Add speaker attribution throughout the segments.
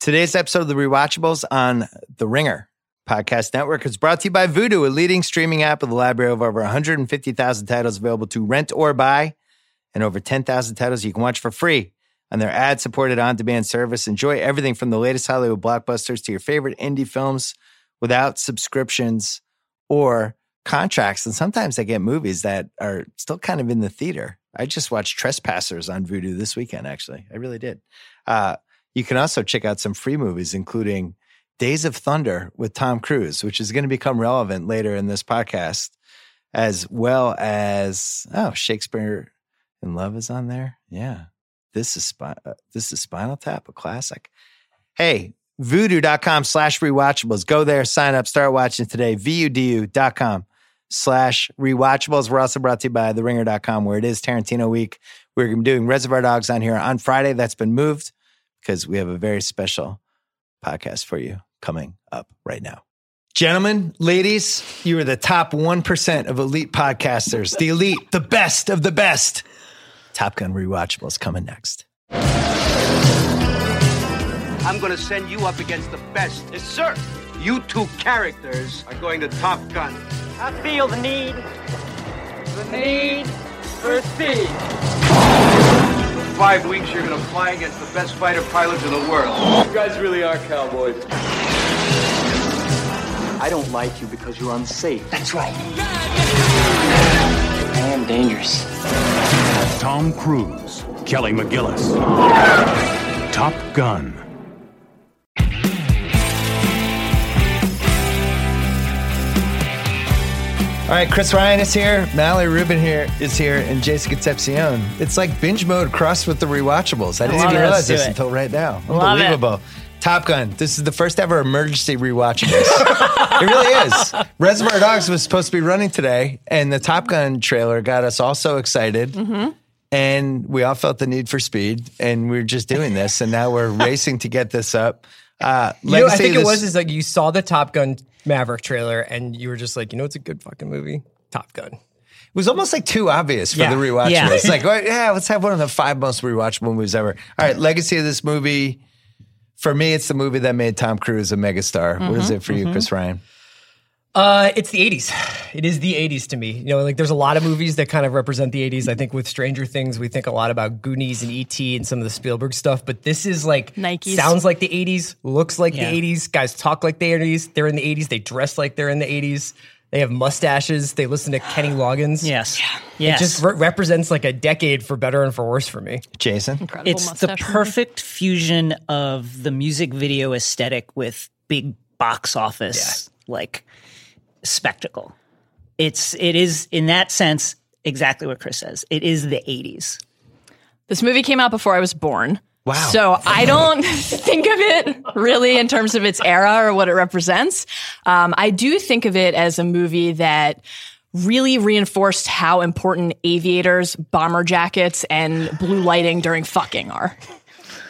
Speaker 1: Today's episode of the Rewatchables on the Ringer Podcast Network is brought to you by Vudu, a leading streaming app with a library of over 150,000 titles available to rent or buy, and over 10,000 titles you can watch for free on their ad supported on demand service. Enjoy everything from the latest Hollywood blockbusters to your favorite indie films without subscriptions or contracts. And sometimes I get movies that are still kind of in the theater. I just watched Trespassers on Vudu this weekend, actually. I really did. Uh, you can also check out some free movies, including Days of Thunder with Tom Cruise, which is going to become relevant later in this podcast, as well as, oh, Shakespeare in Love is on there. Yeah. This is, Spi- uh, this is Spinal Tap, a classic. Hey, voodoo.com slash rewatchables. Go there, sign up, start watching today. VUDU.com slash rewatchables. We're also brought to you by theringer.com, where it is Tarantino week. We're doing Reservoir Dogs on here on Friday. That's been moved because we have a very special podcast for you coming up right now. Gentlemen, ladies, you are the top 1% of elite podcasters, the elite, the best of the best. Top Gun Rewatchables coming next.
Speaker 2: I'm going to send you up against the best. Yes, sir. You two characters are going to Top Gun.
Speaker 3: I feel the need, the need for speed.
Speaker 2: For five weeks, you're going to fly against the best fighter pilots in the world.
Speaker 4: You guys really are cowboys.
Speaker 5: I don't like you because you're unsafe.
Speaker 6: That's right.
Speaker 5: I am dangerous.
Speaker 7: Tom Cruise, Kelly McGillis, Top Gun.
Speaker 1: All right, Chris Ryan is here, Mallory Rubin here is here, and Jason Concepcion. It's like binge mode crossed with the rewatchables. I didn't
Speaker 8: Love
Speaker 1: even
Speaker 8: it.
Speaker 1: realize
Speaker 8: Let's do
Speaker 1: this
Speaker 8: it.
Speaker 1: until right now.
Speaker 8: Love it.
Speaker 1: Unbelievable. Top Gun. This is the first ever emergency rewatchables. it really is. Reservoir Dogs was supposed to be running today, and the Top Gun trailer got us all so excited.
Speaker 8: Mm-hmm.
Speaker 1: And we all felt the need for speed, and we are just doing this, and now we're racing to get this up. Uh,
Speaker 8: You know, I
Speaker 1: Legacy
Speaker 8: think
Speaker 1: of
Speaker 8: it
Speaker 1: this-
Speaker 8: was is like you saw the Top Gun Maverick trailer and you were just like, you know, it's a good fucking movie, Top Gun.
Speaker 1: It was almost like too obvious for
Speaker 8: Yeah.
Speaker 1: the rewatchable.
Speaker 8: Yeah.
Speaker 1: It's like, well, yeah, let's have one of the five most rewatchable movies ever. All right, legacy of this movie. For me, it's the movie that made Tom Cruise a megastar. What is it for you, Chris Ryan?
Speaker 8: Uh, it's the 80s. It is the 80s to me. You know, like there's a lot of movies that kind of represent the 80s. I think with Stranger Things, we think a lot about Goonies and E.T. and some of the Spielberg stuff, but this is like
Speaker 9: Nikes.
Speaker 8: sounds like the 80s, looks like
Speaker 9: Yeah.
Speaker 8: the 80s, guys talk like the 80s, they're in the 80s, they dress like they're in the 80s, they have mustaches, they listen to Kenny Loggins.
Speaker 9: Yes. Yeah.
Speaker 8: It
Speaker 9: Yes.
Speaker 8: just re- represents like a decade for better and for worse for me.
Speaker 1: Jason?
Speaker 9: Incredible
Speaker 6: It's the
Speaker 9: mustache movie.
Speaker 6: perfect fusion of the music video aesthetic with big box office like spectacle. It's it is in that sense exactly what Chris says. It is the 80s.
Speaker 9: This movie came out before I was born.
Speaker 1: Wow.
Speaker 9: So I don't think of it really in terms of its era or what it represents. Um, I do think of it as a movie that really reinforced how important aviators, bomber jackets, and blue lighting during fucking are.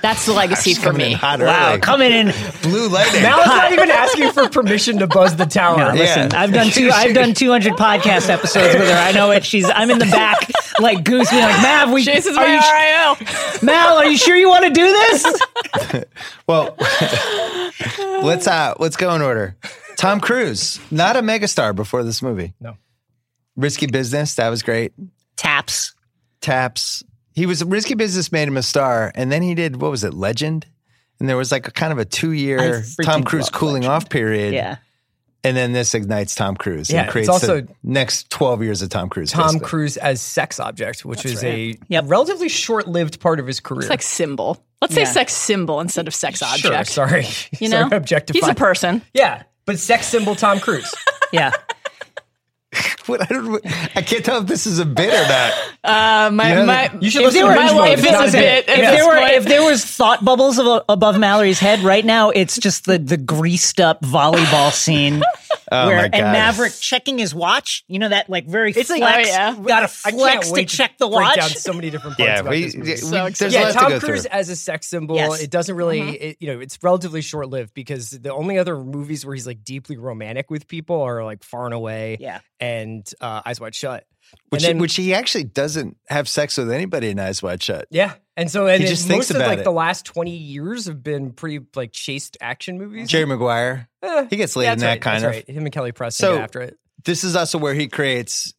Speaker 9: That's the legacy
Speaker 1: She's
Speaker 9: for
Speaker 1: coming in
Speaker 9: me.
Speaker 1: hot
Speaker 6: Wow,
Speaker 1: early.
Speaker 6: coming in.
Speaker 1: Blue lighting.
Speaker 8: Mal's not even asking for permission to buzz the tower.
Speaker 6: No, listen,
Speaker 1: Yeah.
Speaker 6: I've done two I've done 200 podcast episodes with her. I know it. She's I'm in the back like goose being like, "Mav, we
Speaker 9: Jason's
Speaker 6: are
Speaker 9: my
Speaker 6: you
Speaker 9: RIO.
Speaker 6: Mal, are you sure you want to do this?"
Speaker 1: Well, let's uh, let's go in order. Tom Cruise, not a megastar before this movie.
Speaker 8: No.
Speaker 1: Risky Business, that was great.
Speaker 6: Taps.
Speaker 1: Taps. He was Risky Business made him a star, and then he did what was it, Legend? And there was like a kind of a two year
Speaker 6: freaking
Speaker 1: Tom Cruise
Speaker 6: love
Speaker 1: cooling off period.
Speaker 6: Yeah.
Speaker 1: And then this ignites Tom Cruise
Speaker 8: Yeah,
Speaker 1: and
Speaker 8: it's
Speaker 1: creates
Speaker 8: also-
Speaker 1: the next 12 years of Tom Cruise.
Speaker 8: Tom
Speaker 1: basically.
Speaker 8: Cruise as sex object, which is a
Speaker 6: Yep.
Speaker 8: relatively short-lived part of his career.
Speaker 9: Sex symbol. Let's say sex symbol instead of sex object.
Speaker 8: sure, sorry,
Speaker 9: You know,
Speaker 8: sorry, objectify.
Speaker 9: he's a person.
Speaker 8: Yeah, but sex symbol Tom Cruise.
Speaker 6: Yeah.
Speaker 1: What, I, don't, I can't tell if this is a bit or not.
Speaker 9: Uh, my,
Speaker 1: know,
Speaker 9: my,
Speaker 8: you should
Speaker 9: if
Speaker 8: listen to
Speaker 9: my
Speaker 8: Binge Mode.
Speaker 9: life
Speaker 8: It's
Speaker 9: is
Speaker 8: not
Speaker 9: a
Speaker 8: a bit.
Speaker 9: bit. at
Speaker 6: if
Speaker 9: this
Speaker 6: there were
Speaker 9: point.
Speaker 6: if there was thought bubbles abo- above Mallory's head right now, it's just the the greased up volleyball scene
Speaker 1: Oh
Speaker 6: where
Speaker 1: my
Speaker 6: and
Speaker 1: God.
Speaker 6: Maverick checking his watch. You know that like very
Speaker 8: It's like-
Speaker 6: flex,
Speaker 9: Oh, yeah.
Speaker 6: gotta
Speaker 8: I can't
Speaker 6: flex to
Speaker 8: wait
Speaker 6: check the
Speaker 8: break
Speaker 6: watch.
Speaker 8: down so many different parts.
Speaker 1: Yeah,
Speaker 8: about
Speaker 1: we,
Speaker 8: this movie.
Speaker 1: we-
Speaker 9: So
Speaker 1: there's a
Speaker 9: excited.
Speaker 8: yeah,
Speaker 1: lot to
Speaker 8: Tom
Speaker 1: go
Speaker 8: Cruise
Speaker 1: through.
Speaker 8: as a sex symbol.
Speaker 6: Yes. Mm-hmm.
Speaker 8: It doesn't really, it, you know, it's relatively short lived because the only other movies where he's like deeply romantic with people are like Far and Away
Speaker 6: Yeah.
Speaker 8: and uh, Eyes Wide Shut.
Speaker 1: Which,
Speaker 8: then-
Speaker 1: which he actually doesn't have sex with anybody in Eyes Wide Shut.
Speaker 8: Yeah. And so, and
Speaker 1: He
Speaker 8: it-
Speaker 1: just
Speaker 8: most
Speaker 1: thinks
Speaker 8: of
Speaker 1: about
Speaker 8: like
Speaker 1: it.
Speaker 8: the last 20 years have been pretty like chased action movies.
Speaker 1: Jerry Maguire,
Speaker 8: Eh,
Speaker 1: he gets laid
Speaker 8: yeah,
Speaker 1: in
Speaker 8: that's
Speaker 1: that
Speaker 8: right,
Speaker 1: kind
Speaker 8: that's
Speaker 1: of.
Speaker 8: right. Him and Kelly Preston
Speaker 1: So-
Speaker 8: get after it.
Speaker 1: This is also where he creates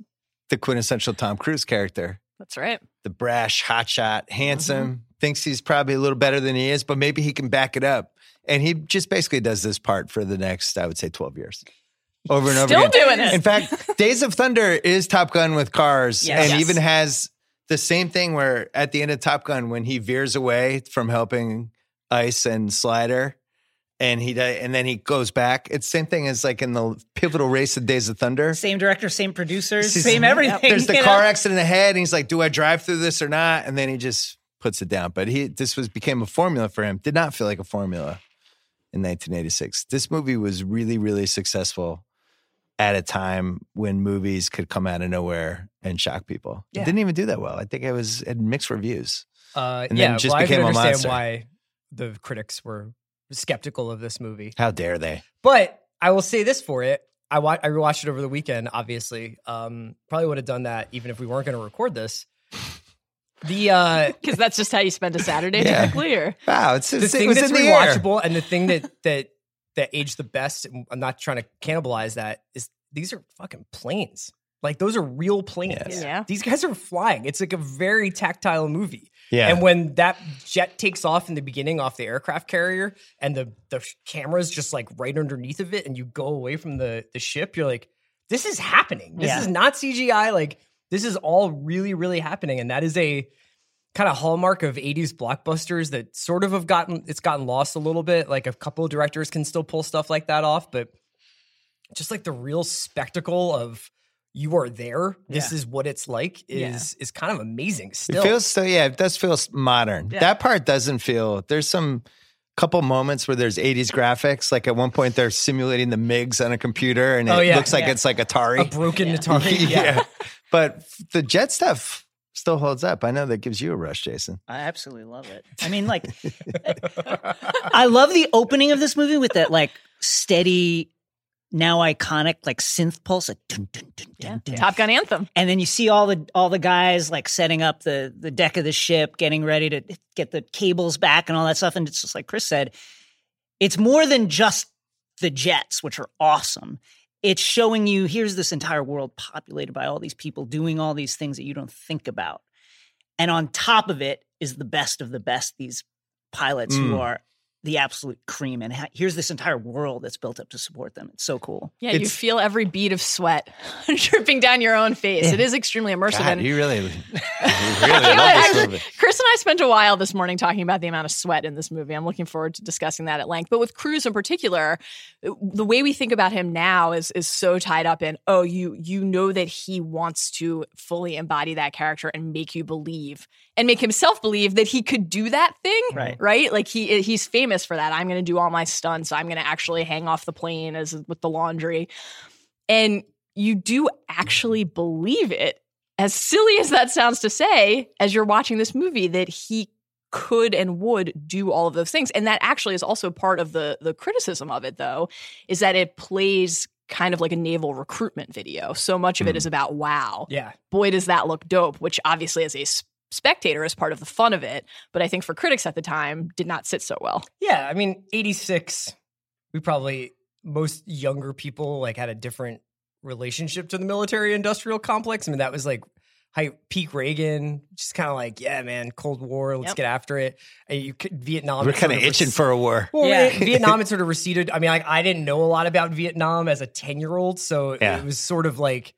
Speaker 1: the quintessential Tom Cruise character,
Speaker 9: That's right.
Speaker 1: the brash, hotshot, handsome, thinks he's probably a little better than he is, but maybe he can back it up. And he just basically does this part for the next, I would say, 12 years. Over and over
Speaker 9: Still
Speaker 1: again.
Speaker 9: doing it.
Speaker 1: In fact, Days of Thunder is Top Gun with cars
Speaker 6: Yes.
Speaker 1: and
Speaker 6: Yes.
Speaker 1: even has the same thing where at the end of Top Gun, when he veers away from helping Ice and Slider and he di- and then he goes back, it's same thing as like in the pivotal race of Days of Thunder.
Speaker 6: Same director, same producers,
Speaker 1: This is-
Speaker 6: same everything.
Speaker 1: There's the
Speaker 6: you know?
Speaker 1: car accident ahead, and he's like, "Do I drive through this or not?" And then he just puts it down. But he this was became a formula for him. Did not feel like a formula in 1986. This movie was really, really successful at a time when movies could come out of nowhere and shock people. It
Speaker 8: Yeah.
Speaker 1: didn't even do that well. I think it was it had mixed reviews.
Speaker 8: Uh,
Speaker 1: And
Speaker 8: yeah.
Speaker 1: then just
Speaker 8: well,
Speaker 1: became a
Speaker 8: I can
Speaker 1: monster.
Speaker 8: understand why the critics were skeptical of this movie.
Speaker 1: How dare they?
Speaker 8: But I will say this for it. I wa- I rewatched it over the weekend, obviously. Um, probably would have done that even if we weren't going to record this. The uh,
Speaker 9: Because that's just how you spend a Saturday
Speaker 1: Yeah.
Speaker 9: typically. Or
Speaker 1: Wow, it's,
Speaker 8: the
Speaker 1: it's it
Speaker 8: thing
Speaker 1: was
Speaker 8: that's
Speaker 1: in the air.
Speaker 8: rewatchable and the thing that that that aged the best and i'm not trying to cannibalize that is these are fucking planes like those are real planes
Speaker 9: Yes. Yeah.
Speaker 8: these guys are flying it's like a very tactile movie
Speaker 1: Yeah.
Speaker 8: and when that jet takes off in the beginning off the aircraft carrier and the the sh- camera's just like right underneath of it and you go away from the the ship you're like this is happening this
Speaker 6: Yeah.
Speaker 8: is not cgi like this is all really really happening and that is a kind of hallmark of 80s blockbusters that sort of have gotten it's gotten lost a little bit like a couple of directors can still pull stuff like that off but just like the real spectacle of you are there this is what it's like is is kind of amazing still
Speaker 1: It feels so, yeah, it does feel s- modern. That part doesn't feel, there's some couple moments where there's 80s graphics. Like at one point, they're simulating the MiGs on a computer and it
Speaker 8: Oh, yeah.
Speaker 1: looks like
Speaker 6: Yeah.
Speaker 1: it's like
Speaker 8: a
Speaker 1: Atari.
Speaker 8: broken Atari. yeah.
Speaker 1: But the jet stuff still holds up. I know that gives you a rush, Jason.
Speaker 6: I absolutely love it. I mean, like, I love the opening of this movie with that like steady, now iconic like synth pulse, like dun, dun, dun, dun, dun.
Speaker 9: Top Gun Anthem.
Speaker 6: and then you see all the all the guys like setting up the the deck of the ship, getting ready to get the cables back and all that stuff. And it's just like Chris said, it's more than just the jets, which are awesome. It's showing you here's this entire world populated by all these people doing all these things that you don't think about. And on top of it is the best of the best, these pilots who
Speaker 1: Mm.
Speaker 6: are the absolute cream. And ha- here's this entire world that's built up to support them. It's so cool.
Speaker 9: Yeah, you
Speaker 1: It's-
Speaker 9: feel every bead of sweat dripping down your own face. It is extremely immersive.
Speaker 1: God,
Speaker 9: and-
Speaker 1: you really, you really
Speaker 9: I-
Speaker 1: love
Speaker 9: I-
Speaker 1: this movie.
Speaker 9: Chris and I spent a while this morning talking about the amount of sweat in this movie. I'm looking forward to discussing that at length. But with Cruz in particular, the way we think about him now is is so tied up in oh you you know that he wants to fully embody that character and make you believe and make himself believe that he could do that thing
Speaker 6: Right.
Speaker 9: right like he he's famous for that i'm going to do all my stunts i'm going to actually hang off the plane as with the laundry and you do actually believe it as silly as that sounds to say as you're watching this movie that he could and would do all of those things and that actually is also part of the the criticism of it though is that it plays kind of like a naval recruitment video so much of it is about wow
Speaker 8: yeah
Speaker 9: boy does that look dope which obviously as a s- spectator is part of the fun of it but i think for critics at the time did not sit so well
Speaker 8: Yeah, I mean, 86, we probably most younger people like had a different relationship to the military industrial complex. I mean, that was like high peak Reagan, just kind of like, yeah, man, Cold War, let's
Speaker 9: Yep.
Speaker 8: get after it. And you could Vietnam.
Speaker 1: We're
Speaker 8: it
Speaker 1: kind of
Speaker 8: sort
Speaker 1: itching
Speaker 8: rec-
Speaker 1: for a war.
Speaker 8: well,
Speaker 6: Yeah.
Speaker 8: it- Vietnam had sort of receded. I mean, like I didn't know a lot about Vietnam as a 10 year old. So
Speaker 1: Yeah.
Speaker 8: it was sort of like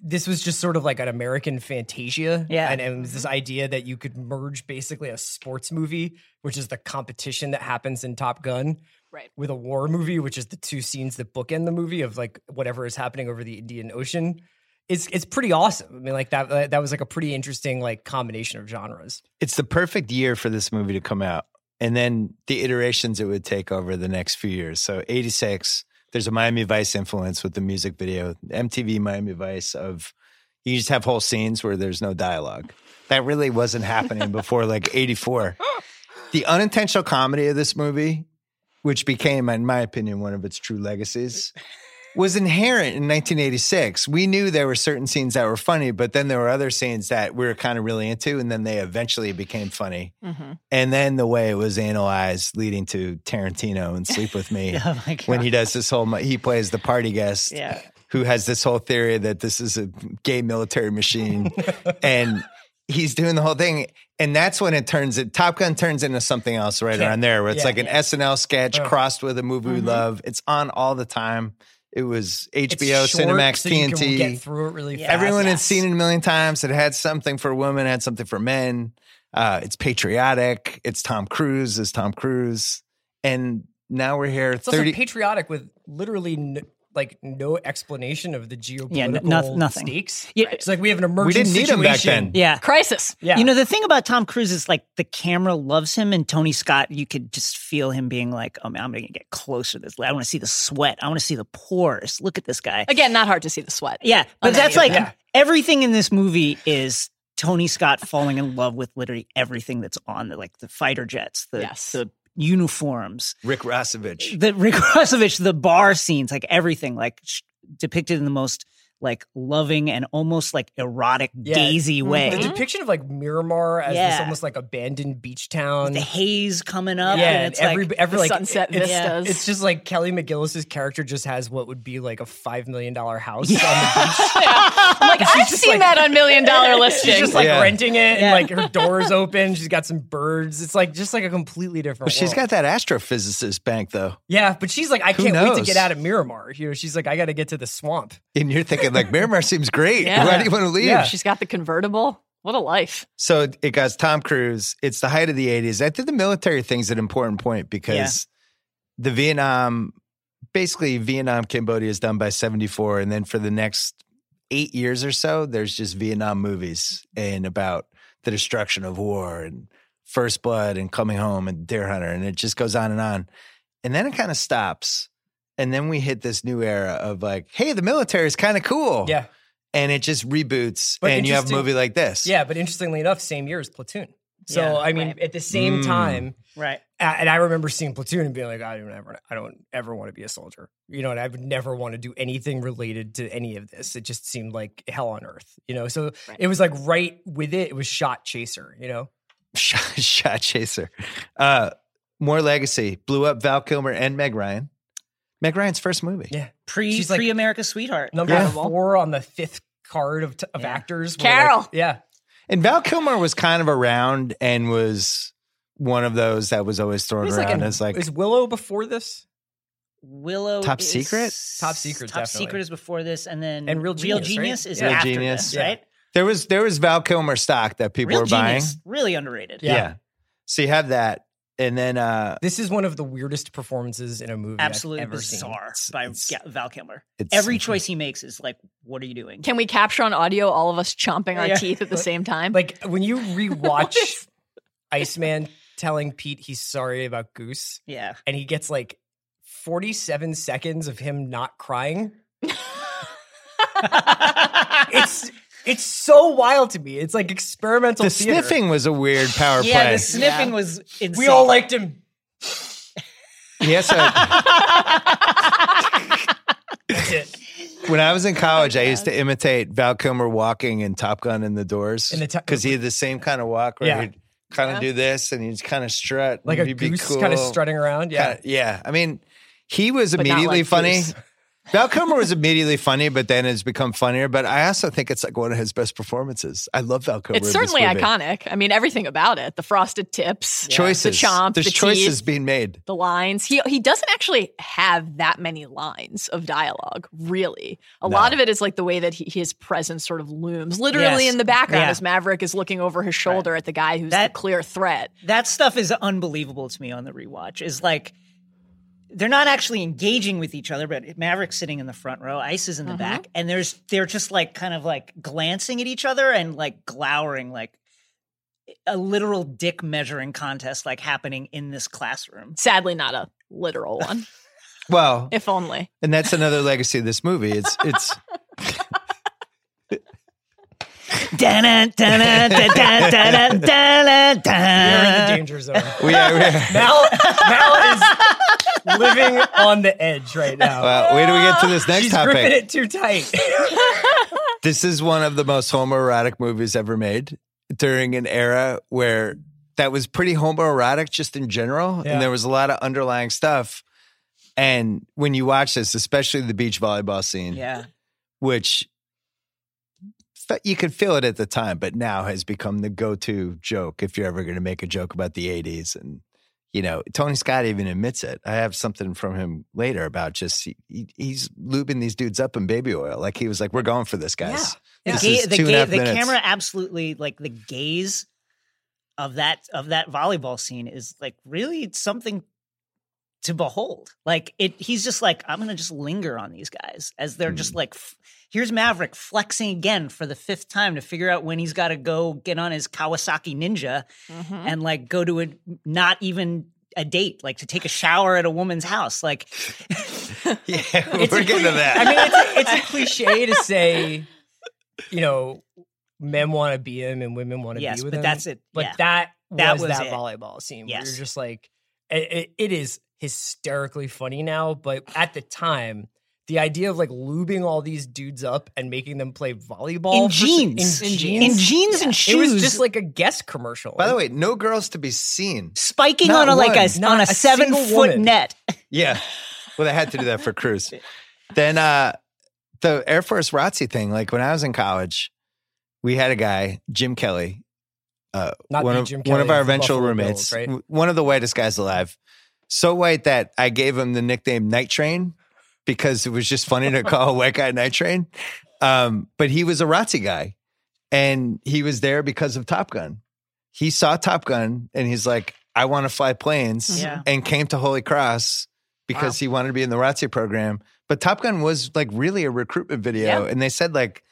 Speaker 8: this was just sort of like an American fantasia.
Speaker 6: Yeah.
Speaker 8: And it was this
Speaker 1: Mm-hmm.
Speaker 8: idea that you could merge basically a sports movie, which is the competition that happens in Top Gun,
Speaker 9: Right.
Speaker 8: with a war movie, which is the two scenes that bookend the movie of like whatever is happening over the Indian Ocean. It's, it's pretty awesome. I mean, like that that was like a pretty interesting like combination of genres.
Speaker 1: It's the perfect year for this movie to come out. And then the iterations it would take over the next few years. So 86, there's a Miami Vice influence with the music video, MTV Miami Vice of you just have whole scenes where there's no dialogue. That really wasn't happening before like 84. The unintentional comedy of this movie, which became, in my opinion, one of its true legacies, was inherent in 1986. We knew there were certain scenes that were funny, but then there were other scenes that we were kind of really into, and then they eventually became funny. And then the way it was analyzed, leading to Tarantino and Sleep with Me,
Speaker 6: Oh my God.
Speaker 1: when he does this whole, he plays the party guest
Speaker 6: Yeah.
Speaker 1: who has this whole theory that this is a gay military machine, and he's doing the whole thing. And that's when it turns it. Top Gun turns into something else right around there, where it's
Speaker 8: Yeah. Uh-huh. Mm-hmm.
Speaker 1: like an SNL sketch crossed with a movie we love. It's on all the time. It was
Speaker 8: It's
Speaker 1: HBO,
Speaker 8: short,
Speaker 1: Cinemax,
Speaker 8: so you can
Speaker 1: TNT.
Speaker 8: Get through it really fast.
Speaker 1: Everyone had
Speaker 6: Yes.
Speaker 1: seen it a million times. It had something for women, had something for men. Uh, it's patriotic. It's Tom Cruise. It's Tom Cruise. And now we're here.
Speaker 8: It's also
Speaker 1: 30,
Speaker 8: patriotic with literally n like no explanation of the geopolitical
Speaker 6: Yeah, no- noth- nothing.
Speaker 8: stakes.
Speaker 6: Yeah.
Speaker 8: It's like we have an
Speaker 1: we
Speaker 8: emergency.
Speaker 1: didn't need him back
Speaker 8: situation.
Speaker 1: then.
Speaker 6: Yeah.
Speaker 9: Crisis.
Speaker 8: Yeah.
Speaker 6: You know, the thing about Tom Cruise is like the camera loves him, and Tony Scott, you could just feel him being like, oh man, I'm going to get closer to this. I want to see the sweat. I want to see the pores. Look at this guy.
Speaker 9: Again, not hard to see the sweat.
Speaker 6: Yeah. But that's like
Speaker 8: Yeah.
Speaker 6: everything in this movie is Tony Scott falling in love with literally everything that's on the like the fighter jets, the,
Speaker 9: Yes.
Speaker 6: the uniforms,
Speaker 1: Rick Rossovich.
Speaker 6: the Rick Rossovich, the bar scenes, like everything, like sh- depicted in the most like loving and almost like erotic
Speaker 8: Yeah. Mm-hmm.
Speaker 6: daisy way.
Speaker 8: The depiction of like Miramar as this
Speaker 6: Yeah.
Speaker 8: almost like abandoned beach town.
Speaker 6: The haze coming up.
Speaker 8: yeah,
Speaker 6: and
Speaker 8: and
Speaker 6: it's
Speaker 8: every,
Speaker 6: like,
Speaker 8: every
Speaker 9: the
Speaker 8: like
Speaker 9: sunset
Speaker 8: it's,
Speaker 9: vistas.
Speaker 8: It's just like Kelly McGillis's character just has what would be like a five million dollar house on the beach.
Speaker 9: I'm like, I've
Speaker 8: just like-
Speaker 9: seen that on Million Dollar Listing.
Speaker 8: She's just like
Speaker 1: Yeah.
Speaker 8: renting it,
Speaker 6: Yeah.
Speaker 8: and like her door's open. She's got some birds. It's like just like a completely different.
Speaker 1: But she's got
Speaker 8: world.
Speaker 1: that astrophysicist bank, though.
Speaker 8: yeah, but she's like, I
Speaker 1: Who
Speaker 8: can't wait to
Speaker 1: knows?
Speaker 8: get out of Miramar. You know, she's like, I got to get to the swamp.
Speaker 1: And you're thinking, like, Miramar seems great.
Speaker 9: Yeah.
Speaker 1: Why do you want to leave?
Speaker 8: Yeah.
Speaker 9: She's got the convertible. What a life.
Speaker 1: So it- it got Tom Cruise. It's the height of the 80s. I think the military thing's an important point because the Vietnam, basically, Vietnam, Cambodia is done by 74. And then for the next eight years or so, there's just Vietnam movies and about the destruction of war and First Blood and Coming Home and Deer Hunter. And it just goes on and on. And then it kind of stops. And then we hit this new era of like, hey, the military is kind of cool.
Speaker 8: Yeah,
Speaker 1: And it just reboots.
Speaker 8: But
Speaker 1: and you have a
Speaker 8: interesting-
Speaker 1: movie like this.
Speaker 8: yeah. But interestingly enough, same year as Platoon. So
Speaker 6: Yeah,
Speaker 8: I mean, at the same
Speaker 1: Mm.
Speaker 8: time,
Speaker 6: right.
Speaker 8: a- and I remember seeing Platoon and being like, I don't ever, I don't ever want to be a soldier. You know, and I would never want to do anything related to any of this. It just seemed like hell on earth. You know, so it was like right with it, it was Shot Chaser. You know,
Speaker 1: shot, shot chaser. Uh, More Legacy blew up Val Kilmer and Meg Ryan. Meg Ryan's first movie.
Speaker 8: Yeah.
Speaker 6: Pre
Speaker 8: She's like-
Speaker 6: pre America's sweetheart.
Speaker 8: number
Speaker 1: Yeah.
Speaker 8: four on the fifth card of, t- of
Speaker 6: Yeah.
Speaker 8: actors. were like-
Speaker 9: Carol.
Speaker 8: yeah,
Speaker 1: And Val Kilmer was kind of around and was one of those that was always thrown
Speaker 8: It's
Speaker 1: around
Speaker 8: an-
Speaker 1: as like,
Speaker 8: is Willow before this?
Speaker 6: Willow
Speaker 1: Top
Speaker 6: is-
Speaker 1: Secret?
Speaker 8: Top Secret,
Speaker 6: Top
Speaker 8: definitely.
Speaker 6: Secret is before this, and then
Speaker 8: And Real Genius, right?
Speaker 6: is
Speaker 8: Yeah. Real
Speaker 6: after
Speaker 1: Genius.
Speaker 6: this,
Speaker 8: Yeah.
Speaker 6: right?
Speaker 1: there was there was Val Kilmer stock that people
Speaker 6: Real
Speaker 1: were buying.
Speaker 6: Genius, really underrated.
Speaker 8: Yeah.
Speaker 1: So you have that. And then uh
Speaker 8: This is one of the weirdest performances in a movie
Speaker 6: Absolutely
Speaker 8: I've ever
Speaker 6: bizarre
Speaker 1: It's-
Speaker 6: by
Speaker 1: it's-
Speaker 6: Ga- Val Kilmer.
Speaker 1: it's-
Speaker 6: Every choice he makes is like, what are you doing?
Speaker 9: Can we capture on audio all of us chomping our
Speaker 6: Yeah.
Speaker 9: teeth at the same time?
Speaker 8: seen. Like when you rewatch
Speaker 9: is-
Speaker 8: Iceman telling Pete he's sorry about Goose,
Speaker 6: yeah.
Speaker 8: and he gets like 47 seconds of him not crying. It's it's so wild to me. It's like experimental
Speaker 1: the
Speaker 8: theater.
Speaker 1: sniffing was a weird power
Speaker 6: yeah,
Speaker 1: play.
Speaker 6: the sniffing was insane.
Speaker 8: We all liked him.
Speaker 1: Yes, I-
Speaker 8: That's it.
Speaker 1: when I was in college, I used to imitate Val Kilmer walking in Top Gun in the doors
Speaker 8: In the top-
Speaker 1: because he had the same kind of walk where
Speaker 8: Yeah.
Speaker 1: he'd kind of do this and he'd kind of strut,
Speaker 8: Like
Speaker 1: and
Speaker 8: a
Speaker 1: he'd be
Speaker 8: goose
Speaker 1: cool.
Speaker 8: kind of strutting around. Yeah.
Speaker 1: Kinda- yeah. I mean, he was
Speaker 9: not
Speaker 1: immediately
Speaker 9: like
Speaker 1: funny.
Speaker 9: Goose.
Speaker 1: Val Kilmer was immediately funny, but then has become funnier. But I also think it's like one of his best performances. I love Val Kilmer.
Speaker 9: it's
Speaker 1: in this
Speaker 9: certainly
Speaker 1: movie.
Speaker 9: iconic. I mean, everything about it the frosted tips,
Speaker 1: Choices,
Speaker 9: the chomp,
Speaker 1: There's
Speaker 9: the
Speaker 1: choices
Speaker 9: teeth,
Speaker 1: being made.
Speaker 9: the lines. He, he doesn't actually have that many lines of dialogue, really. A lot of it is like the way that he, his presence sort of looms literally
Speaker 6: Yes.
Speaker 9: in the background
Speaker 6: Yeah.
Speaker 9: as Maverick is looking over his shoulder at the guy who's
Speaker 6: That-
Speaker 9: the clear threat.
Speaker 6: that stuff is unbelievable to me on the rewatch. Is like they're not actually engaging with each other, but Maverick's sitting in the front row, Ice is in the back, and there's they're just like kind of like glancing at each other and like glowering, like a literal dick measuring contest like happening in this classroom.
Speaker 9: Sadly, not a literal one,
Speaker 1: Well,
Speaker 9: if only.
Speaker 1: and that's another legacy of this movie. It's it's
Speaker 6: Dun-dun, dun-dun, dun-dun, dun-dun,
Speaker 8: We're in the
Speaker 6: dun-dun, dun.
Speaker 8: danger zone.
Speaker 1: we are.
Speaker 8: Mal, Mal is living on the edge right now.
Speaker 1: Well, wait till we get to this next
Speaker 8: She's
Speaker 1: topic.
Speaker 8: gripping it too tight.
Speaker 1: This is one of the most homoerotic movies ever made during an era where that was pretty homoerotic just in general.
Speaker 8: Yeah.
Speaker 1: And there was a lot of underlying stuff. And when you watch this, especially the beach volleyball scene,
Speaker 6: Yeah.
Speaker 1: which fe- you could feel it at the time, but now has become the go to joke if you're ever going to make a joke about the 80s. And, you know, Tony Scott even admits it. I have something from him later about just he, he- he's lubing these dudes up in baby oil. Like he was like, we're going for this, guys.
Speaker 6: The,
Speaker 1: This
Speaker 6: ga-
Speaker 1: is
Speaker 6: the,
Speaker 1: two and a
Speaker 6: ga-
Speaker 1: half
Speaker 6: the
Speaker 1: minutes.
Speaker 6: camera absolutely like the gaze of that of that volleyball scene is like really something to behold. Like it, he's just like I'm gonna just linger on these guys as they're
Speaker 8: Hmm.
Speaker 6: just like, f- here's Maverick flexing again for the fifth time to figure out when he's got to go get on his Kawasaki Ninja
Speaker 8: Mm-hmm.
Speaker 6: and like go to a not even a date, like to take a shower at a woman's house, like.
Speaker 1: Yeah, we're getting to that.
Speaker 8: I mean, it's a, it's a cliche to say, you know, men want to be him and women want to
Speaker 6: Yes,
Speaker 8: be with
Speaker 6: but
Speaker 8: him.
Speaker 6: that's it.
Speaker 8: But
Speaker 6: Yeah.
Speaker 8: that,
Speaker 6: That
Speaker 8: was,
Speaker 6: was
Speaker 8: that
Speaker 6: it.
Speaker 8: volleyball scene. Where
Speaker 6: Yes.
Speaker 8: you're just like, it- it, it is hysterically funny now, but at the time, the idea of like lubing all these dudes up and making them play volleyball
Speaker 6: In
Speaker 8: for some-
Speaker 6: jeans.
Speaker 8: in
Speaker 6: In
Speaker 8: jeans,
Speaker 6: jeans and
Speaker 8: It was
Speaker 6: shoes.
Speaker 8: just like a guest commercial.
Speaker 1: By the way, no girls to be seen.
Speaker 6: spiking
Speaker 1: Not
Speaker 6: on a like a
Speaker 1: one,
Speaker 8: not
Speaker 6: on a,
Speaker 8: a
Speaker 6: seven
Speaker 8: single
Speaker 6: foot
Speaker 8: woman.
Speaker 6: net.
Speaker 1: Yeah. Well, they had to do that for Cruz. Then uh the Air Force ROTC thing, like when I was in college, we had a guy, Jim Kelly, uh,
Speaker 8: Not
Speaker 1: one,
Speaker 8: the
Speaker 1: of,
Speaker 8: Jim
Speaker 1: one of
Speaker 8: Kelly
Speaker 1: our
Speaker 8: of the
Speaker 1: eventual
Speaker 8: Buffalo
Speaker 1: roommates,
Speaker 8: Bills, right?
Speaker 1: w- one of the whitest guys alive. So white that I gave him the nickname Night Train because it was just funny to call a white guy Night Train. Um, but he was a ROTC guy and he was there because of Top Gun. He saw Top Gun and he's like, I want to fly planes
Speaker 6: Yeah.
Speaker 1: and came to Holy Cross because he wanted to be in the ROTC program. But Top Gun was like really a recruitment video. And they said like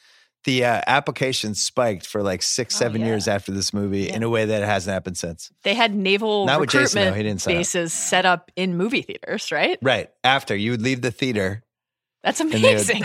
Speaker 1: the uh, application spiked for like
Speaker 8: Oh,
Speaker 1: six, seven years after this movie in a way that hasn't happened since.
Speaker 9: They had naval
Speaker 1: Not with
Speaker 9: recruitment
Speaker 1: Jason, though. He didn't sign up.
Speaker 9: bases set up in movie theaters, right?
Speaker 1: Right. After you would leave the theater.
Speaker 9: That's
Speaker 1: they would-
Speaker 9: amazing.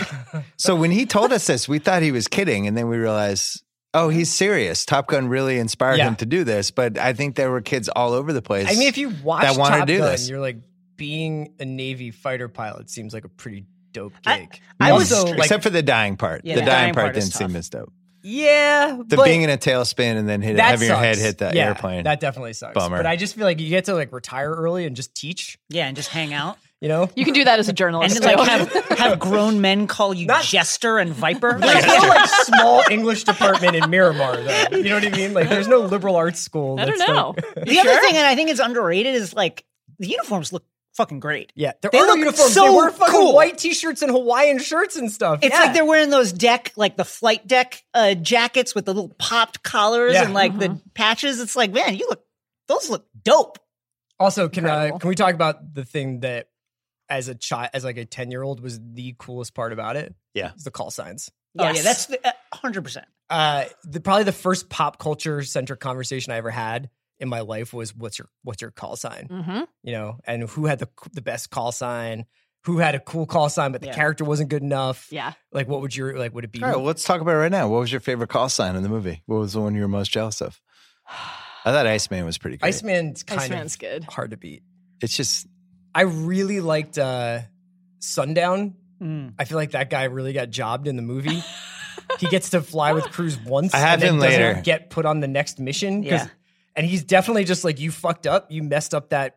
Speaker 1: So when he told us this, we thought he was kidding. And then we realized, oh, he's serious. Top Gun really inspired
Speaker 8: Yeah.
Speaker 1: him to do this. But I think there were kids all over the place.
Speaker 8: I mean, if you watch
Speaker 1: that wanna
Speaker 8: Top
Speaker 1: do
Speaker 8: Gun,
Speaker 1: this.
Speaker 8: you're like being a Navy fighter pilot seems like a pretty dope
Speaker 6: I-
Speaker 8: gig.
Speaker 6: I was-
Speaker 8: also like,
Speaker 1: Except for the dying part.
Speaker 6: Yeah,
Speaker 1: the,
Speaker 6: the
Speaker 1: dying,
Speaker 6: dying
Speaker 1: part,
Speaker 6: part is
Speaker 1: didn't
Speaker 6: tough.
Speaker 1: seem as dope.
Speaker 8: yeah,
Speaker 1: The
Speaker 8: but
Speaker 1: being in a tailspin and then hit,
Speaker 8: that
Speaker 1: having your head
Speaker 8: sucks.
Speaker 1: hit the
Speaker 8: Yeah,
Speaker 1: airplane.
Speaker 8: That definitely sucks.
Speaker 1: Bummer.
Speaker 8: But I just feel like you get to like retire early and just teach.
Speaker 6: Yeah, and just hang out
Speaker 8: You know,
Speaker 9: You can do that as a
Speaker 6: and
Speaker 9: journalist.
Speaker 6: then, like
Speaker 9: too.
Speaker 6: have, have grown men call you
Speaker 8: Not-
Speaker 6: jester and viper.
Speaker 8: there's no like small English department in Miramar though. You know what I mean? Like there's no liberal arts school.
Speaker 9: I don't
Speaker 8: that's, like-
Speaker 9: know.
Speaker 6: the other thing that I think is underrated is like the uniforms look fucking great.
Speaker 8: yeah, there
Speaker 6: They
Speaker 8: are no
Speaker 6: look
Speaker 8: uniforms.
Speaker 6: so
Speaker 8: they wear fucking
Speaker 6: cool.
Speaker 8: white t-shirts and Hawaiian shirts and stuff.
Speaker 6: It's
Speaker 8: Yeah.
Speaker 6: like they're wearing those deck, like the flight deck uh, jackets with the little popped collars
Speaker 8: Yeah.
Speaker 6: and like the patches. It's like, man, you look those look dope.
Speaker 8: Also, can uh,
Speaker 9: Incredible.
Speaker 8: can we talk about the thing that as a child, as like a ten year old, was the coolest part about it?
Speaker 1: Yeah.
Speaker 8: It's the call signs.
Speaker 6: Oh yeah,
Speaker 9: Yes.
Speaker 6: that's the- uh, hundred percent.
Speaker 8: Uh, the, probably the first pop culture centric conversation I ever had in my life was what's your what's your call sign?
Speaker 9: hmm
Speaker 8: You know, and who had the the best call sign? Who had a cool call sign, but the
Speaker 6: Yeah.
Speaker 8: character wasn't good enough?
Speaker 9: Yeah.
Speaker 8: Like, what would your like? Would it be?
Speaker 1: All right, well, let's talk about it right now. What was your favorite call sign in the movie? What was the one you were most jealous of? I thought Iceman was pretty good.
Speaker 8: Iceman's kind
Speaker 9: Iceman's
Speaker 8: of
Speaker 9: good.
Speaker 8: hard to beat.
Speaker 1: It's just
Speaker 8: I really liked uh, Sundown. I feel like that guy really got jobbed in the movie. he gets to fly with Cruz once.
Speaker 1: I have
Speaker 8: and then
Speaker 1: him
Speaker 8: doesn't
Speaker 1: later.
Speaker 8: Get put on the next mission. 'cause-
Speaker 6: Yeah.
Speaker 8: and he's definitely just like you fucked up. You messed up that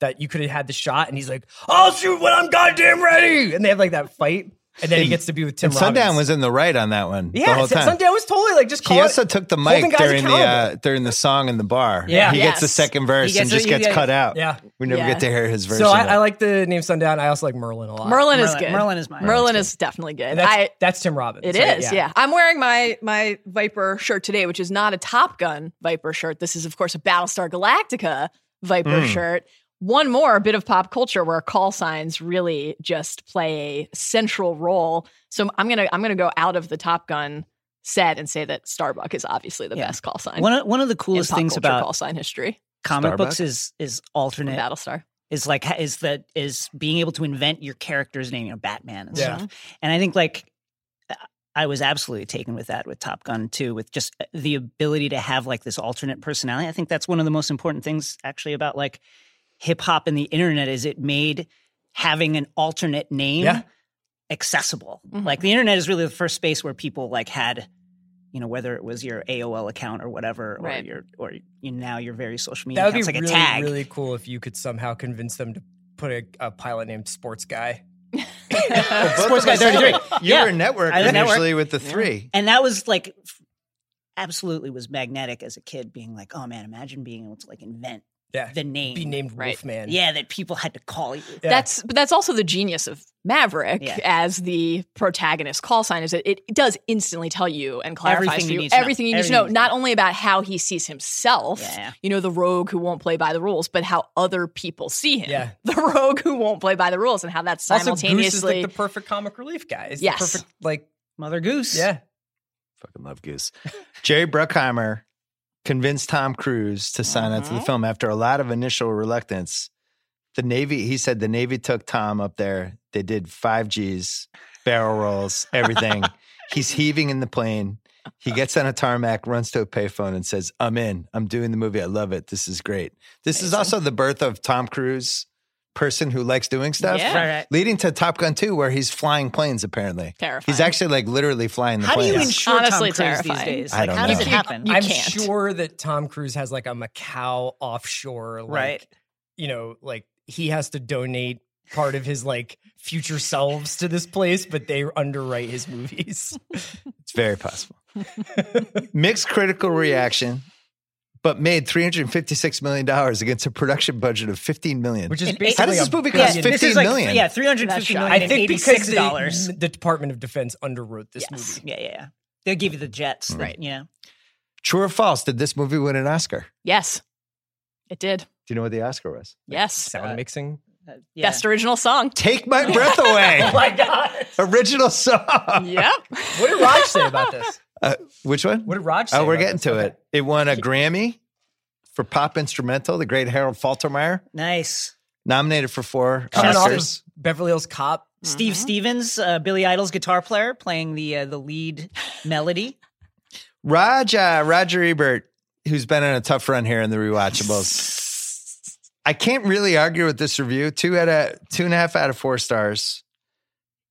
Speaker 8: that you could have had the shot. And he's like, I'll shoot when I'm goddamn ready. And they have like that fight. And then he gets to be with Tim.
Speaker 1: and Sundown
Speaker 8: Robbins.
Speaker 1: was in the right on that one the
Speaker 8: yeah.
Speaker 1: whole
Speaker 8: Sun-
Speaker 1: time.
Speaker 8: Sundown was totally like just.
Speaker 1: he
Speaker 8: calling-
Speaker 1: also took the mic
Speaker 8: holding guys
Speaker 1: during the uh,
Speaker 8: accountable.
Speaker 1: during the song in the bar.
Speaker 8: Yeah.
Speaker 1: he gets the
Speaker 9: Yes.
Speaker 1: second verse
Speaker 6: He
Speaker 1: and
Speaker 6: gets it-
Speaker 1: just
Speaker 6: he-
Speaker 1: gets
Speaker 6: yeah.
Speaker 1: cut out.
Speaker 8: Yeah.
Speaker 1: we never
Speaker 9: Yeah.
Speaker 1: get to hear his verse.
Speaker 8: So
Speaker 1: of
Speaker 8: I,
Speaker 1: it.
Speaker 8: I like the name Sundown. I also like Merlin a lot.
Speaker 9: Merlin, is
Speaker 6: Merlin-
Speaker 9: good.
Speaker 6: Merlin is mine.
Speaker 9: Merlin is definitely
Speaker 8: And
Speaker 9: good.
Speaker 8: that's,
Speaker 9: I.
Speaker 8: that's Tim Robbins.
Speaker 9: It
Speaker 8: right?
Speaker 9: is, yeah. I'm wearing my my Viper shirt today, which is not a Top Gun Viper shirt. This is, of course, a Battlestar Galactica Viper
Speaker 6: Hmm.
Speaker 9: shirt. One more bit of pop culture where call signs really just play a central role. So I'm gonna I'm gonna go out of the Top Gun set and say that Starbuck is obviously the
Speaker 6: Yeah.
Speaker 9: best call sign.
Speaker 6: One of, one of the
Speaker 9: in
Speaker 6: coolest
Speaker 9: pop
Speaker 6: things
Speaker 9: culture
Speaker 6: about
Speaker 9: call sign history,
Speaker 6: comic
Speaker 1: Starbuck?
Speaker 6: books is is alternate
Speaker 9: Battlestar.
Speaker 6: is like ha- is that is being able to invent your character's name, you know, Batman and
Speaker 8: Yeah.
Speaker 6: stuff. And I think like uh, I was absolutely taken with that with Top Gun too, with just uh, the ability to have like this alternate personality. I think that's one of the most important things actually about like hip hop and the internet is it made having an alternate name
Speaker 8: Yeah. Mm-hmm.
Speaker 6: accessible. Like the internet is really the first space where people like had, you know, whether it was your AOL account or whatever, or
Speaker 9: Right.
Speaker 6: your or you now your various social media
Speaker 8: That would be
Speaker 6: accounts, like
Speaker 8: really,
Speaker 6: a tag.
Speaker 8: really cool if you could somehow convince them to put a, a pilot named Sports Guy.
Speaker 1: Sports
Speaker 6: Guy 33.
Speaker 1: You
Speaker 6: Yeah.
Speaker 1: were a network
Speaker 6: I was a network.
Speaker 1: initially with the three.
Speaker 6: and that was like f- absolutely was magnetic as a kid, being like, oh man, imagine being able to like invent
Speaker 8: Yeah.
Speaker 6: the name.
Speaker 8: Be named
Speaker 9: Right.
Speaker 8: Wolfman.
Speaker 6: yeah, that people had to call you.
Speaker 8: Yeah.
Speaker 9: That's but that's also the genius of Maverick
Speaker 6: Yeah.
Speaker 9: as the protagonist call sign is that it does instantly tell you and clarifies
Speaker 6: Everything
Speaker 9: for
Speaker 6: you
Speaker 9: you,
Speaker 6: need to know.
Speaker 9: everything you need to
Speaker 6: Everything
Speaker 9: know,
Speaker 6: you need to
Speaker 9: not
Speaker 6: know.
Speaker 9: only about how he sees himself,
Speaker 6: Yeah.
Speaker 9: you know, the rogue who won't play by the rules, but how other people see him.
Speaker 8: Yeah.
Speaker 9: The rogue who won't play by the rules and how that's
Speaker 8: Also, Goose is
Speaker 9: simultaneously
Speaker 8: like the perfect comic relief guy. It's
Speaker 9: Yes.
Speaker 8: the perfect, like,
Speaker 6: Mother Goose.
Speaker 8: yeah.
Speaker 1: Fucking love Goose. Jerry Bruckheimer convinced Tom Cruise to sign on to
Speaker 9: Uh-huh.
Speaker 1: the film after a lot of initial reluctance. The Navy, he said the Navy took Tom up there. They did five G's, barrel rolls, everything. He's heaving in the plane. He gets on a tarmac, runs to a payphone, and says, I'm in. I'm doing the movie. I love it. This is great. This is also the birth of Tom Cruise, person who likes doing stuff,
Speaker 9: Yeah. Right,
Speaker 6: right.
Speaker 1: leading to Top Gun 2, where he's flying planes, apparently.
Speaker 9: Terrifying.
Speaker 1: He's actually like literally flying the
Speaker 6: How do
Speaker 1: planes.
Speaker 6: you ensure
Speaker 9: Honestly
Speaker 6: Tom Cruise
Speaker 9: terrifying.
Speaker 6: these days?
Speaker 1: I
Speaker 6: Like,
Speaker 1: don't
Speaker 6: how does
Speaker 1: know.
Speaker 6: it happen?
Speaker 9: You
Speaker 8: I'm
Speaker 9: can't.
Speaker 8: sure that Tom Cruise has like a Macau offshore, like,
Speaker 6: Right.
Speaker 8: You know, like he has to donate part of his like future selves to this place, but they underwrite his movies.
Speaker 1: It's very possible. Mixed critical reaction, but made three hundred fifty-six million dollars against a production budget of fifteen million.
Speaker 8: Which is
Speaker 6: And
Speaker 8: basically
Speaker 6: how does
Speaker 1: this
Speaker 8: a
Speaker 1: movie
Speaker 8: billion-
Speaker 1: cost
Speaker 6: this is
Speaker 1: 15
Speaker 6: like,
Speaker 1: million.
Speaker 6: Yeah, three hundred fifty million.
Speaker 9: I
Speaker 8: I think because
Speaker 6: eighty-six
Speaker 8: the,
Speaker 6: dollars.
Speaker 8: the Department of Defense underwrote this movie.
Speaker 6: Yeah, yeah, yeah. They'll give you the jets, right? Yeah.
Speaker 1: True or false? Did this movie win an Oscar?
Speaker 9: Yes. It did.
Speaker 1: Do you know what the Oscar was?
Speaker 9: Yes.
Speaker 8: Sound mixing.
Speaker 6: Uh, yeah.
Speaker 9: Best original song.
Speaker 1: Take my breath away. oh my god! Original song.
Speaker 9: yep.
Speaker 8: What did Raj say about this?
Speaker 1: Uh, which one?
Speaker 8: What did Raj say?
Speaker 1: oh, we're
Speaker 8: about
Speaker 1: getting
Speaker 8: this?
Speaker 1: to
Speaker 8: Okay.
Speaker 1: it. It won a Grammy for pop instrumental. The great Harold Faltermeyer
Speaker 6: Nice.
Speaker 1: nominated for four
Speaker 8: Coming off of
Speaker 1: Oscars.
Speaker 8: Beverly Hills Cop.
Speaker 6: Steve
Speaker 9: Mm-hmm.
Speaker 6: Stevens, uh, Billy Idol's guitar player, playing the uh, the lead melody.
Speaker 1: Raj, uh, Roger Ebert, who's been on a tough run here in the rewatchables. I can't really argue with this review. Two out of two and a half out of four stars.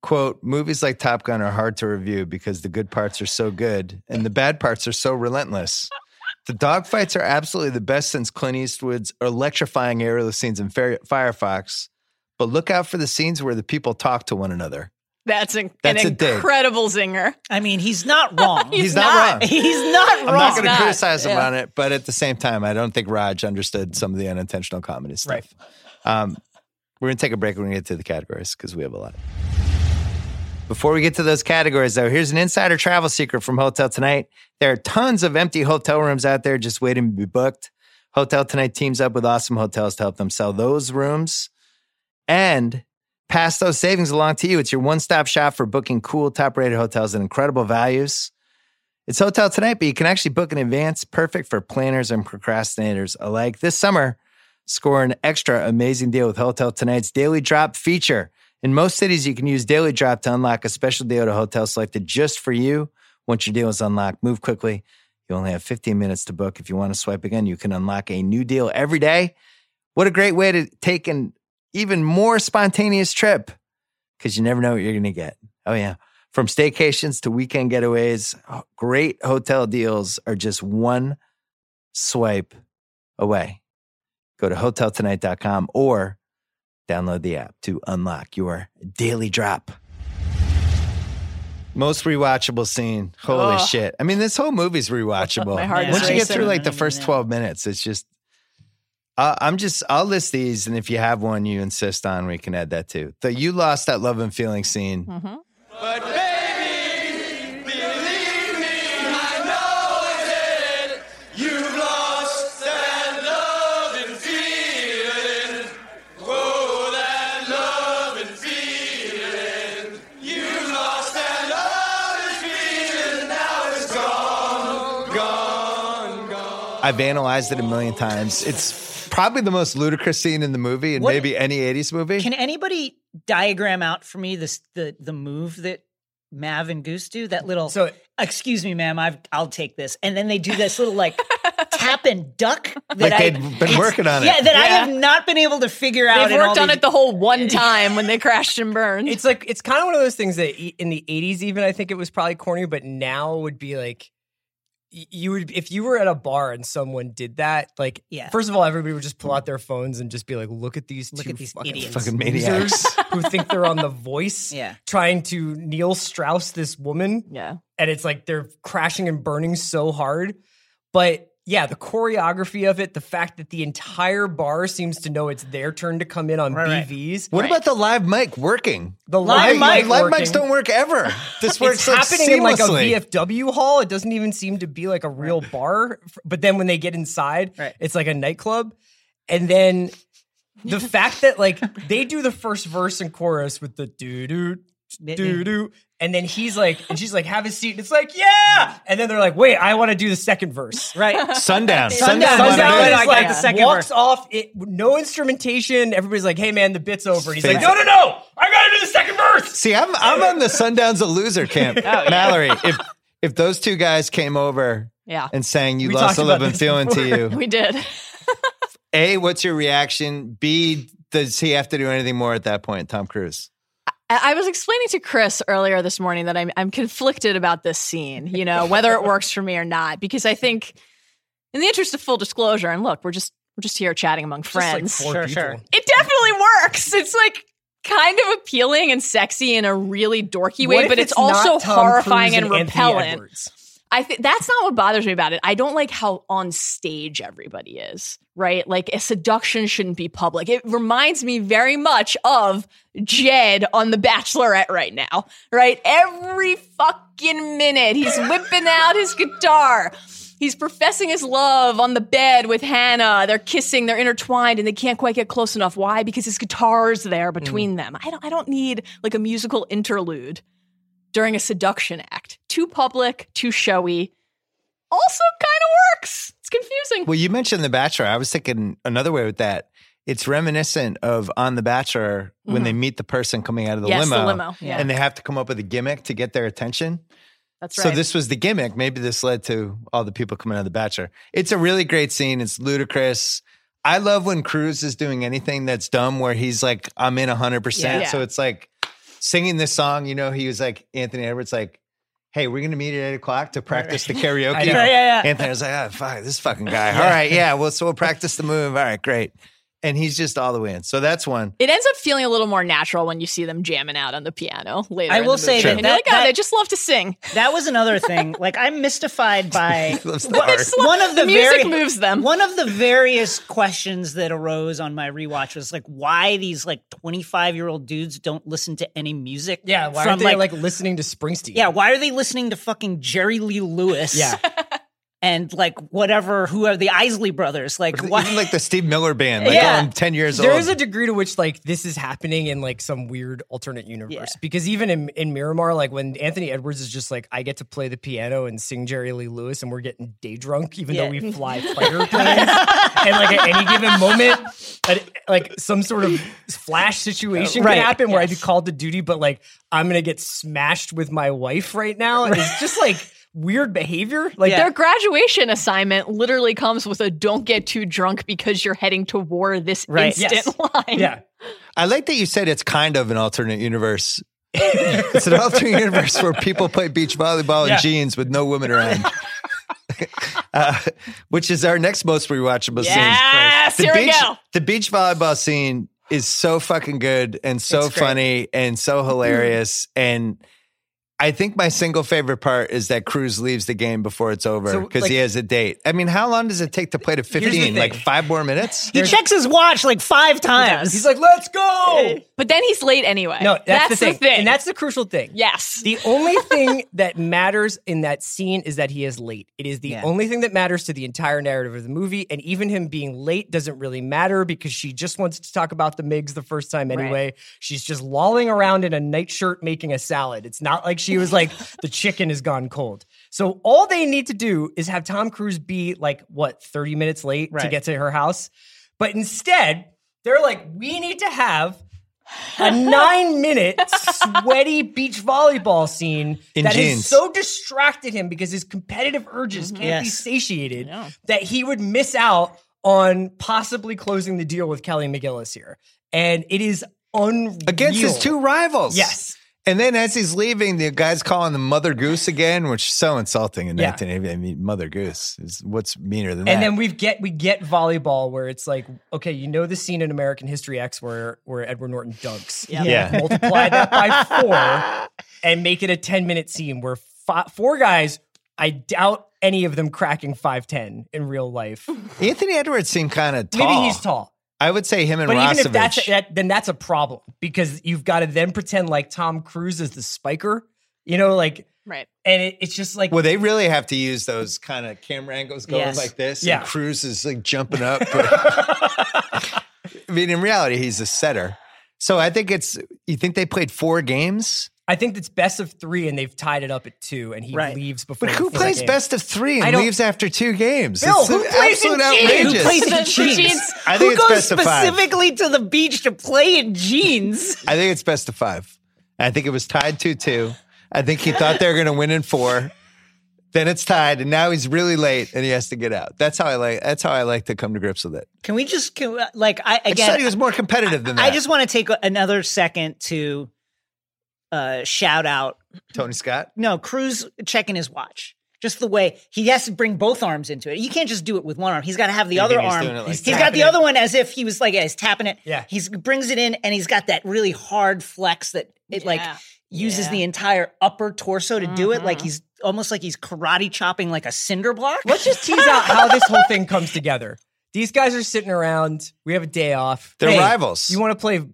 Speaker 1: Quote, movies like Top Gun are hard to review because the good parts are so good and the bad parts are so relentless. The dogfights are absolutely the best since Clint Eastwood's electrifying aerial scenes in Fire- Firefox. But look out for the scenes where the people talk to one another.
Speaker 9: That's, an-
Speaker 1: That's a
Speaker 9: an
Speaker 1: dig.
Speaker 9: incredible zinger.
Speaker 6: I mean, he's not wrong.
Speaker 1: He's, not, wrong.
Speaker 6: he's not wrong.
Speaker 1: I'm not going to
Speaker 9: not.
Speaker 1: criticize him on it, but at the same time, I don't think Raj understood some of the unintentional comedy stuff. Um, we're going to take a break. We're going to get to the categories because we have a lot. Before we get to those categories, though, here's an insider travel secret from Hotel Tonight. There are tons of empty hotel rooms out there just waiting to be booked. Hotel Tonight teams up with awesome hotels to help them sell those rooms and pass those savings along to you. It's your one stop shop for booking cool, top rated hotels at incredible values. It's Hotel Tonight, but you can actually book in advance, perfect for planners and procrastinators alike. This summer, score an extra amazing deal with Hotel Tonight's Daily Drop feature. In most cities, you can use Daily Drop to unlock a special deal to hotel selected just for you. Once your deal is unlocked, move quickly. You only have 15 minutes to book. If you want to swipe again, you can unlock a new deal every day. What a great way to take an even more spontaneous trip because you never know what you're going to get. Oh, yeah. From staycations to weekend getaways, oh, great hotel deals are just one swipe away. Go to hoteltonight.com or download the app to unlock your daily drop. Most rewatchable scene. Holy
Speaker 9: Oh.
Speaker 1: shit. I mean, this whole movie's rewatchable.
Speaker 9: My heart
Speaker 6: is
Speaker 1: Once you get
Speaker 9: racing.
Speaker 1: through like the first 12 minutes, it's just, I I'm just, I'll list these. And if you have one you insist on, we can add that too. The You Lost That Love and Feeling scene. I've analyzed it a million times. It's probably the most ludicrous scene in the movie and
Speaker 6: What-
Speaker 1: maybe any 80s movie.
Speaker 6: Can anybody diagram out for me this the the move that Mav and Goose do? That little
Speaker 8: So-
Speaker 6: excuse me, ma'am, I've, I'll take this, and then they do this little like happen, duck? That
Speaker 1: Like they'd been working on it.
Speaker 6: Yeah, that I
Speaker 9: Yeah.
Speaker 6: have not been able to figure out.
Speaker 9: They've
Speaker 6: in all
Speaker 9: worked on
Speaker 6: these-
Speaker 9: it the whole one time when they crashed and burned.
Speaker 8: It's like it's kind of one of those things that e- in the '80s, even I think it was probably corny, but now would be like y- you would if you were at a bar and someone did that. Like,
Speaker 6: Yeah.
Speaker 8: first of all, everybody would just pull out their phones and just be like, "Look at these
Speaker 6: Look
Speaker 8: two
Speaker 6: at these
Speaker 8: fucking
Speaker 6: idiots.
Speaker 1: Fucking
Speaker 8: losers
Speaker 1: maniacs.
Speaker 8: who think they're on The Voice,
Speaker 6: Yeah.
Speaker 8: trying to Neil Strauss this woman."
Speaker 9: yeah.
Speaker 8: and it's like they're crashing and burning so hard. But yeah, the choreography of it, the fact that the entire bar seems to know it's their turn to come in on
Speaker 6: Right, right.
Speaker 8: BVs.
Speaker 1: What about the live mic working?
Speaker 8: The
Speaker 6: Live
Speaker 8: live
Speaker 1: Like,
Speaker 8: mic
Speaker 1: live
Speaker 8: working.
Speaker 1: mics don't work ever. This works
Speaker 8: It's
Speaker 1: like
Speaker 8: happening
Speaker 1: seamlessly.
Speaker 8: in like a VFW hall. It doesn't even seem to be like a real bar. F- But then when they get inside,
Speaker 6: Right.
Speaker 8: it's like a nightclub. And then the fact that like they do the first verse and chorus with the doo doo doo doo, and then he's like, and she's like, have a seat. And it's like, yeah. And then they're like, wait, I want to do the second verse.
Speaker 6: right.
Speaker 1: Sundown. Sundown.
Speaker 6: Sundown.
Speaker 8: Comes
Speaker 1: Sundown.
Speaker 6: Sundown.
Speaker 8: out and
Speaker 6: I
Speaker 8: is
Speaker 6: got
Speaker 8: like
Speaker 6: the second
Speaker 8: walks
Speaker 6: verse.
Speaker 8: off. It no instrumentation. Everybody's like, "Hey man, the bit's over." And he's like,
Speaker 1: Fades
Speaker 8: "No,
Speaker 1: it.
Speaker 8: no, no! I gotta do the second verse."
Speaker 1: See, I'm I'm on the Sundown's a loser camp. Mallory, if if those two guys came over
Speaker 9: Yeah.
Speaker 1: and sang "You
Speaker 8: We
Speaker 1: Lost
Speaker 8: talked
Speaker 1: a
Speaker 8: about
Speaker 1: Loving
Speaker 8: this
Speaker 1: Feeling" to you,
Speaker 9: We did.
Speaker 1: a what's your reaction? B does he have to do anything more at that point? Tom Cruise.
Speaker 9: I I was explaining to Chris earlier this morning that I'm I'm conflicted about this scene, you know, whether it works for me or not, because I think in the interest of full disclosure, and look, we're just we're just here chatting among friends.
Speaker 8: Just like four
Speaker 6: Sure, sure.
Speaker 8: people.
Speaker 9: it definitely works. It's like kind of appealing and sexy in a really dorky
Speaker 8: What
Speaker 9: way,
Speaker 8: if
Speaker 9: but it's,
Speaker 8: not
Speaker 9: also
Speaker 8: Tom
Speaker 9: horrifying
Speaker 8: Cruise
Speaker 9: and,
Speaker 8: Anthony
Speaker 9: repellent.
Speaker 8: Edwards?
Speaker 9: I think that's not what bothers me about it. I don't like how on stage everybody is, right? Like a seduction shouldn't be public. It reminds me very much of Jed on The Bachelorette right now, right? Every fucking minute he's whipping out his guitar. He's professing his love on the bed with Hannah. They're kissing, they're intertwined, and they can't quite get close enough. Why? Because his guitar's there between them. I don't I don't need like a musical interlude during a seduction act. Too public, too showy. Also kind of works. It's confusing.
Speaker 1: Well, you mentioned The Bachelor. I was thinking another way with that. It's reminiscent of on The Bachelor when they meet the person coming out of the
Speaker 9: Mm-hmm. yes,
Speaker 1: limo.
Speaker 9: the limo. Yeah,
Speaker 1: And they have to come up with a gimmick to get their attention.
Speaker 9: that's right.
Speaker 1: So this was the gimmick. Maybe this led to all the people coming out of The Bachelor. It's a really great scene. It's ludicrous. I love when Cruz is doing anything that's dumb where he's like, I'm in 100%.
Speaker 9: Yeah.
Speaker 1: So it's like singing this song, you know, he was like, Anthony Edwards, like, hey, we're going to meet at 8 o'clock to practice the karaoke.
Speaker 8: I know.
Speaker 6: Yeah, yeah, yeah.
Speaker 1: Anthony was like, oh, fuck, this fucking guy. All right, yeah, well, so we'll practice the move. All right, great. And he's just all the way in. So that's one.
Speaker 9: it ends up feeling a little more natural when you see them jamming out on the piano later.
Speaker 6: I
Speaker 9: in the
Speaker 6: will say
Speaker 9: movie.
Speaker 6: that-
Speaker 9: and you're like, oh,
Speaker 6: that-
Speaker 9: they just love to sing.
Speaker 6: That was another thing. Like I'm mystified by
Speaker 1: Loves the art.
Speaker 6: one of the
Speaker 9: The music
Speaker 6: very-
Speaker 9: moves them.
Speaker 6: One of the various questions that arose on my rewatch was like, why these like 25 year old dudes don't listen to any music?
Speaker 8: Yeah, why
Speaker 6: from,
Speaker 8: aren't they like, listening to Springsteen?
Speaker 6: yeah, why are they listening to fucking Jerry Lee Lewis?
Speaker 8: yeah.
Speaker 6: and like whatever, who are the Isley brothers? Like why?
Speaker 1: Even like the Steve Miller band, like oh,
Speaker 6: Yeah.
Speaker 1: I'm 10 years
Speaker 8: There
Speaker 1: old.
Speaker 8: is a degree to which like this is happening in like some weird alternate universe
Speaker 6: Yeah.
Speaker 8: because even in, in Miramar, like when Anthony Edwards is just like, I get to play the piano and sing Jerry Lee Lewis, and we're getting day drunk, even though
Speaker 6: Yeah.
Speaker 8: we fly fighter planes, and like at any given moment, at- like some sort of flash situation
Speaker 6: Right.
Speaker 8: can happen where I'd be called to duty, but like I'm gonna get smashed with my wife right now, and it's just like weird behavior. Like
Speaker 6: Yeah.
Speaker 9: Their graduation assignment literally comes with a "Don't get too drunk because you're heading to war." This
Speaker 6: Right.
Speaker 9: instant
Speaker 8: Yes.
Speaker 9: line.
Speaker 8: yeah.
Speaker 1: I like that you said it's kind of an alternate universe. it's an alternate universe where people play beach volleyball in
Speaker 6: Yeah.
Speaker 1: jeans with no women around. Uh, which is our next most rewatchable
Speaker 9: Yes,
Speaker 1: scene.
Speaker 9: here we
Speaker 1: beach,
Speaker 9: go.
Speaker 1: The beach volleyball scene is so fucking good and so
Speaker 6: It's great.
Speaker 1: funny and so
Speaker 8: Mm-hmm.
Speaker 1: hilarious. and I think my single favorite part is that Cruz leaves the game before it's over
Speaker 8: So,
Speaker 1: because
Speaker 8: like-
Speaker 1: he has a date. I mean, how long does it take to play to
Speaker 8: the
Speaker 1: 15? Like
Speaker 8: thing.
Speaker 1: five more minutes?
Speaker 6: he checks his watch like five times.
Speaker 8: He's like, let's go.
Speaker 9: Oh, But then he's late anyway.
Speaker 8: No, that's, the, thing. And that's the crucial thing.
Speaker 9: yes.
Speaker 8: The only thing that matters in that scene is that he is late. It is the
Speaker 6: Yeah.
Speaker 8: only thing that matters to the entire narrative of the movie. And even him being late doesn't really matter because she just wants to talk about the MIGs the first time anyway. She's just lolling around in a nightshirt making a salad. It's not like she was like, the chicken has gone cold. So all they need to do is have Tom Cruise be like, what, 30 minutes late to
Speaker 6: Right.
Speaker 8: get to her house? But instead, they're like, we need to have a nine minute sweaty beach volleyball scene
Speaker 1: In
Speaker 8: that
Speaker 1: jeans.
Speaker 8: has so distracted him because his competitive urges can't be
Speaker 6: Yes.
Speaker 8: satiated
Speaker 6: Yeah.
Speaker 8: that he would miss out on possibly closing the deal with Kelly McGillis here. And it is unreal.
Speaker 1: against his two rivals.
Speaker 8: Yes.
Speaker 1: And then as he's leaving, the guy's calling him Mother Goose again, which is so insulting in
Speaker 8: Yeah.
Speaker 1: 1980. I mean, Mother Goose is what's meaner than that.
Speaker 8: And then we get we get volleyball where it's like, okay, you know the scene in American History X where where Edward Norton dunks.
Speaker 6: Yeah.
Speaker 1: Yeah.
Speaker 8: multiply that by four and make it a ten minute scene where fi- four guys. I doubt any of them cracking five ten in real life.
Speaker 1: Anthony Edwards seemed kind of tall.
Speaker 8: Maybe he's tall,
Speaker 1: I would say him and
Speaker 8: but even if
Speaker 1: Rosevich.
Speaker 8: that's that, then that's a problem because you've got to then pretend like Tom Cruise is the spiker. You know, like,
Speaker 9: Right.
Speaker 8: and it, it's just like
Speaker 1: well, they really have to use those kind of camera angles going
Speaker 6: Yes.
Speaker 1: like this.
Speaker 8: Yeah.
Speaker 1: And Cruz is like jumping up. I mean, in reality, he's a setter. So I think it's, you think they played four games?
Speaker 8: I think it's best of three, and they've tied it up at two, and he
Speaker 6: Right.
Speaker 8: leaves before.
Speaker 1: But
Speaker 8: the
Speaker 1: who
Speaker 8: fourth
Speaker 1: plays
Speaker 8: game.
Speaker 1: best of three
Speaker 8: I
Speaker 1: and
Speaker 8: don't-
Speaker 1: leaves after two games?
Speaker 8: Bill,
Speaker 1: It's
Speaker 8: who plays in
Speaker 1: absolute
Speaker 8: jeans? Who
Speaker 1: outrageous.
Speaker 6: Who plays in
Speaker 9: The- the
Speaker 6: jeans?
Speaker 9: jeans.
Speaker 1: I think
Speaker 6: Who
Speaker 1: it's
Speaker 6: goes
Speaker 1: best of five.
Speaker 6: specifically to the beach to play in jeans?
Speaker 1: I think it's best of five. I think it was tied 2 2. I think he thought they were going to win in four. Then it's tied, and now he's really late, and he has to get out. That's how I like. That's how I like to come to grips with it.
Speaker 6: Can we just can, we- like I
Speaker 1: I just thought he
Speaker 6: again?
Speaker 1: was more competitive than that.
Speaker 6: I just want to take another second to uh, shout out
Speaker 1: Tony Scott.
Speaker 6: no, Cruz checking his watch. Just the way he has to bring both arms into it. You can't just do it with one arm. He's got to have the other
Speaker 1: think he's
Speaker 6: arm.
Speaker 1: doing it like
Speaker 6: he's
Speaker 1: that?
Speaker 6: got the other one as if he was like yeah, he's tapping it.
Speaker 8: Yeah.
Speaker 6: he brings it in and he's got that really hard flex that it like
Speaker 9: Yeah.
Speaker 6: uses
Speaker 9: Yeah. Mm-hmm.
Speaker 6: the entire upper torso to do it. Like he's almost like he's karate chopping like a cinder block.
Speaker 8: Let's just tease out how this whole thing comes together. These guys are sitting around. We have a day off.
Speaker 1: They're rivals.
Speaker 8: You want to play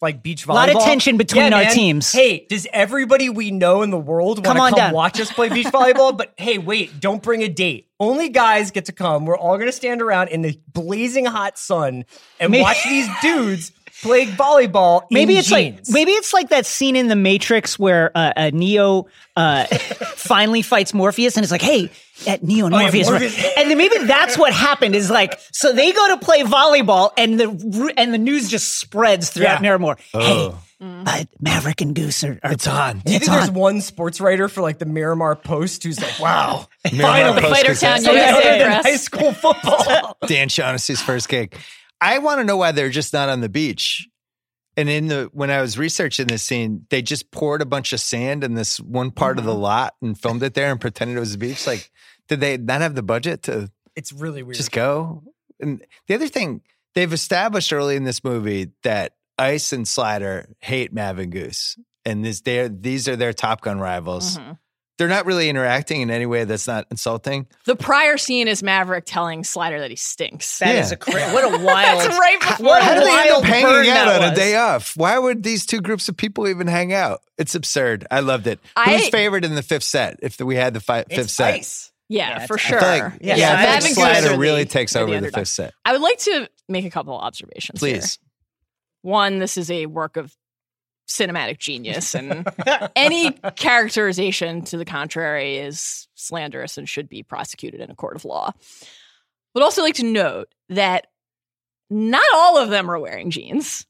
Speaker 8: like beach volleyball?
Speaker 6: Lot of tension between our
Speaker 8: man.
Speaker 6: teams.
Speaker 8: Hey, does everybody we know in the world want
Speaker 6: Come
Speaker 8: to
Speaker 6: on
Speaker 8: come
Speaker 6: down.
Speaker 8: watch us play beach volleyball? But hey, wait, don't bring a date. Only guys get to come. We're all going to stand around in the blazing hot sun and
Speaker 6: Maybe-
Speaker 8: watch these dudes play volleyball. in
Speaker 6: Maybe it's
Speaker 8: jeans.
Speaker 6: like maybe it's like that scene in The Matrix where uh, uh, Neo uh, finally fights Morpheus, and it's like, hey, at Neo and
Speaker 8: yeah,
Speaker 6: Morpheus, right?
Speaker 8: Morpheus.
Speaker 6: and then maybe that's what happened. Is like, so they go to play volleyball, and the ru- and the news just spreads throughout
Speaker 8: Yeah.
Speaker 6: Naramore. Hey, uh, Maverick and Goose are, are it's on.
Speaker 8: Do you
Speaker 6: It's
Speaker 8: think there's
Speaker 6: on.
Speaker 8: one sports writer for like the Miramar Post who's like, wow,
Speaker 1: Miramar
Speaker 8: finally,
Speaker 1: Post
Speaker 9: Fighter
Speaker 1: Gazette.
Speaker 9: Town
Speaker 8: something other
Speaker 9: USA
Speaker 8: than high
Speaker 9: Press.
Speaker 8: school football.
Speaker 1: Dan Shaughnessy's first gig. I want to know why they're just not on the beach. And in the when I was researching this scene, they just poured a bunch of sand in this one part of the
Speaker 6: Mm-hmm.
Speaker 1: lot and filmed it there and pretended it was a beach. Like, did they not have the budget to
Speaker 8: It's really weird.
Speaker 1: just go? And the other thing they've established early in this movie that Ice and Slider hate Mav and Goose, and this they these are their Top Gun rivals.
Speaker 9: Mm-hmm.
Speaker 1: They're not really interacting in any way that's not insulting.
Speaker 9: The prior scene is Maverick telling Slider that he stinks.
Speaker 6: That is
Speaker 1: Yeah.
Speaker 6: a cra- what a wild.
Speaker 9: That's right before.
Speaker 6: What
Speaker 1: How do they end
Speaker 6: wild
Speaker 1: up
Speaker 6: burn
Speaker 1: hanging out
Speaker 6: that
Speaker 1: on a
Speaker 6: was.
Speaker 1: day off? Why would these two groups of people even hang out? It's absurd. I loved it.
Speaker 9: I-
Speaker 1: Who's favored in the fifth set? If we had the fi- fifth set,
Speaker 8: ice.
Speaker 9: Yeah, for
Speaker 1: I
Speaker 9: sure.
Speaker 1: feel like, yeah, I feel
Speaker 6: Yeah,
Speaker 1: like
Speaker 9: Mav and Goose
Speaker 1: Slider
Speaker 9: are the-
Speaker 1: really takes
Speaker 9: are the
Speaker 1: over the,
Speaker 9: underdog.
Speaker 1: fifth set.
Speaker 9: I would like to make a couple observations. here.
Speaker 1: Please,
Speaker 9: One, this is a work of cinematic genius, and any characterization to the contrary is slanderous and should be prosecuted in a court of law. Would also like to note that not all of them are wearing jeans.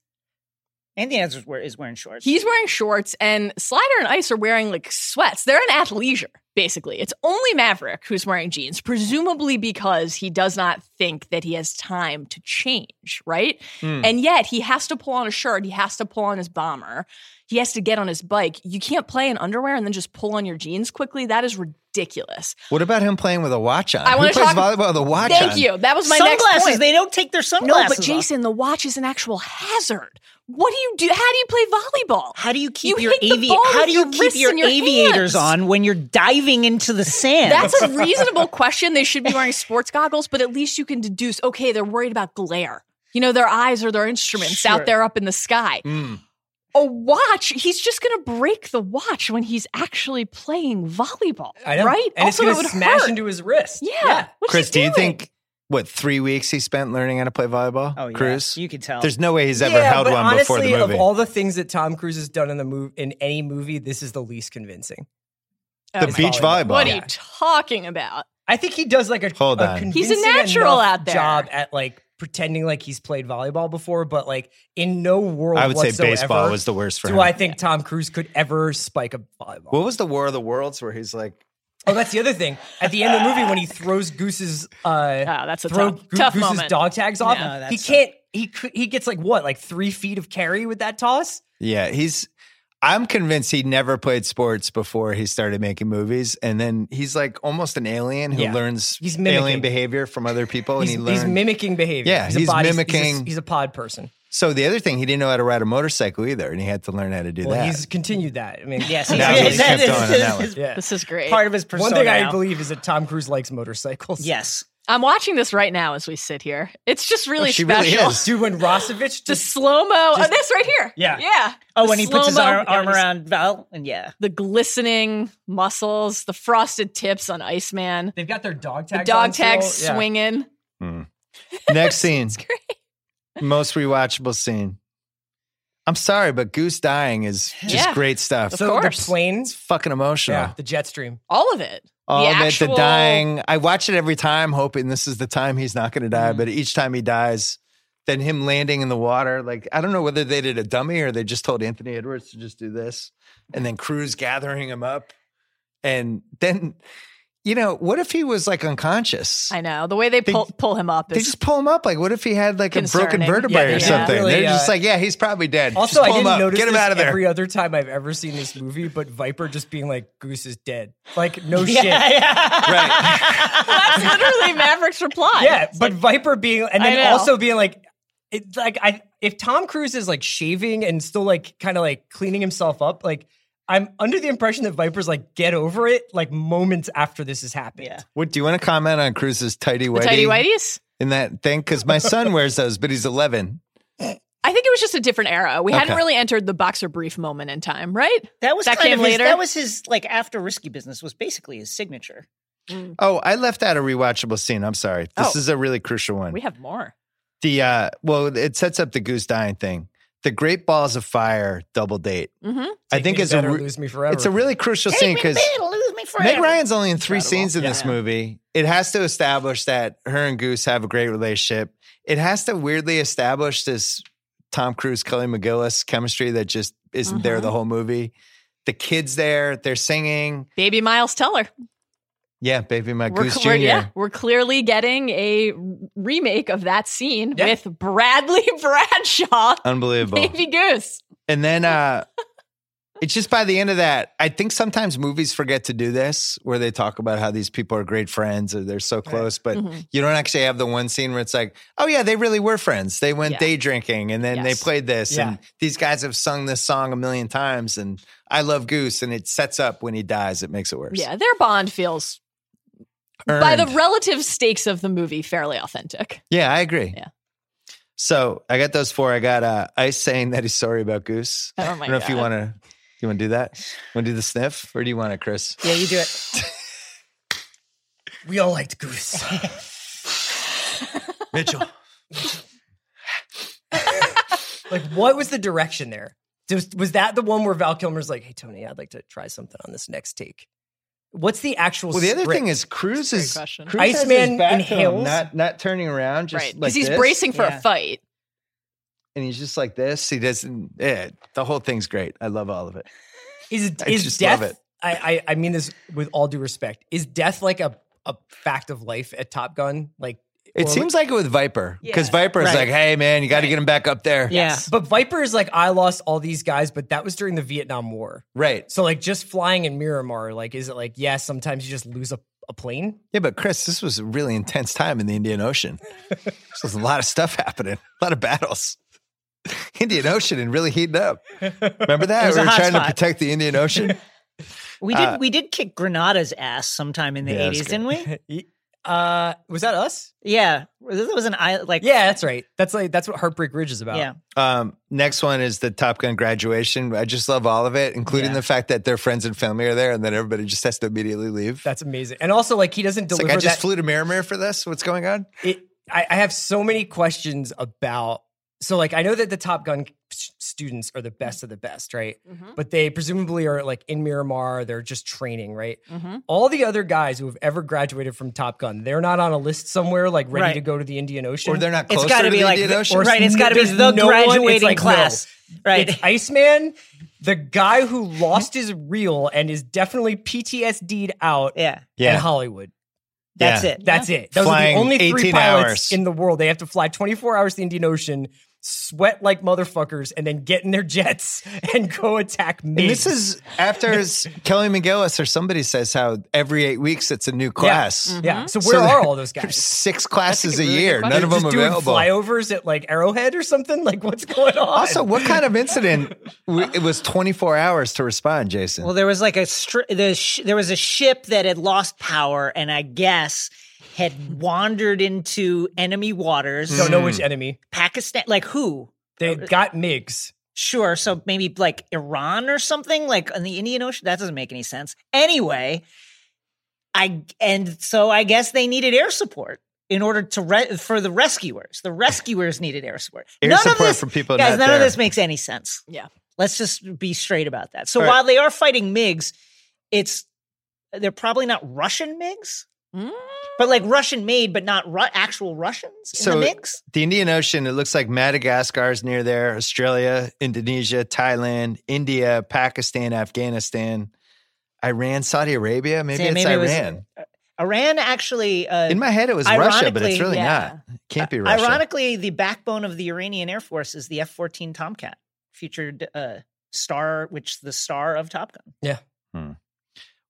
Speaker 6: And the answer is wear- is wearing shorts.
Speaker 9: He's wearing shorts, and Slider and Ice are wearing like sweats. They're in athleisure, basically. It's only Maverick who's wearing jeans, presumably because he does not think that he has time to change, right?
Speaker 1: Hmm.
Speaker 9: And yet he has to pull on a shirt, he has to pull on his bomber, he has to get on his bike. You can't play in underwear and then just pull on your jeans quickly. That is ridiculous.
Speaker 1: what about him playing with a watch on?
Speaker 9: I
Speaker 1: Who
Speaker 9: wanna
Speaker 1: plays
Speaker 9: talk-
Speaker 1: volleyball with a watch on?
Speaker 9: Thank you. That was my next
Speaker 6: sunglasses.
Speaker 9: point.
Speaker 6: They don't take their
Speaker 9: no,
Speaker 6: sunglasses.
Speaker 9: but
Speaker 6: off.
Speaker 9: Jason, the watch is an actual hazard. What do you do? How do you play volleyball?
Speaker 6: How do you keep
Speaker 9: You
Speaker 6: your
Speaker 9: hit the
Speaker 6: avi-
Speaker 9: ball
Speaker 6: How
Speaker 9: with
Speaker 6: do you
Speaker 9: your
Speaker 6: keep
Speaker 9: wrists
Speaker 6: your,
Speaker 9: and your
Speaker 6: aviators
Speaker 9: hands?
Speaker 6: on when you're diving into the sand?
Speaker 9: That's a reasonable question. They should be wearing sports goggles, but at least you can deduce okay, they're worried about glare. You know, their eyes are their instruments
Speaker 6: Sure. Mm.
Speaker 9: out there up in the sky. A watch, he's just going to break the watch when he's actually playing volleyball.
Speaker 8: I know.
Speaker 9: Right?
Speaker 8: And it's
Speaker 9: also, it
Speaker 8: going
Speaker 9: would
Speaker 8: to smash
Speaker 9: hurt.
Speaker 8: into his wrist.
Speaker 9: Yeah. What's
Speaker 1: Chris.
Speaker 9: he
Speaker 1: Do you
Speaker 9: doing?
Speaker 1: think what three weeks he spent learning how to play volleyball?
Speaker 6: Oh, yeah.
Speaker 1: Cruz,
Speaker 6: You could tell.
Speaker 1: There's no way he's ever held
Speaker 8: but
Speaker 1: one
Speaker 8: honestly,
Speaker 1: before the movie.
Speaker 8: of all the things that Tom Cruise has done in the movie, in any movie, this is the least convincing.
Speaker 1: the
Speaker 9: Oh,
Speaker 1: beach
Speaker 8: volleyball.
Speaker 1: volleyball.
Speaker 9: What are
Speaker 8: Yeah.
Speaker 9: you talking about?
Speaker 8: I think he does like a,
Speaker 1: Hold
Speaker 8: a
Speaker 1: on.
Speaker 8: convincing
Speaker 9: He's a natural
Speaker 8: enough
Speaker 9: out there.
Speaker 8: job at like pretending like he's played volleyball before, but like in no world
Speaker 1: I would say
Speaker 8: whatsoever
Speaker 1: baseball was the worst for
Speaker 8: do
Speaker 1: him.
Speaker 8: I think Tom Cruise could ever spike a volleyball.
Speaker 1: what was the War of the Worlds where he's like,
Speaker 8: Oh, that's the other thing. At the end of the movie, when he throws Goose's uh,
Speaker 9: that's a
Speaker 8: throw
Speaker 9: tough- tough
Speaker 8: Goose's
Speaker 9: moment.
Speaker 8: dog tags off,
Speaker 6: No, that's
Speaker 8: he
Speaker 6: tough.
Speaker 8: can't. He cou- he gets like what, like three feet of carry with that toss.
Speaker 1: yeah, he's. I'm convinced he never played sports before he started making movies, and then he's like almost an alien who
Speaker 8: Yeah.
Speaker 1: learns
Speaker 8: He's mimicking.
Speaker 1: alien behavior from other people,
Speaker 8: He's,
Speaker 1: and he
Speaker 8: he's
Speaker 1: learned.
Speaker 8: mimicking behavior.
Speaker 1: Yeah, he's
Speaker 8: body- a- He's
Speaker 1: mimicking-
Speaker 8: a, pod person.
Speaker 1: so the other thing, he didn't know how to ride a motorcycle either, and he had to learn how to do
Speaker 8: Well,
Speaker 1: that.
Speaker 8: he's continued that. I mean,
Speaker 6: Yes,
Speaker 1: No,
Speaker 6: yes,
Speaker 1: he kept
Speaker 6: is-
Speaker 1: going on that one.
Speaker 6: is
Speaker 8: yeah.
Speaker 9: This is great.
Speaker 6: part of his persona.
Speaker 8: One thing I
Speaker 6: now.
Speaker 8: believe is that Tom Cruise likes motorcycles.
Speaker 6: Yes,
Speaker 9: I'm watching this right now as we sit here. It's just really
Speaker 1: Oh, she really
Speaker 9: special.
Speaker 1: is.
Speaker 8: dude. When Rossovich
Speaker 9: The
Speaker 8: just
Speaker 9: slow mo. Oh, this right here.
Speaker 8: Yeah.
Speaker 9: Yeah.
Speaker 6: Oh,
Speaker 9: The
Speaker 6: when he puts his
Speaker 9: slow-mo-
Speaker 6: arm,
Speaker 9: yeah,
Speaker 6: arm
Speaker 9: just
Speaker 6: around Val, and yeah,
Speaker 9: The glistening muscles, the frosted tips on Iceman,
Speaker 8: they've got their dog
Speaker 9: the
Speaker 8: tags. on
Speaker 9: dog
Speaker 8: still.
Speaker 9: tags
Speaker 8: Yeah.
Speaker 9: swinging.
Speaker 1: Next scene,
Speaker 9: It's great.
Speaker 1: most rewatchable scene. I'm sorry, but Goose dying is just
Speaker 9: Yeah.
Speaker 1: great stuff.
Speaker 9: Of
Speaker 8: So the
Speaker 9: course.
Speaker 8: plane,
Speaker 1: It's fucking emotional.
Speaker 8: yeah, the jet stream.
Speaker 9: All of it.
Speaker 1: Oh,
Speaker 9: the
Speaker 1: that
Speaker 9: actual-
Speaker 1: the dying. I watch it every time, hoping this is the time he's not going to
Speaker 9: Mm-hmm.
Speaker 1: die. But each time he dies, then him landing in the water. Like I don't know whether they did a dummy or they just told Anthony Edwards to just do this, and then Cruz gathering him up, and then you know what if he was like unconscious?
Speaker 9: I know. The way they
Speaker 1: They-
Speaker 9: pull, pull him up
Speaker 1: they
Speaker 9: is
Speaker 1: just pull him up. Like, what if he had like a broken
Speaker 9: Concerning.
Speaker 1: vertebrae
Speaker 8: Yeah,
Speaker 1: or
Speaker 8: they-
Speaker 9: yeah.
Speaker 1: something?
Speaker 8: really,
Speaker 1: They're just
Speaker 8: uh,
Speaker 1: like, yeah, he's probably dead.
Speaker 8: Also,
Speaker 1: just
Speaker 8: I
Speaker 1: pull
Speaker 8: didn't
Speaker 1: him up.
Speaker 8: notice
Speaker 1: Get him
Speaker 8: this
Speaker 1: out of there.
Speaker 8: every other time I've ever seen this movie, but Viper just being like, "Goose is dead." Like, no shit.
Speaker 1: right.
Speaker 9: That's literally Maverick's reply.
Speaker 8: Yeah, but Viper being, and
Speaker 9: I
Speaker 8: then
Speaker 9: know.
Speaker 8: also being like, it, like I, if Tom Cruise is like shaving and still like kind of like cleaning himself up, like I'm under the impression that Viper's like get over it, like moments after this has happened.
Speaker 6: Yeah.
Speaker 1: What do you want to comment on Cruz's tidy
Speaker 9: The
Speaker 1: whitey,
Speaker 9: tidy whities.
Speaker 1: in that thing? Because my son wears those, but he's 11.
Speaker 9: I think it was just a different era. We hadn't
Speaker 1: Okay.
Speaker 9: really entered the boxer brief moment in time, right?
Speaker 6: that was
Speaker 9: That
Speaker 6: kind
Speaker 9: came
Speaker 6: of his-
Speaker 9: later?
Speaker 6: that was his like after risky business was basically his signature.
Speaker 1: Oh, I left out a rewatchable scene. I'm sorry. This
Speaker 9: Oh.
Speaker 1: is a really crucial one.
Speaker 9: We have more.
Speaker 1: the uh, well, it sets up the goose dying thing. The Great Balls of Fire double date.
Speaker 9: Mm-hmm.
Speaker 1: I think
Speaker 8: me to
Speaker 1: is a
Speaker 8: bed or
Speaker 1: re-
Speaker 8: lose me forever.
Speaker 1: It's a really crucial scene because
Speaker 6: lose me forever.
Speaker 1: Meg Ryan's only in three
Speaker 6: Incredible.
Speaker 1: scenes in this
Speaker 6: Yeah.
Speaker 1: movie. It has to establish that her and Goose have a great relationship. It has to weirdly establish this Tom Cruise, Kelly McGillis chemistry that just isn't there
Speaker 9: Mhm.
Speaker 1: the whole movie. The kids there, they're singing.
Speaker 9: Baby Miles Teller.
Speaker 1: Yeah, baby, my
Speaker 9: We're,
Speaker 1: Goose
Speaker 9: we're-
Speaker 1: Jr.
Speaker 9: yeah, we're clearly getting a remake of that scene
Speaker 8: Yeah.
Speaker 9: with Bradley
Speaker 1: Oh,
Speaker 9: Bradshaw,
Speaker 1: Unbelievable.
Speaker 9: Baby Goose.
Speaker 1: And then uh it's just by the end of that, I think sometimes movies forget to do this where they talk about how these people are great friends or they're so close, but
Speaker 9: Mhm.
Speaker 1: you don't actually have the one scene where it's like, oh yeah, they really were friends. They went
Speaker 9: Yeah.
Speaker 1: day drinking and then
Speaker 9: Yes.
Speaker 1: they played this
Speaker 8: Yeah.
Speaker 1: and these guys have sung this song a million times and I love Goose and it sets up when he dies, it makes it worse.
Speaker 9: Yeah, their bond feels, by the
Speaker 1: Earned.
Speaker 9: relative stakes of the movie, fairly authentic.
Speaker 1: Yeah, I agree.
Speaker 9: Yeah.
Speaker 1: So I got those four. I got uh, Ice saying that he's sorry about Goose.
Speaker 9: Oh
Speaker 1: I
Speaker 9: my
Speaker 1: don't know if you
Speaker 9: God.
Speaker 1: want to. You want to do that? Want to do the sniff, or do you want it, Chris?
Speaker 6: Yeah, you do it.
Speaker 8: we all liked Goose.
Speaker 1: Mitchell.
Speaker 8: like, what was the direction there? Just, was that the one where Val Kilmer's like, "Hey Tony, I'd like to try something on this next take"? What's the actual?
Speaker 1: Well, the other
Speaker 8: script?
Speaker 1: thing is Cruz
Speaker 9: That's a
Speaker 1: is
Speaker 9: great question.
Speaker 1: Cruz has
Speaker 8: Iceman
Speaker 1: his back to him,
Speaker 8: inhales.
Speaker 1: not not turning around, just
Speaker 9: right.
Speaker 1: like
Speaker 9: Because he's
Speaker 1: this,
Speaker 9: bracing for
Speaker 6: Yeah.
Speaker 9: a fight.
Speaker 1: and he's just like this. He doesn't. Yeah, the whole thing's great. I love all of it.
Speaker 8: Is
Speaker 1: I
Speaker 8: is
Speaker 1: just
Speaker 8: death?
Speaker 1: love it.
Speaker 8: I, I I mean this with all due respect. Is death like a a fact of life at Top Gun? Like
Speaker 1: It
Speaker 8: or-
Speaker 1: seems like it with Viper because Viper is
Speaker 6: Right.
Speaker 1: like, "Hey, man, you got to get him back up there."
Speaker 6: Yeah.
Speaker 8: But Viper is like I lost all these guys, but that was during the Vietnam War.
Speaker 1: Right.
Speaker 8: So like just flying in Miramar, like is it like yes? sometimes you just lose a, a plane.
Speaker 1: Yeah, but Chris, this was a really intense time in the Indian Ocean. This was a lot of stuff happening, a lot of battles. Indian Ocean and really heating up. Remember that?
Speaker 6: was
Speaker 1: We
Speaker 6: a
Speaker 1: were
Speaker 6: hot
Speaker 1: trying to
Speaker 6: spot.
Speaker 1: protect the Indian Ocean.
Speaker 6: We did we did kick Granada's ass sometime in the
Speaker 1: Uh, Yeah, that's
Speaker 6: eighties,
Speaker 1: good.
Speaker 6: didn't we?
Speaker 8: Uh, was that us?
Speaker 6: Yeah, that was an I like
Speaker 8: Yeah, that's right. That's like that's what Heartbreak Ridge is about.
Speaker 6: yeah.
Speaker 1: Um, next one is the Top Gun graduation. I just love all of it, including
Speaker 6: Yeah.
Speaker 1: the fact that their friends and family are there, and then everybody just has to immediately leave.
Speaker 8: that's amazing. And also like he doesn't
Speaker 1: it's
Speaker 8: deliver
Speaker 1: like I just
Speaker 8: that.
Speaker 1: flew to Miramar for this. What's going on?
Speaker 8: it, I, I have so many questions about so like I know that the Top Gun s- students are the best of the best, right?
Speaker 6: Mm-hmm.
Speaker 8: But they presumably are like in Miramar, they're just training, right?
Speaker 6: Mm-hmm.
Speaker 8: All the other guys who have ever graduated from Top Gun, they're not on a list somewhere like ready
Speaker 6: Right.
Speaker 8: to go to the Indian Ocean.
Speaker 1: Or they're not
Speaker 6: It's
Speaker 1: closer
Speaker 6: got to
Speaker 1: to
Speaker 6: be
Speaker 1: the
Speaker 6: like
Speaker 1: Indian
Speaker 6: the-
Speaker 1: Ocean?
Speaker 6: right. It's got to be
Speaker 8: There's
Speaker 6: the
Speaker 8: no one- it's
Speaker 6: graduating
Speaker 8: like, no.
Speaker 6: class, right?
Speaker 8: It's Iceman, the guy who lost his reel and is definitely PTSD'd out
Speaker 6: yeah,
Speaker 8: in
Speaker 1: Yeah.
Speaker 8: Hollywood.
Speaker 6: that's
Speaker 1: Yeah.
Speaker 6: it.
Speaker 8: That's it. Those
Speaker 1: Flying
Speaker 8: are the only three
Speaker 1: 18
Speaker 8: pilots
Speaker 1: hours.
Speaker 8: in the world. They have to fly 24 hours to the Indian Ocean, sweat like motherfuckers, and then get in their jets and go attack me.
Speaker 1: And this is after s- Kelly McGillis or somebody says how every eight weeks it's a new
Speaker 6: Mm-hmm.
Speaker 1: class.
Speaker 8: yeah. So
Speaker 1: So
Speaker 8: where are
Speaker 1: they're-
Speaker 8: all those guys?
Speaker 1: Six classes a
Speaker 8: Really good
Speaker 1: year,
Speaker 8: question.
Speaker 1: none of
Speaker 8: They're
Speaker 1: them
Speaker 8: just doing
Speaker 1: available.
Speaker 8: Flyovers at like Arrowhead or something. Like what's going on?
Speaker 1: also, what kind of incident? w- It was 24 hours to respond, Jason.
Speaker 6: Well, there was like a str- the sh- there was a ship that had lost power, and I guess had wandered into enemy waters.
Speaker 8: don't know
Speaker 1: Hmm.
Speaker 8: which enemy.
Speaker 6: Pakistan, like who?
Speaker 8: They got MiGs.
Speaker 6: Sure, so maybe like Iran or something, like in the Indian Ocean. That doesn't make any sense. Anyway, I and so I guess they needed air support in order to re- for the rescuers. The rescuers needed air support.
Speaker 1: Air
Speaker 6: none
Speaker 1: support
Speaker 6: of this,
Speaker 1: for people
Speaker 6: guys.
Speaker 1: not
Speaker 6: none of
Speaker 1: there.
Speaker 6: this makes any sense.
Speaker 9: Yeah.
Speaker 6: Let's just be straight about that. So
Speaker 1: All right.
Speaker 6: while they are fighting MiGs, it's they're probably not Russian MiGs, but like Russian made, but not Ru- actual Russians in
Speaker 1: So-
Speaker 6: the MiGs.
Speaker 1: the Indian Ocean, it looks like Madagascar's near there, Australia, Indonesia, Thailand, India, Pakistan, Afghanistan, Iran, Saudi Arabia. Maybe
Speaker 6: Sam,
Speaker 1: it's
Speaker 6: maybe it was-
Speaker 1: Iran.
Speaker 6: Iran actually. Uh,
Speaker 1: In my head, it was Russia, but it's
Speaker 6: ironically-
Speaker 1: really
Speaker 9: yeah.
Speaker 1: not. It can't be Russia.
Speaker 6: Ironically, the backbone of the Iranian Air Force is the F 14 Tomcat, featured uh, star, which the star of Top Gun.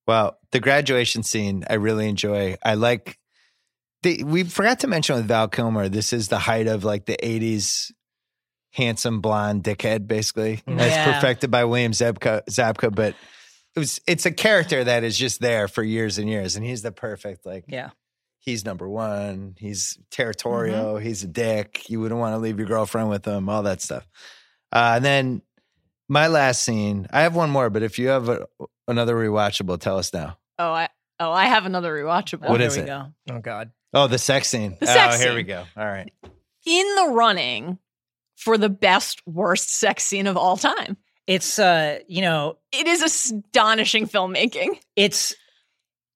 Speaker 1: Well, the graduation scene, I really enjoy. I like. The, we forgot to mention with Val Kilmer, this is the height of like the '80s handsome blonde dickhead, basically, as
Speaker 6: Mm-hmm. Yeah.
Speaker 1: perfected by William Zabka. Zabka, but it was it's a character that is just there for years and years, and he's the perfect like
Speaker 6: Yeah.
Speaker 1: he's number one. He's territorial.
Speaker 6: Mm-hmm.
Speaker 1: He's a dick. You wouldn't want to leave your girlfriend with him, all that stuff. Uh, and then my last scene, I have one more, but if you have a, another rewatchable, tell us now.
Speaker 9: Oh, I oh I have another rewatchable.
Speaker 1: What
Speaker 6: there
Speaker 1: is
Speaker 6: we
Speaker 1: it?
Speaker 6: go.
Speaker 8: Oh God.
Speaker 1: Oh, the sex scene.
Speaker 9: The sex
Speaker 1: oh, here
Speaker 9: scene.
Speaker 1: we go. All right.
Speaker 9: In the running for the best worst sex scene of all time.
Speaker 6: It's, uh, you know,
Speaker 9: It is astonishing filmmaking.
Speaker 6: it's.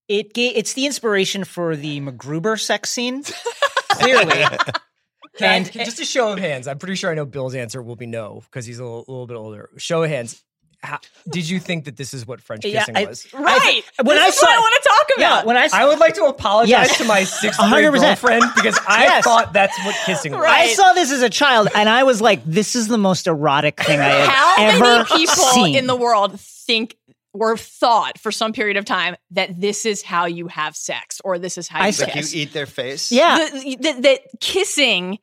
Speaker 6: It ga- it's the inspiration for the MacGruber sex scene, clearly.
Speaker 8: And
Speaker 6: And-
Speaker 8: just a show of hands, I'm pretty sure I know Bill's answer will be no because he's a little, little bit older. Show of hands. How, did you think that this is what French
Speaker 6: Yeah,
Speaker 8: kissing
Speaker 6: I-
Speaker 8: was?
Speaker 9: Right.
Speaker 6: when
Speaker 9: this
Speaker 6: I
Speaker 9: is what
Speaker 6: saw-
Speaker 9: I want to talk about.
Speaker 6: yeah, when I, s-
Speaker 8: I would like to apologize
Speaker 6: Yes.
Speaker 8: to my sixth grade
Speaker 6: 100%.
Speaker 8: girlfriend because I
Speaker 6: Yes.
Speaker 8: thought that's what kissing was.
Speaker 9: Right.
Speaker 6: I saw this as a child, and I was like, "This is the most erotic thing I have
Speaker 9: How
Speaker 6: ever
Speaker 9: many people
Speaker 6: seen
Speaker 9: in the world think or thought for some period of time that this is how you have sex or this is how you
Speaker 6: I
Speaker 9: kiss?
Speaker 6: said-
Speaker 1: Like you eat their face.
Speaker 6: Yeah,
Speaker 9: The- that- that kissing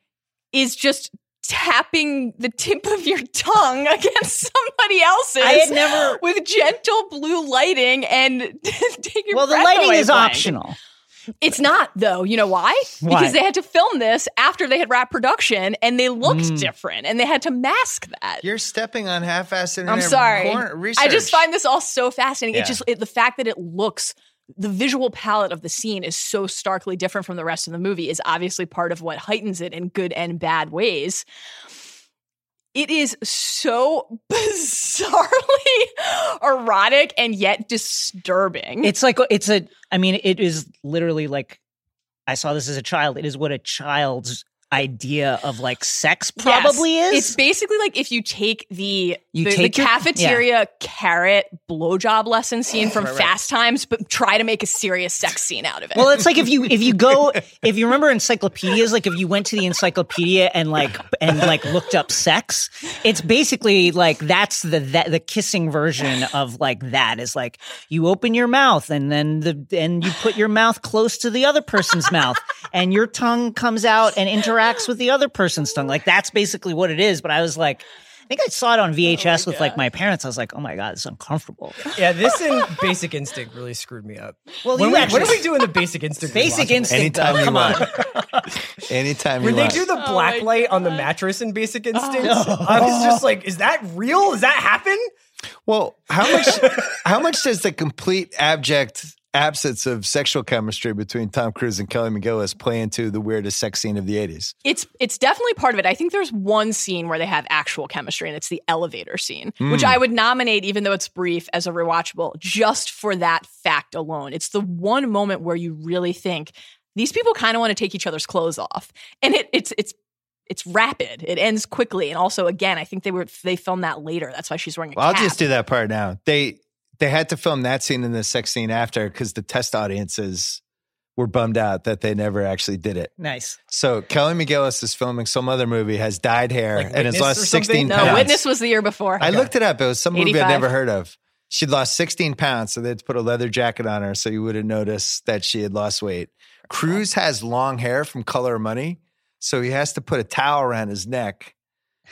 Speaker 9: is just tapping the tip of your tongue against somebody else's
Speaker 6: I had never-
Speaker 9: with gentle blue lighting and taking
Speaker 6: well, the
Speaker 9: breath
Speaker 6: lighting
Speaker 9: away
Speaker 6: is
Speaker 9: from it.
Speaker 6: optional.
Speaker 9: It's not though. You know why?
Speaker 6: Why?
Speaker 9: Because they had to film this after they had wrapped production and they looked
Speaker 6: Mm.
Speaker 9: different and they had to mask that.
Speaker 1: You're stepping on half-assed internet
Speaker 9: I'm sorry.
Speaker 1: cor- research.
Speaker 9: I just find this all so fascinating.
Speaker 1: Yeah.
Speaker 9: It just it, the fact that it looks the visual palette of the scene is so starkly different from the rest of the movie is obviously part of what heightens it in good and bad ways. It is so bizarrely erotic and yet disturbing.
Speaker 6: It's like it's a. I mean, it is literally like I saw this as a child. It is what a child's idea of like sex
Speaker 9: Yes.
Speaker 6: probably is.
Speaker 9: It's basically like if you take the
Speaker 6: You
Speaker 9: the, the
Speaker 6: take your-
Speaker 9: cafeteria carrot blowjob lesson scene from Fast Times, but try to make a serious sex scene out of it.
Speaker 6: well, it's like if you if you go if you remember encyclopedias, like if you went to the encyclopedia and like and like looked up sex, it's basically like that's the that, the kissing version of like that is like you open your mouth and then the and you put your mouth close to the other person's mouth and your tongue comes out and interacts with the other person's tongue. Like that's basically what it is. But I was like. I think I saw it on VHS with like Oh my parents. I was like, "Oh my god, it's uncomfortable."
Speaker 8: Yeah, this and Basic Instinct really screwed me up.
Speaker 6: Well,
Speaker 8: When
Speaker 6: you
Speaker 8: we-
Speaker 6: actually
Speaker 8: what do we do in the Basic Instinct?
Speaker 6: basic
Speaker 8: rewatchable?
Speaker 6: instinct. though,
Speaker 1: Anytime you
Speaker 6: come on,
Speaker 1: want. Anytime
Speaker 8: When
Speaker 1: you
Speaker 8: they
Speaker 1: want.
Speaker 8: do the black
Speaker 9: my
Speaker 8: light on the mattress in Basic
Speaker 6: Oh.
Speaker 8: Instinct, I was just like, "Is that real? Does that happen?"
Speaker 1: Well, how much how much does the complete abject absence of sexual chemistry between Tom Cruise and Kelly McGillis play into the weirdest sex scene of the 80s?
Speaker 9: It's it's definitely part of it. I think there's one scene where they have actual chemistry, and it's the elevator scene,
Speaker 1: Hmm.
Speaker 9: which I would nominate, even though it's brief, as a rewatchable, just for that fact alone. It's the one moment where you really think these people kind of want to take each other's clothes off, and it, it's it's it's rapid. It ends quickly, and also again, I think they were they filmed that later. That's why she's wearing a
Speaker 1: Well, I'll
Speaker 9: cap.
Speaker 1: just do that part now. They they had to film that scene and the sex scene after because the test audiences were bummed out that they never actually did it.
Speaker 6: Nice.
Speaker 1: So Kelly McGillis is filming some other movie, has dyed hair,
Speaker 8: Like
Speaker 1: and has
Speaker 8: Witness
Speaker 1: lost
Speaker 8: or something?
Speaker 1: 16
Speaker 9: No,
Speaker 1: pounds.
Speaker 9: witness was the year before.
Speaker 1: I looked it up. It was some movie I'd
Speaker 9: 85.
Speaker 1: never heard of. She'd lost 16 pounds, so they had to put a leather jacket on her so you wouldn't notice that she had lost weight. Cruz has long hair from Color of Money, so he has to put a towel around his neck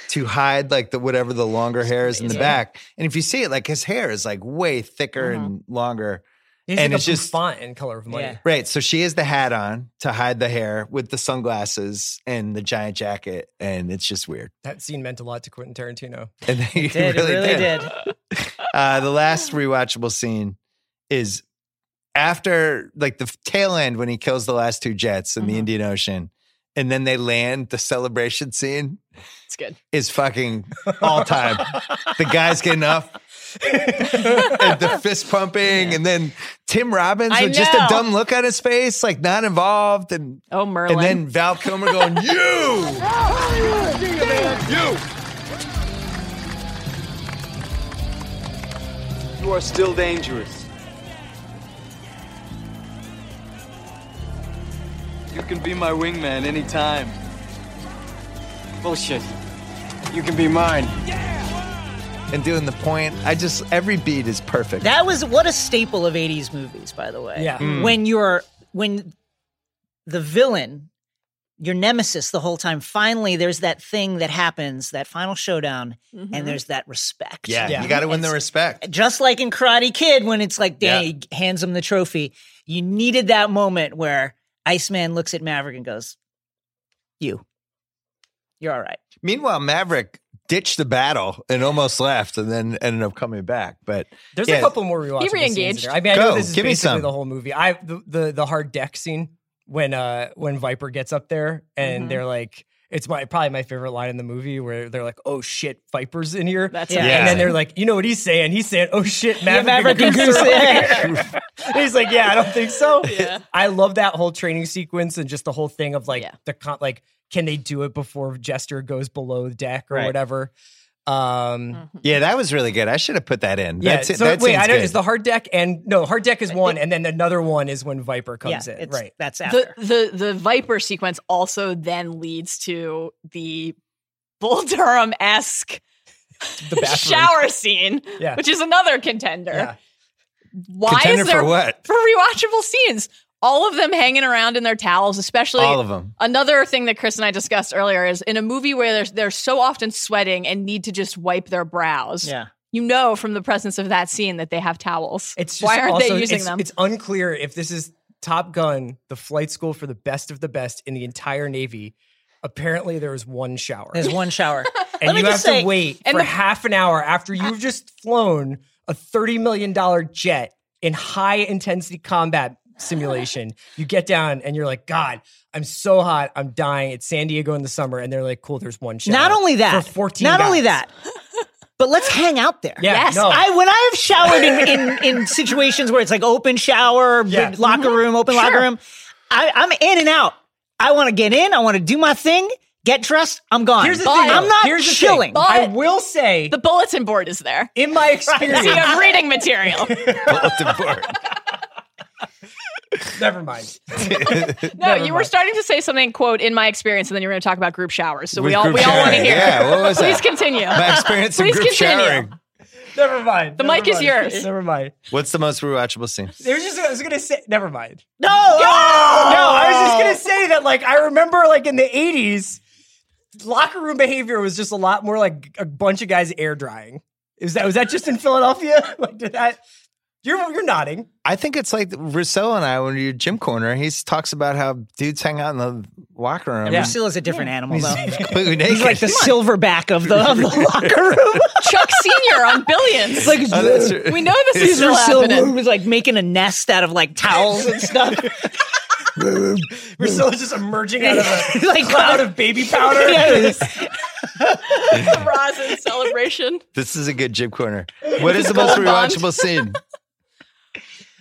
Speaker 1: to hide like the whatever the longer hair is in the
Speaker 6: Yeah.
Speaker 1: back. And if you see it, like his hair is like way thicker
Speaker 8: Uh-huh.
Speaker 1: and longer.
Speaker 8: He's
Speaker 1: And
Speaker 8: like
Speaker 1: it's
Speaker 8: a
Speaker 1: just-
Speaker 8: font in color of money.
Speaker 6: Yeah.
Speaker 1: Right. So she has the hat on to hide the hair with the sunglasses and the giant jacket, and it's just weird.
Speaker 8: That scene meant a lot to Quentin Tarantino.
Speaker 1: And he
Speaker 6: Did, it really did.
Speaker 1: uh, the last rewatchable scene is after like the tail end when he kills the last two jets in the
Speaker 6: Mm-hmm.
Speaker 1: Indian Ocean, and then they land. The celebration scene
Speaker 9: It's good.
Speaker 1: is fucking all time. the guys getting up. and the fist pumping, and then Tim Robbins
Speaker 6: I
Speaker 1: with just a
Speaker 6: know.
Speaker 1: dumb look on his face, like not involved, and
Speaker 9: Oh, Merlin.
Speaker 1: and then Val Kilmer going, "You,
Speaker 2: You! You are still dangerous. You can be my wingman anytime.
Speaker 5: Bullshit. You can be mine.
Speaker 1: and doing the point." I just every beat is perfect.
Speaker 6: That was what a staple of 80s movies, by the way.
Speaker 8: Yeah.
Speaker 1: Hmm.
Speaker 8: Mm.
Speaker 6: When you're when the villain, your nemesis the whole time, finally there's that thing that happens, that final showdown, and there's that respect.
Speaker 1: yeah,
Speaker 8: Mm-hmm. Yeah.
Speaker 1: you got to win the
Speaker 6: It's-
Speaker 1: respect.
Speaker 6: Just like in Karate Kid, when it's like Danny hands him the trophy, you needed that moment where Iceman looks at Maverick and goes, You. You're all right.
Speaker 1: Meanwhile, Maverick ditched the battle and almost left, and then ended up coming back. But
Speaker 8: There's
Speaker 1: Yeah.
Speaker 8: a couple more rewatchable scenes in
Speaker 9: re-engaged.
Speaker 8: there. I mean, I
Speaker 1: Go,
Speaker 8: know this is
Speaker 1: give me
Speaker 8: basically
Speaker 1: some.
Speaker 8: the whole movie. I the, the the hard deck scene when uh when Viper gets up there and they're like, it's my probably my favorite line in the movie where they're like, oh shit, Viper's in here.
Speaker 9: That's
Speaker 6: Yeah.
Speaker 8: And
Speaker 1: amazing.
Speaker 8: then they're like, you know what he's saying? He's saying, oh shit, Maverick,
Speaker 6: Maverick and Goose.
Speaker 8: And he's like, yeah, I don't think so. I love that whole training sequence and just the whole thing of like
Speaker 9: Yeah.
Speaker 8: the con- like, can they do it before Jester goes below the deck or
Speaker 6: Right.
Speaker 8: whatever? Um,
Speaker 1: yeah, that was really good. I should have put that in.
Speaker 8: yeah.
Speaker 1: That's it.
Speaker 8: so
Speaker 1: that
Speaker 8: wait,
Speaker 1: scene's
Speaker 8: I don't.
Speaker 1: good.
Speaker 8: Is the hard deck and no hard deck is one, and then another one is when Viper comes
Speaker 6: yeah,
Speaker 8: in.
Speaker 6: it's-
Speaker 8: Right.
Speaker 6: That's after.
Speaker 9: the the the Viper sequence also then leads to the Bull Durham esque
Speaker 8: The bathroom.
Speaker 9: shower scene,
Speaker 8: Yeah.
Speaker 9: which is another contender.
Speaker 8: Yeah.
Speaker 9: Why
Speaker 1: Contender
Speaker 9: is there
Speaker 1: for what?
Speaker 9: for rewatchable scenes? All of them hanging around in their towels, especially
Speaker 1: All of them.
Speaker 9: Another thing that Chris and I discussed earlier is in a movie where they're, they're so often sweating and need to just wipe their brows.
Speaker 6: yeah.
Speaker 9: You know from the presence of that scene that they have towels.
Speaker 8: It's just
Speaker 9: Why aren't
Speaker 8: also-
Speaker 9: they using
Speaker 8: it's,
Speaker 9: them?
Speaker 8: It's unclear if this is Top Gun, the flight school for the best of the best in the entire Navy. Apparently, there is one shower,
Speaker 6: There's one shower.
Speaker 8: and you have to wait
Speaker 9: and
Speaker 8: for
Speaker 9: the-
Speaker 8: half an hour after you've just flown a thirty million dollar jet in high intensity combat simulation. you get down and you're like, God, I'm so hot, I'm dying. It's San Diego in the summer, and they're like, Cool, there's one shower.
Speaker 6: Not only that,
Speaker 8: for fourteen.
Speaker 6: not only
Speaker 8: guys.
Speaker 6: that, but let's hang out there.
Speaker 8: Yeah,
Speaker 9: Yes,
Speaker 8: no.
Speaker 6: I when I have showered in, in, in situations where it's like open shower, big
Speaker 8: Yeah.
Speaker 6: locker room, open locker room, I, I'm in and out. I want to get in. I want to do my thing. Get dressed. I'm gone.
Speaker 8: Here's the
Speaker 9: But-
Speaker 8: thing.
Speaker 6: I'm not
Speaker 8: Here's the thing.
Speaker 6: chilling.
Speaker 9: But-
Speaker 8: I will say,
Speaker 9: the bulletin board is there.
Speaker 8: in my experience,
Speaker 9: See, I'm reading material.
Speaker 1: bulletin board.
Speaker 8: never mind.
Speaker 9: No, you were
Speaker 8: mind.
Speaker 9: starting to say something, quote, in my experience, and then you were going to talk about group showers. So we
Speaker 1: With
Speaker 9: all
Speaker 1: group
Speaker 9: we all want to
Speaker 1: showering.
Speaker 9: hear.
Speaker 1: Yeah, what was
Speaker 9: Please
Speaker 1: that?
Speaker 9: continue.
Speaker 1: My experience in
Speaker 9: Please
Speaker 1: group
Speaker 9: continue.
Speaker 1: showering.
Speaker 8: Never mind. The
Speaker 9: mic is yours.
Speaker 8: Never mind.
Speaker 1: What's the most rewatchable scene?
Speaker 8: There's just I was gonna say. Never mind.
Speaker 6: no, oh!
Speaker 8: No, I was just gonna
Speaker 1: Oh.
Speaker 8: say that. Like I remember, like in the '80s, locker room behavior was just a lot more like a bunch of guys air drying. Is that was that just in Philadelphia? Like did that? You're you're nodding.
Speaker 1: I think it's like Rousseau and I when we do gym corner. He talks about how dudes hang out in the locker room.
Speaker 6: Yeah. Priscilla's Oh, a different animal, though.
Speaker 1: Completely naked.
Speaker 6: He's like the silverback of the, of the locker room.
Speaker 9: Chuck Senior on Billions.
Speaker 6: like,
Speaker 1: Oh, that's right.
Speaker 9: we know this is
Speaker 6: Priscilla
Speaker 9: still
Speaker 6: Silver
Speaker 9: happening.
Speaker 6: was like making a nest out of like towels and stuff.
Speaker 8: Priscilla's just emerging out of a
Speaker 6: like,
Speaker 8: cloud of baby powder.
Speaker 6: Yes. Uh,
Speaker 9: Rosin celebration.
Speaker 1: This is a good gym corner. What is the most
Speaker 9: Gold Bond.
Speaker 1: rewatchable scene?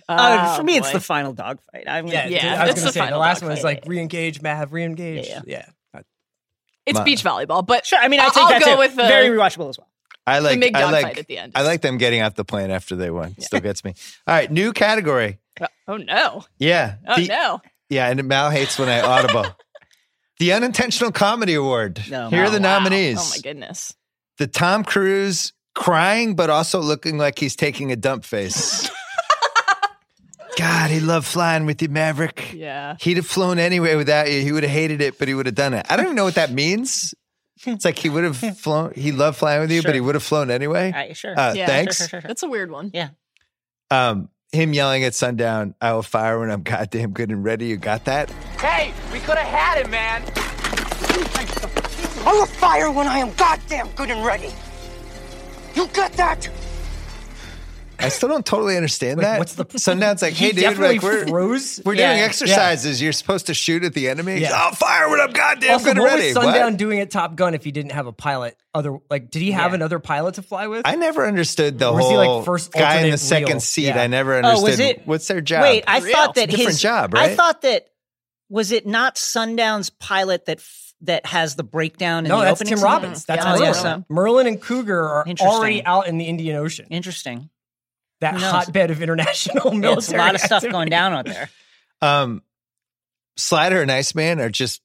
Speaker 6: Uh, for me, it's
Speaker 9: boy.
Speaker 6: the final dogfight. I'm
Speaker 8: Yeah,
Speaker 6: gonna,
Speaker 9: Yeah,
Speaker 8: I was
Speaker 9: that's
Speaker 8: gonna
Speaker 9: the
Speaker 8: say the
Speaker 9: final
Speaker 8: last
Speaker 9: dog
Speaker 8: one is like
Speaker 9: fight.
Speaker 8: re-engage, Mav, re-engage.
Speaker 6: Yeah,
Speaker 9: It's
Speaker 1: My-
Speaker 9: beach volleyball, but
Speaker 6: Sure, I mean, I
Speaker 9: I'll-
Speaker 6: think
Speaker 9: I'll
Speaker 6: that's
Speaker 9: go
Speaker 6: it.
Speaker 9: with uh, the-
Speaker 6: very rewatchable as well.
Speaker 1: I like
Speaker 9: big
Speaker 1: I
Speaker 9: dog
Speaker 1: like,
Speaker 9: fight at the end.
Speaker 1: I like them getting off the plane after they won. Still gets me. All right, new category.
Speaker 9: oh no,
Speaker 1: Yeah.
Speaker 9: oh
Speaker 1: The-
Speaker 9: no.
Speaker 1: Yeah, and Mal hates when I audible. the Unintentional Comedy Award.
Speaker 6: No.
Speaker 1: Here are the
Speaker 9: Wow.
Speaker 1: nominees.
Speaker 9: Oh my goodness.
Speaker 1: The Tom Cruise crying but also looking like he's taking a dump face. God, he loved flying with you, Maverick.
Speaker 9: Yeah.
Speaker 1: He'd have flown anywhere without you. He would have hated it, but he would have done it. I don't even know what that means. It's like he would have flown. He loved flying with you, but he would have flown anyway.
Speaker 6: All right, sure.
Speaker 1: Uh,
Speaker 9: Yeah,
Speaker 1: thanks.
Speaker 6: Sure, sure, sure, sure.
Speaker 9: That's a weird one.
Speaker 1: Um, him yelling at sundown, "I will fire when I'm goddamn good and ready." You got that?
Speaker 2: Hey, we could have had it, man.
Speaker 4: I will fire when I am goddamn good and ready. You get that?
Speaker 1: I still don't totally understand
Speaker 8: Like,
Speaker 1: that.
Speaker 8: what's the-
Speaker 1: sundown's like, "Hey,
Speaker 8: He
Speaker 1: dude,
Speaker 8: definitely
Speaker 1: like we're
Speaker 8: froze.
Speaker 1: we're
Speaker 6: Yeah.
Speaker 1: doing exercises. You're supposed to shoot at the enemy.
Speaker 8: Yeah.
Speaker 1: I'll fire when I'm goddamn
Speaker 8: Also,
Speaker 1: good and
Speaker 8: what
Speaker 1: ready."
Speaker 8: was Sundown
Speaker 1: What?
Speaker 8: doing at Top Gun if he didn't have a pilot? Other like, did he have
Speaker 6: Yeah.
Speaker 8: another pilot to fly with?
Speaker 1: I never understood the
Speaker 8: Or was
Speaker 1: whole
Speaker 8: he, like, first
Speaker 1: guy in the
Speaker 8: alternate
Speaker 1: second
Speaker 8: wheel?
Speaker 1: seat.
Speaker 8: Yeah.
Speaker 1: I never
Speaker 6: Oh,
Speaker 1: understood.
Speaker 6: was it?
Speaker 1: What's their job?
Speaker 6: Wait, I thought that
Speaker 1: Different
Speaker 6: his
Speaker 1: job,
Speaker 6: I
Speaker 1: right?
Speaker 6: thought that was it not Sundown's pilot that f- that has the breakdown in
Speaker 8: no,
Speaker 6: the
Speaker 8: that's
Speaker 6: opening.
Speaker 8: Tim
Speaker 6: scene?
Speaker 8: Robbins. That's
Speaker 6: Yeah,
Speaker 8: Merlin.
Speaker 6: yeah, so-
Speaker 8: Merlin and Cougar are
Speaker 6: Interesting.
Speaker 8: already out in the Indian Ocean.
Speaker 6: Interesting.
Speaker 8: That
Speaker 6: Who knows?
Speaker 8: hotbed of international military.
Speaker 6: Yeah, it's a lot of stuff
Speaker 8: activity.
Speaker 6: going down out there.
Speaker 1: um, Slider and Iceman are just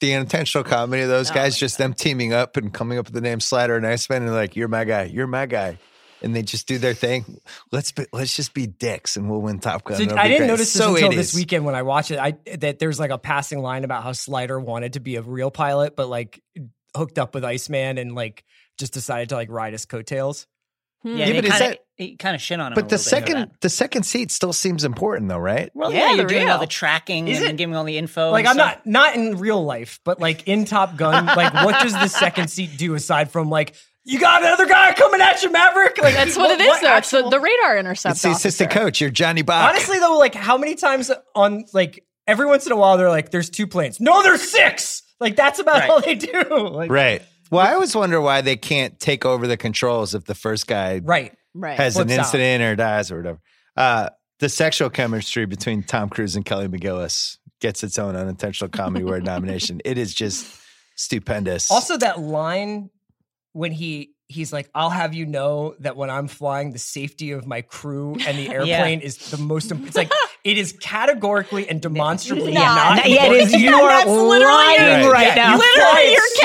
Speaker 1: the unintentional comedy of those
Speaker 9: Oh
Speaker 1: guys,
Speaker 9: my
Speaker 1: just them teaming up and coming up with the name Slider and Iceman, and like, "You're my guy, you're my guy," and they just do their thing. Let's be, let's just be dicks, and we'll win Top Gun.
Speaker 8: So
Speaker 1: It'll
Speaker 8: I
Speaker 1: be
Speaker 8: didn't
Speaker 1: great.
Speaker 8: notice this
Speaker 1: So
Speaker 8: until
Speaker 1: 80s.
Speaker 8: this weekend when I watched it. I that there's like a passing line about how Slider wanted to be a real pilot, but like hooked up with Iceman and like just decided to like ride his coattails.
Speaker 9: Hmm.
Speaker 1: Yeah,
Speaker 6: Yeah, they
Speaker 1: but is
Speaker 6: kinda,
Speaker 1: that-
Speaker 6: he kind of shit on him. a
Speaker 1: But the
Speaker 6: little bit for
Speaker 1: second,
Speaker 6: that.
Speaker 1: the second seat still seems important, though, right?
Speaker 6: well,
Speaker 9: Yeah,
Speaker 6: yeah, you're
Speaker 9: the
Speaker 6: doing all the
Speaker 9: real.
Speaker 6: tracking
Speaker 8: Is
Speaker 6: and
Speaker 8: it-
Speaker 6: giving all the info.
Speaker 8: Like
Speaker 6: and
Speaker 8: I'm
Speaker 6: stuff.
Speaker 8: not not in real life, but like in Top Gun, like what does the second seat do aside from like you got another guy coming at you, Maverick? Like
Speaker 9: That's what, it is, though. It's the,
Speaker 8: actual-
Speaker 9: the radar intercept.
Speaker 1: It's the assistant coach. You're Johnny Bob.
Speaker 8: Honestly, though, like how many times on like every once in a while they're like, "There's two planes." No, there's six. Like that's about
Speaker 6: Right.
Speaker 8: all they do. Like,
Speaker 1: right. Well, I always wonder why they can't take over the controls if the first guy
Speaker 8: right.
Speaker 9: Right.
Speaker 1: has an
Speaker 8: Flips out.
Speaker 1: incident or dies or whatever. Uh, the sexual chemistry between Tom Cruise and Kelly McGillis gets its own unintentional comedy award nomination. It is just stupendous.
Speaker 8: Also, that line when he he's like, "I'll have you know that when I'm flying, the safety of my crew and the airplane is the most." Im- it's like it is categorically and demonstrably
Speaker 9: Not.
Speaker 8: not.
Speaker 9: Not-
Speaker 6: yeah, it is. You
Speaker 9: That's
Speaker 6: are
Speaker 9: literally
Speaker 6: lying
Speaker 1: your-
Speaker 6: right
Speaker 8: Yeah,
Speaker 6: now.
Speaker 8: you fly
Speaker 9: Literally
Speaker 8: at
Speaker 9: your
Speaker 8: su-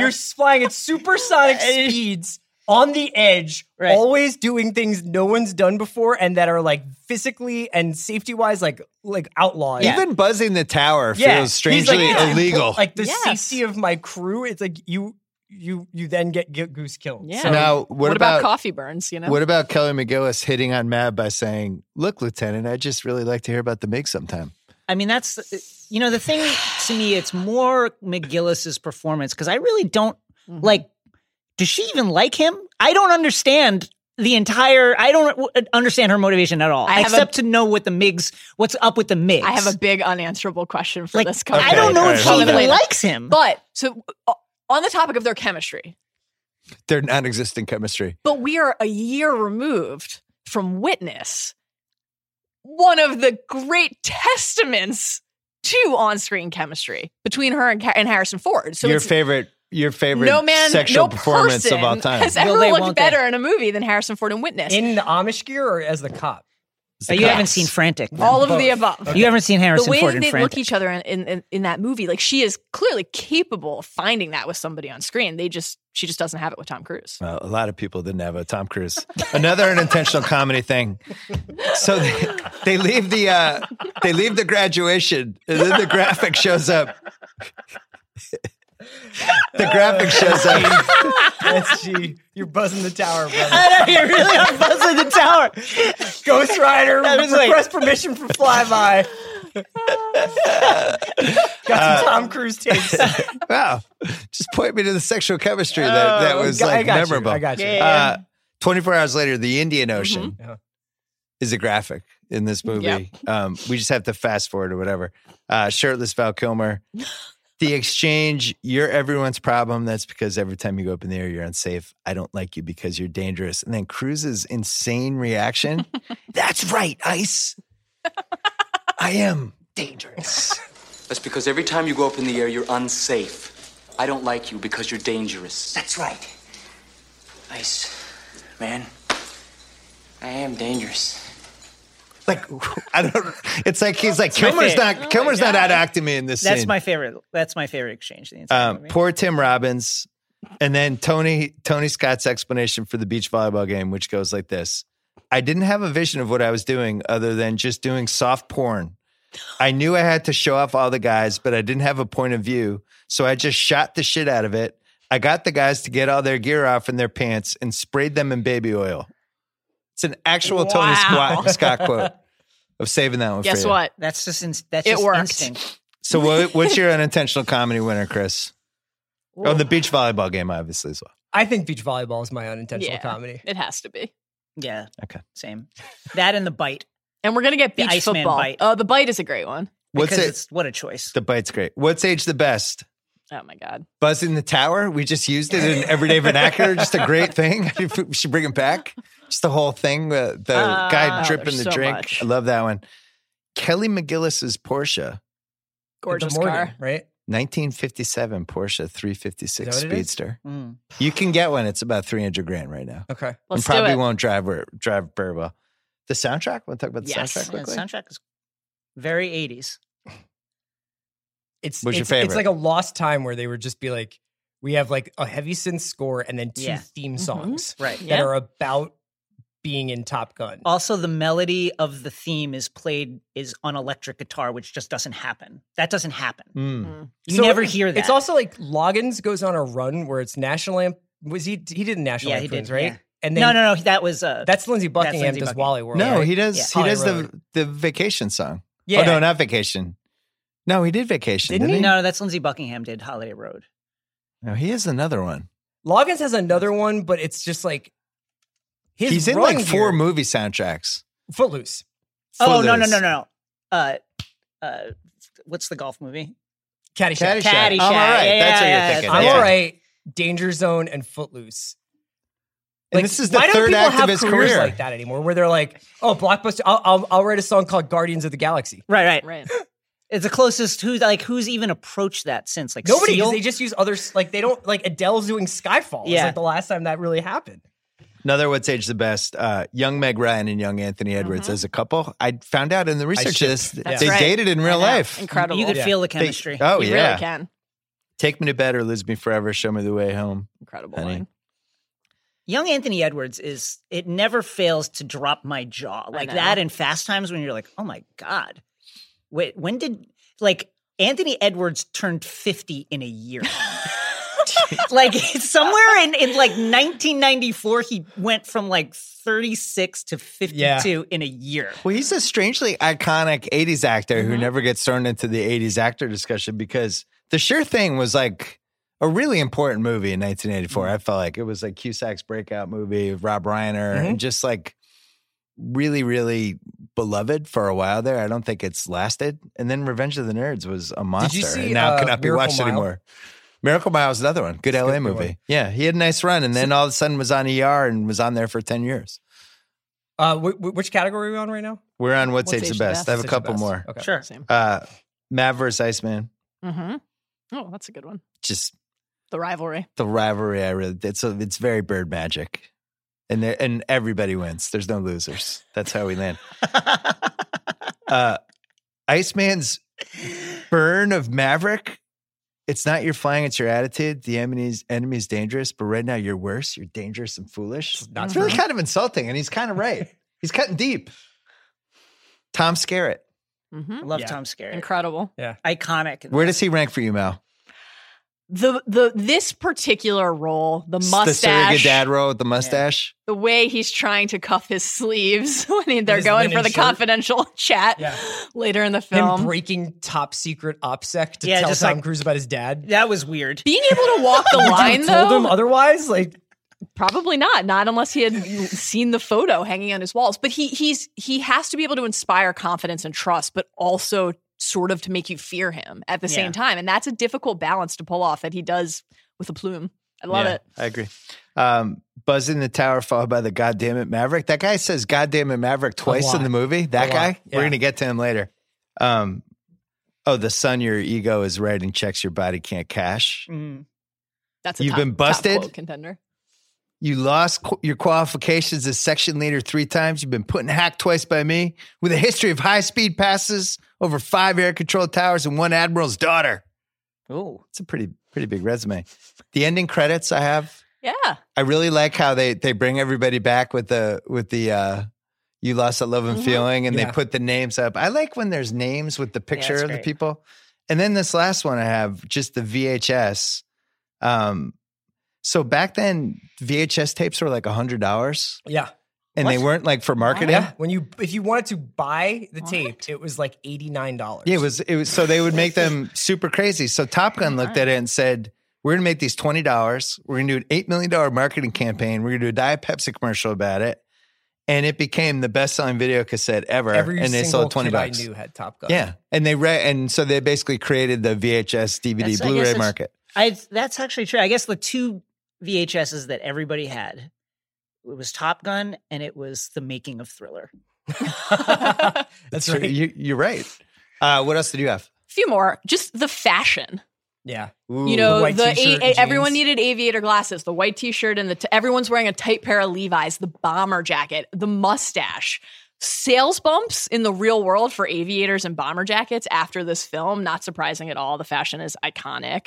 Speaker 8: You're flying at supersonic speeds on the edge,
Speaker 6: Right.
Speaker 8: always doing things no one's done before, and that are like physically and safety wise, like like outlaw.
Speaker 1: even buzzing the tower feels
Speaker 8: Yeah. He's like,
Speaker 1: strangely
Speaker 8: "It's
Speaker 1: illegal.
Speaker 8: impor- Like the
Speaker 9: Yes.
Speaker 8: safety of my crew, it's like you you you then get, get goose killed.
Speaker 9: Yeah.
Speaker 8: So-
Speaker 1: now, what,
Speaker 9: what, about,
Speaker 1: about,
Speaker 9: coffee burns? You know.
Speaker 1: what about Kelly McGillis hitting on Mab by saying, "Look, Lieutenant, I just really like to hear about the MiG sometime."
Speaker 6: I mean, that's you know the thing to me. It's more McGillis's performance because I really don't
Speaker 9: Mm-hmm.
Speaker 6: like. Does she even like him? I don't understand the entire. I don't w- uh, understand her motivation at all,
Speaker 9: I have a-
Speaker 6: except to know what the Migs, what's up with the Migs.
Speaker 9: I have a big unanswerable question for
Speaker 6: like.
Speaker 9: this.
Speaker 6: I
Speaker 9: conversation.
Speaker 6: don't know
Speaker 1: alright,
Speaker 6: if she
Speaker 1: hold
Speaker 9: on.
Speaker 6: even
Speaker 9: Later.
Speaker 6: likes him.
Speaker 9: But so uh, on the topic of their chemistry,
Speaker 1: Their non-existent chemistry.
Speaker 9: but we are a year removed from Witness, one of the great testaments to on-screen chemistry between her and, Ca- and Harrison Ford. So
Speaker 1: your
Speaker 9: it's
Speaker 1: favorite, your favorite
Speaker 9: no man,
Speaker 1: sexual
Speaker 9: no
Speaker 1: performance
Speaker 9: person
Speaker 1: of all time.
Speaker 9: has
Speaker 6: Will
Speaker 9: ever
Speaker 6: they,
Speaker 9: looked
Speaker 6: won't they?
Speaker 9: better in a movie than Harrison Ford in Witness.
Speaker 8: in the Amish gear or as the cop?
Speaker 1: It's the
Speaker 6: you haven't
Speaker 1: cops.
Speaker 6: seen Frantic. then.
Speaker 9: All of the
Speaker 8: Both.
Speaker 9: above.
Speaker 6: you haven't seen
Speaker 9: The
Speaker 6: Harrison
Speaker 9: way
Speaker 6: Ford
Speaker 9: that
Speaker 6: in
Speaker 9: they look
Speaker 6: Frantic.
Speaker 9: each other in, in, in, in that movie, like she is clearly capable of finding that with somebody on screen. They just she just doesn't have it with Tom Cruise.
Speaker 1: Well, Uh, a lot of people didn't have a Tom Cruise. Another unintentional comedy thing. So they, they leave the uh, they leave the graduation, and then the graphic shows up. the graphic shows up.
Speaker 8: That's she. You're buzzing the tower, brother.
Speaker 6: I know you really are buzzing the tower.
Speaker 8: Ghost Rider
Speaker 6: was like-
Speaker 8: request permission for flyby. Got some Tom Cruise takes.
Speaker 1: Wow. Just point me to the sexual chemistry that, that was
Speaker 8: Oh, I
Speaker 1: like
Speaker 8: got you,
Speaker 1: memorable.
Speaker 8: I got you.
Speaker 1: Uh, 24 hours later, the Indian Ocean
Speaker 8: Yeah.
Speaker 1: is a graphic in this movie.
Speaker 9: Yep.
Speaker 1: Um, we just have to fast forward or whatever. Uh, shirtless Val Kilmer. The exchange, you're everyone's problem. That's because every time you go up in the air, you're unsafe. I don't like you because you're dangerous. And then Cruz's insane reaction That's right, Ice. I am dangerous.
Speaker 10: That's because every time you go up in the air, you're unsafe. I don't like you because you're dangerous.
Speaker 4: That's right.
Speaker 10: Ice, man, I am dangerous.
Speaker 1: Like I don't. It's like he's like Kilmer's
Speaker 6: favorite.
Speaker 1: not Kilmer's not out acting me in this
Speaker 6: That's
Speaker 1: scene.
Speaker 6: my favorite. That's my favorite exchange. The entire
Speaker 1: um,
Speaker 6: movie.
Speaker 1: poor Tim Robbins, and then Tony Tony Scott's explanation for the beach volleyball game, which goes like this: I didn't have a vision of what I was doing other than just doing soft porn. I knew I had to show off all the guys, but I didn't have a point of view, so I just shot the shit out of it. I got the guys to get all their gear off in their pants and sprayed them in baby oil. It's an actual Tony
Speaker 9: Wow.
Speaker 1: Scott, Scott quote of saving that one. for
Speaker 9: Guess
Speaker 1: you.
Speaker 9: what?
Speaker 6: That's just in, that's
Speaker 9: It
Speaker 6: just
Speaker 9: worked.
Speaker 6: instinct.
Speaker 1: So, what, what's your unintentional comedy winner, Chris? Oh, the beach volleyball game, obviously, as well.
Speaker 8: I think beach volleyball is my unintentional
Speaker 9: Yeah.
Speaker 8: comedy.
Speaker 9: It has to be.
Speaker 6: Yeah.
Speaker 1: Okay.
Speaker 6: Same. That and the bite.
Speaker 9: And we're gonna get
Speaker 6: The
Speaker 9: beach
Speaker 6: Iceman
Speaker 9: football.
Speaker 6: bite.
Speaker 9: Oh, the bite is a great one.
Speaker 1: What's
Speaker 6: because
Speaker 1: it?
Speaker 6: It's, what a choice.
Speaker 1: The bite's great. What's age the best?
Speaker 9: Oh my god.
Speaker 1: Buzz in the tower. We just used it in everyday vernacular. Just a great thing. we should bring it back. Just the whole thing. The, the
Speaker 9: Ah,
Speaker 1: guy dripping the
Speaker 9: there's so
Speaker 1: drink.
Speaker 9: much.
Speaker 1: I love that one. Kelly McGillis's Porsche,
Speaker 9: Gorgeous
Speaker 8: the Morgan,
Speaker 9: car.
Speaker 8: right?
Speaker 1: 1957 Porsche 356
Speaker 8: Is that what it is?
Speaker 1: Speedster.
Speaker 6: Mm.
Speaker 1: You can get one. It's about 300 grand right now.
Speaker 8: Okay.
Speaker 1: and
Speaker 9: Let's
Speaker 1: probably
Speaker 9: do it.
Speaker 1: won't drive or, drive very well. The soundtrack. Want to talk about the
Speaker 9: Yes.
Speaker 1: soundtrack
Speaker 6: Yeah, the
Speaker 1: quickly?
Speaker 6: soundtrack is very 80s.
Speaker 8: It's
Speaker 1: What's your
Speaker 8: it's-
Speaker 1: favorite?
Speaker 8: It's like a lost time where they would just be like, we have like a heavy synth score and then two
Speaker 6: Yeah. Mm-hmm.
Speaker 8: theme songs
Speaker 6: Right.
Speaker 8: that
Speaker 9: Yeah.
Speaker 8: are about being in Top Gun.
Speaker 6: Also, the melody of the theme is played is on electric guitar, which just doesn't happen. That doesn't happen.
Speaker 1: Mm.
Speaker 6: You
Speaker 8: So
Speaker 6: never
Speaker 8: it-
Speaker 6: hear that.
Speaker 8: It's also like Loggins goes on a run where it's National Lamp. Was he? He did National
Speaker 6: Yeah,
Speaker 8: Lamp
Speaker 6: he
Speaker 8: Twins,
Speaker 6: did,
Speaker 8: right?
Speaker 6: yeah.
Speaker 8: And then
Speaker 6: no, no, no. That was uh,
Speaker 8: That's Lindsey
Speaker 6: That's
Speaker 8: Buckingham
Speaker 6: Lindsey
Speaker 8: does
Speaker 6: Buckingham.
Speaker 8: Wally World.
Speaker 1: No,
Speaker 8: right?
Speaker 1: he does.
Speaker 6: Yeah.
Speaker 1: He
Speaker 8: Holly
Speaker 1: does the
Speaker 8: Road.
Speaker 1: the vacation song.
Speaker 8: Yeah.
Speaker 1: Oh no, not vacation. No, he did vacation.
Speaker 8: Didn't
Speaker 1: Didn't,
Speaker 8: he?
Speaker 1: he?
Speaker 6: no, that's Lindsey Buckingham did Holiday Road.
Speaker 1: No, he is another one.
Speaker 8: Loggins has another one, but it's just like his.
Speaker 1: He's in
Speaker 8: run
Speaker 1: like four
Speaker 8: gear-
Speaker 1: movie soundtracks.
Speaker 8: Footloose.
Speaker 6: Oh no, no,
Speaker 1: Footloose.
Speaker 6: no, no, no. Uh, uh, what's the golf movie?
Speaker 1: Caddyshack.
Speaker 8: Caddyshack.
Speaker 1: I'm
Speaker 6: Caddyshack.
Speaker 1: all right.
Speaker 6: Yeah,
Speaker 1: That's what you're
Speaker 6: yeah, yeah.
Speaker 1: thinking.
Speaker 8: I'm
Speaker 1: yeah.
Speaker 8: all right. Danger Zone and Footloose.
Speaker 1: And this is the
Speaker 8: why don't
Speaker 1: third
Speaker 8: people
Speaker 1: act
Speaker 8: have
Speaker 1: of his
Speaker 8: careers
Speaker 1: career.
Speaker 8: like that anymore, where they're like, "Oh, blockbuster! I'll, I'll, I'll write a song called Guardians of the Galaxy."
Speaker 6: Right, right.
Speaker 9: Right.
Speaker 6: It's the closest who's like who's even approached that since like
Speaker 8: Nobody, 'cause
Speaker 6: Seal?
Speaker 8: they just use other s- like they don't like Adele's doing Skyfall. It's
Speaker 6: Yeah.
Speaker 8: like the last time that really happened.
Speaker 1: Another what's age the best? Uh, young Meg Ryan and young Anthony Edwards as a couple. I found out in the research of this
Speaker 8: shipped.
Speaker 1: they
Speaker 8: That's
Speaker 9: right.
Speaker 1: dated in real
Speaker 9: I know.
Speaker 1: life.
Speaker 9: Incredible.
Speaker 6: you could
Speaker 8: Yeah.
Speaker 6: feel the
Speaker 1: They-
Speaker 6: chemistry.
Speaker 1: oh
Speaker 9: you
Speaker 1: yeah.
Speaker 9: really can.
Speaker 1: Take me to bed or lose me forever. Show me the way home.
Speaker 9: Incredible
Speaker 1: Honey.
Speaker 9: line.
Speaker 6: Young Anthony Edwards is it never fails to drop my jaw like
Speaker 9: know.
Speaker 6: that in Fast Times when you're like, oh my god, wait, when did like Anthony Edwards turned fifty in a year? like it's somewhere in, in like 1994, he went from like 36 to 52 in a year.
Speaker 1: Well, he's a strangely iconic 80s actor
Speaker 8: Mm-hmm.
Speaker 1: who never gets thrown into the 80s actor discussion because The Sure Thing was like a really important movie in 1984.
Speaker 8: Mm-hmm.
Speaker 1: I felt like it was like Cusack's breakout movie, Rob Reiner,
Speaker 8: Mm-hmm.
Speaker 1: and just like really, really beloved for a while there. I don't think it's lasted. And then Revenge of the Nerds was a monster
Speaker 8: see,
Speaker 1: and now
Speaker 8: uh,
Speaker 1: cannot be
Speaker 8: Miracle
Speaker 1: watched
Speaker 8: Mile?
Speaker 1: anymore. Miracle Mile is another one. Good LA
Speaker 8: good
Speaker 1: movie.
Speaker 8: one.
Speaker 1: Yeah, he had a nice run and then all of a sudden was on ER and was on there for 10 years.
Speaker 8: Uh, wh- wh- which category are we on right now?
Speaker 1: We're on What's,
Speaker 9: What's
Speaker 1: Age
Speaker 9: Age
Speaker 1: the
Speaker 9: the
Speaker 1: Best? I have a
Speaker 8: Six
Speaker 1: couple
Speaker 8: best.
Speaker 1: more
Speaker 8: Okay.
Speaker 6: Sure.
Speaker 9: Same.
Speaker 1: uh Mav versus Iceman,
Speaker 9: Mm-hmm. Oh, that's a good one.
Speaker 1: just
Speaker 9: The rivalry.
Speaker 1: the rivalry. I really it's a, it's very bird magic, and there, and everybody wins. There's no losers. That's how we land. uh, Iceman's burn of Maverick. It's not your flying; it's your attitude. The enemy's enemy is dangerous, but right now you're worse. You're dangerous and foolish. It's,
Speaker 8: not
Speaker 1: really kind of insulting, and he's kind of right. he's cutting deep. Tom Skerritt.
Speaker 9: Mm-hmm.
Speaker 6: I love
Speaker 8: Yeah.
Speaker 6: Tom Skerritt.
Speaker 9: Incredible.
Speaker 6: Iconic.
Speaker 1: Where does he rank for you, Mel?
Speaker 9: the the this particular role, the
Speaker 1: The surrogate
Speaker 9: mustache,
Speaker 1: dad role with the mustache.
Speaker 9: the way he's trying to cuff his sleeves when they're
Speaker 8: His
Speaker 9: going for
Speaker 8: linen
Speaker 9: the
Speaker 8: shirt.
Speaker 9: confidential chat
Speaker 8: Yeah.
Speaker 9: later in the
Speaker 8: Him
Speaker 9: film.
Speaker 8: breaking top secret OPSEC to
Speaker 6: Yeah,
Speaker 8: tell
Speaker 6: just
Speaker 8: Tom
Speaker 6: like-
Speaker 8: Cruise about his dad.
Speaker 6: That was weird.
Speaker 9: Being able to walk the line
Speaker 8: Told
Speaker 9: though,
Speaker 8: him otherwise, like
Speaker 9: Probably not. Not unless he had seen the photo hanging on his walls. But he he's he has to be able to inspire confidence and trust, but also sort of to make you fear him at the
Speaker 6: Yeah.
Speaker 9: same time. And that's a difficult balance to pull off that he does with a plume. I love
Speaker 1: Yeah,
Speaker 9: it.
Speaker 1: I agree. Um, Buzz in the Tower followed by the Goddamn It Maverick. That guy says Goddamn It Maverick twice
Speaker 8: lot.
Speaker 1: in the movie. That
Speaker 8: lot,
Speaker 1: guy. We're
Speaker 8: yeah.
Speaker 1: going to get to him later. Um, oh, the sun your ego is writing checks your body can't cash.
Speaker 6: Mm.
Speaker 9: That's a
Speaker 1: You've
Speaker 9: top-
Speaker 1: been
Speaker 9: top
Speaker 1: busted?
Speaker 9: quote contender.
Speaker 1: You lost qu- your qualifications as section leader three times. You've been put in hack twice by me with a history of high speed passes over five air control towers and one admiral's daughter.
Speaker 6: Ooh.
Speaker 1: It's a pretty pretty big resume. The ending credits I have.
Speaker 9: Yeah.
Speaker 1: I really like how they they bring everybody back with the with the uh you lost that love and feeling and they
Speaker 8: Yeah.
Speaker 1: put the names up. I like when there's names with the picture
Speaker 6: that's
Speaker 1: of the
Speaker 6: great.
Speaker 1: people. And then this last one I have just the VHS. Um so back then VHS tapes were like a hundred dollars
Speaker 8: yeah.
Speaker 1: and they weren't like for marketing.
Speaker 8: Yeah. When you if you wanted to buy the tape, it was like eighty nine dollars.
Speaker 1: Yeah, it was it was so they would make them super crazy. So Top Gun looked at it and said, We're gonna make these twenty dollars, we're gonna do an eight million dollar marketing campaign, we're gonna do a Diet Pepsi commercial about it. And it became the best selling video cassette ever.
Speaker 8: every
Speaker 1: and they
Speaker 8: single
Speaker 1: sold twenty
Speaker 8: kid
Speaker 1: bucks.
Speaker 8: I knew had Top Gun.
Speaker 1: Yeah. And they re- and so they basically created the VHS DVD
Speaker 6: That's- I guess
Speaker 1: Blu-ray
Speaker 6: that's-
Speaker 1: market.
Speaker 6: I that's actually true. I guess the two VHSs that everybody had it was Top Gun and it was the making of Thriller.
Speaker 8: That's
Speaker 1: So
Speaker 8: right.
Speaker 1: You, you're right. Uh, what else did you have?
Speaker 9: few more. Just the fashion.
Speaker 8: yeah.
Speaker 9: you know,
Speaker 8: The white
Speaker 9: the,
Speaker 8: t-shirt
Speaker 9: a-
Speaker 8: and
Speaker 9: everyone
Speaker 8: jeans.
Speaker 9: needed aviator glasses, the white t-shirt, and the t- everyone's wearing a tight pair of Levi's, the bomber jacket, the mustache. Sales bumps in the real world for aviators and bomber jackets after this film. Not surprising at all. The fashion is iconic.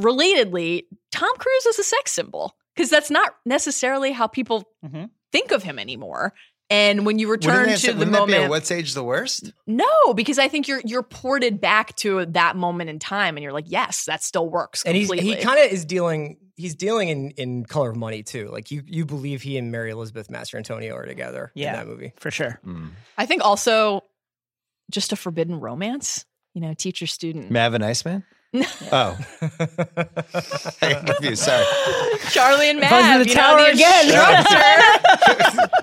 Speaker 9: Relatedly, Tom Cruise is a sex symbol because that's not necessarily how people
Speaker 6: Mhm.
Speaker 9: think of him anymore. And when you
Speaker 1: Mm-hmm. Wouldn't
Speaker 9: return
Speaker 1: that-
Speaker 9: to the
Speaker 1: wouldn't that be a
Speaker 9: moment,
Speaker 1: what's age the worst?
Speaker 9: no, because I think you're you're ported back to that moment in time, and you're like, yes, that still works
Speaker 8: and he's,
Speaker 9: completely.
Speaker 8: he kind of is dealing he's dealing in in color of money too like you you believe he and mary elizabeth master antonio are together
Speaker 6: Yeah.
Speaker 8: in that movie
Speaker 6: For sure.
Speaker 9: I think also just a forbidden romance. You know, teacher student.
Speaker 1: Mav and Iceman? oh. I got confused. Sorry.
Speaker 9: Charlie and
Speaker 6: Buzz in
Speaker 9: Mav.
Speaker 6: the
Speaker 9: you
Speaker 6: tower
Speaker 9: know, the
Speaker 6: again.
Speaker 9: instructor.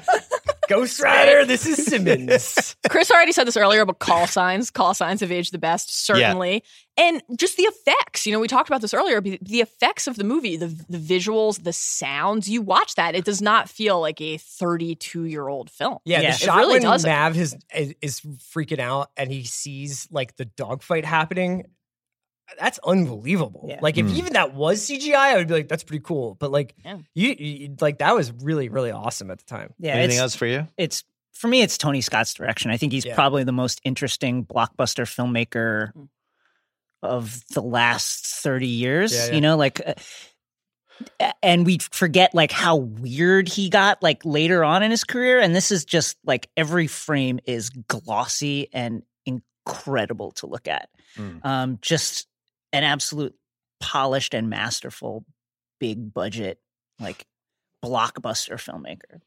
Speaker 8: ghost rider this is simmons
Speaker 9: Chris already said this earlier, but call signs, call signs have aged the best, certainly. And just the effects. You know, we talked about this earlier. but The effects of the movie, the the visuals, the sounds. You watch that, it does not feel like a 32 year old film.
Speaker 8: yeah,
Speaker 6: Yeah.
Speaker 8: the
Speaker 6: It
Speaker 8: shot
Speaker 9: really
Speaker 8: when
Speaker 9: doesn't.
Speaker 8: mav is, is is freaking out and he sees like the dogfight happening that's unbelievable
Speaker 6: Yeah.
Speaker 8: like if
Speaker 1: Mm.
Speaker 8: even that was cgi i would be like that's pretty cool but like
Speaker 9: Yeah.
Speaker 8: you, you like that was really really awesome at the time
Speaker 6: Yeah.
Speaker 1: Anything
Speaker 6: it's,
Speaker 1: else for you?
Speaker 6: it's for me it's Tony Scott's direction. I think he's
Speaker 8: Yeah. Mm-hmm.
Speaker 6: probably the most interesting blockbuster filmmaker of the last 30 years,
Speaker 8: Yeah, yeah.
Speaker 6: you know, like uh, a- and we forget like how weird he got like later on in his career and this is just like every frame is glossy and incredible to look at.
Speaker 1: Mm.
Speaker 6: Um just an absolute polished and masterful big budget like blockbuster filmmaker.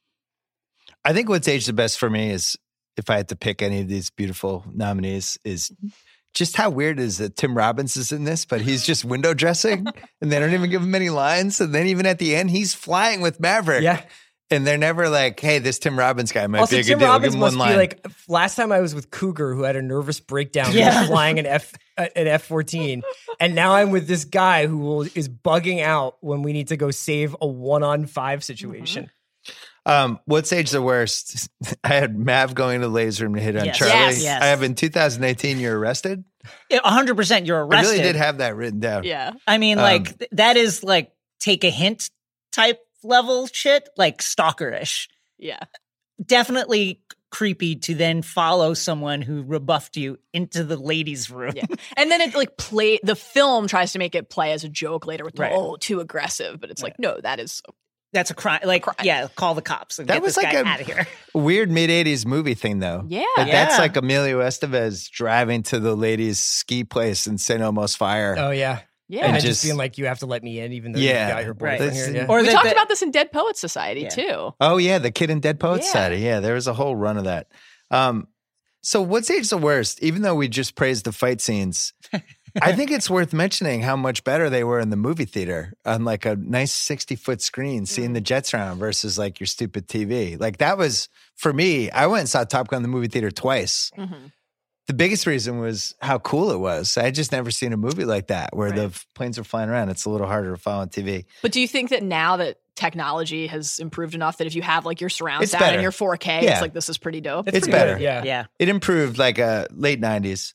Speaker 1: I think what's aged the best for me is if I had to pick any of these beautiful nominees is
Speaker 8: Mm-hmm.
Speaker 1: just how weird it is that Tim Robbins is in this, but he's just window dressing and they don't even give him any lines. And then even at the end, he's flying with Maverick.
Speaker 8: yeah
Speaker 1: And they're never like, hey, this Tim Robbins guy might
Speaker 8: also,
Speaker 1: be a good
Speaker 8: Tim
Speaker 1: deal.
Speaker 8: Robbins
Speaker 1: give him
Speaker 8: must
Speaker 1: one line.
Speaker 8: be like last time I was with Cougar, who had a nervous breakdown from
Speaker 6: Yeah.
Speaker 8: flying an F uh, an F fourteen, and now I'm with this guy who will, is bugging out when we need to go save a one on five situation.
Speaker 1: Um, what's age the worst? I had Mav going to the laser room to hit on
Speaker 6: Yes.
Speaker 1: Charlie.
Speaker 9: Yes.
Speaker 6: Yes.
Speaker 1: I have in 2018, you're arrested.
Speaker 6: Yeah, 100% you're arrested.
Speaker 1: I really did have that written down.
Speaker 9: Yeah.
Speaker 6: I mean,
Speaker 1: Um,
Speaker 6: like th- that is like take a hint type level shit, like stalkerish.
Speaker 9: Yeah.
Speaker 6: Definitely c- creepy to then follow someone who rebuffed you into the ladies' room.
Speaker 9: Yeah. And then it like play the film tries to make it play as a joke later with the
Speaker 6: Right.
Speaker 9: oh too aggressive, but it's like no, that is
Speaker 6: That's a crime. Like, yeah, call the cops and
Speaker 1: That
Speaker 6: get
Speaker 1: was
Speaker 6: this
Speaker 1: like
Speaker 6: guy
Speaker 1: a-
Speaker 6: out of here.
Speaker 1: Weird mid 80s movie thing, though.
Speaker 9: Yeah.
Speaker 1: Like, That's
Speaker 6: Yeah.
Speaker 1: like Emilio Estevez driving to the ladies' ski place in San Almost Fire.
Speaker 8: Oh yeah,
Speaker 9: Yeah.
Speaker 8: and,
Speaker 9: And
Speaker 8: just
Speaker 1: just-
Speaker 8: being like, you have to let me in, even though
Speaker 1: Yeah,
Speaker 8: you've got your
Speaker 6: right.
Speaker 8: boyfriend here.
Speaker 1: That's-
Speaker 8: Yeah.
Speaker 6: Or
Speaker 9: we
Speaker 6: that
Speaker 9: talked
Speaker 6: the-
Speaker 9: about this in Dead Poet Society
Speaker 6: Yeah.
Speaker 9: too.
Speaker 1: Oh yeah, the kid in Dead Poet
Speaker 9: Yeah.
Speaker 1: Society. Yeah, there was a whole run of that. Um, so what's age the worst? Even though we just praised the fight scenes, I think it's worth mentioning how much better they were in the movie theater on like a nice sixty foot screen, seeing the jets around versus like your stupid TV. Like that was for me. I went and saw Top Gun in the movie theater twice. The biggest reason was how cool it was. I had just never seen a movie like that where the f- planes are flying around. It's a little harder to follow on TV.
Speaker 9: But do you think that now that technology has improved enough that if you have like your surround
Speaker 1: It's
Speaker 9: sound
Speaker 1: better.
Speaker 9: and your 4K,
Speaker 1: Yeah.
Speaker 9: it's like this is pretty dope?
Speaker 1: It's
Speaker 8: pretty
Speaker 1: better.
Speaker 8: good, Yeah.
Speaker 6: yeah.
Speaker 1: it improved like uh, late 90s.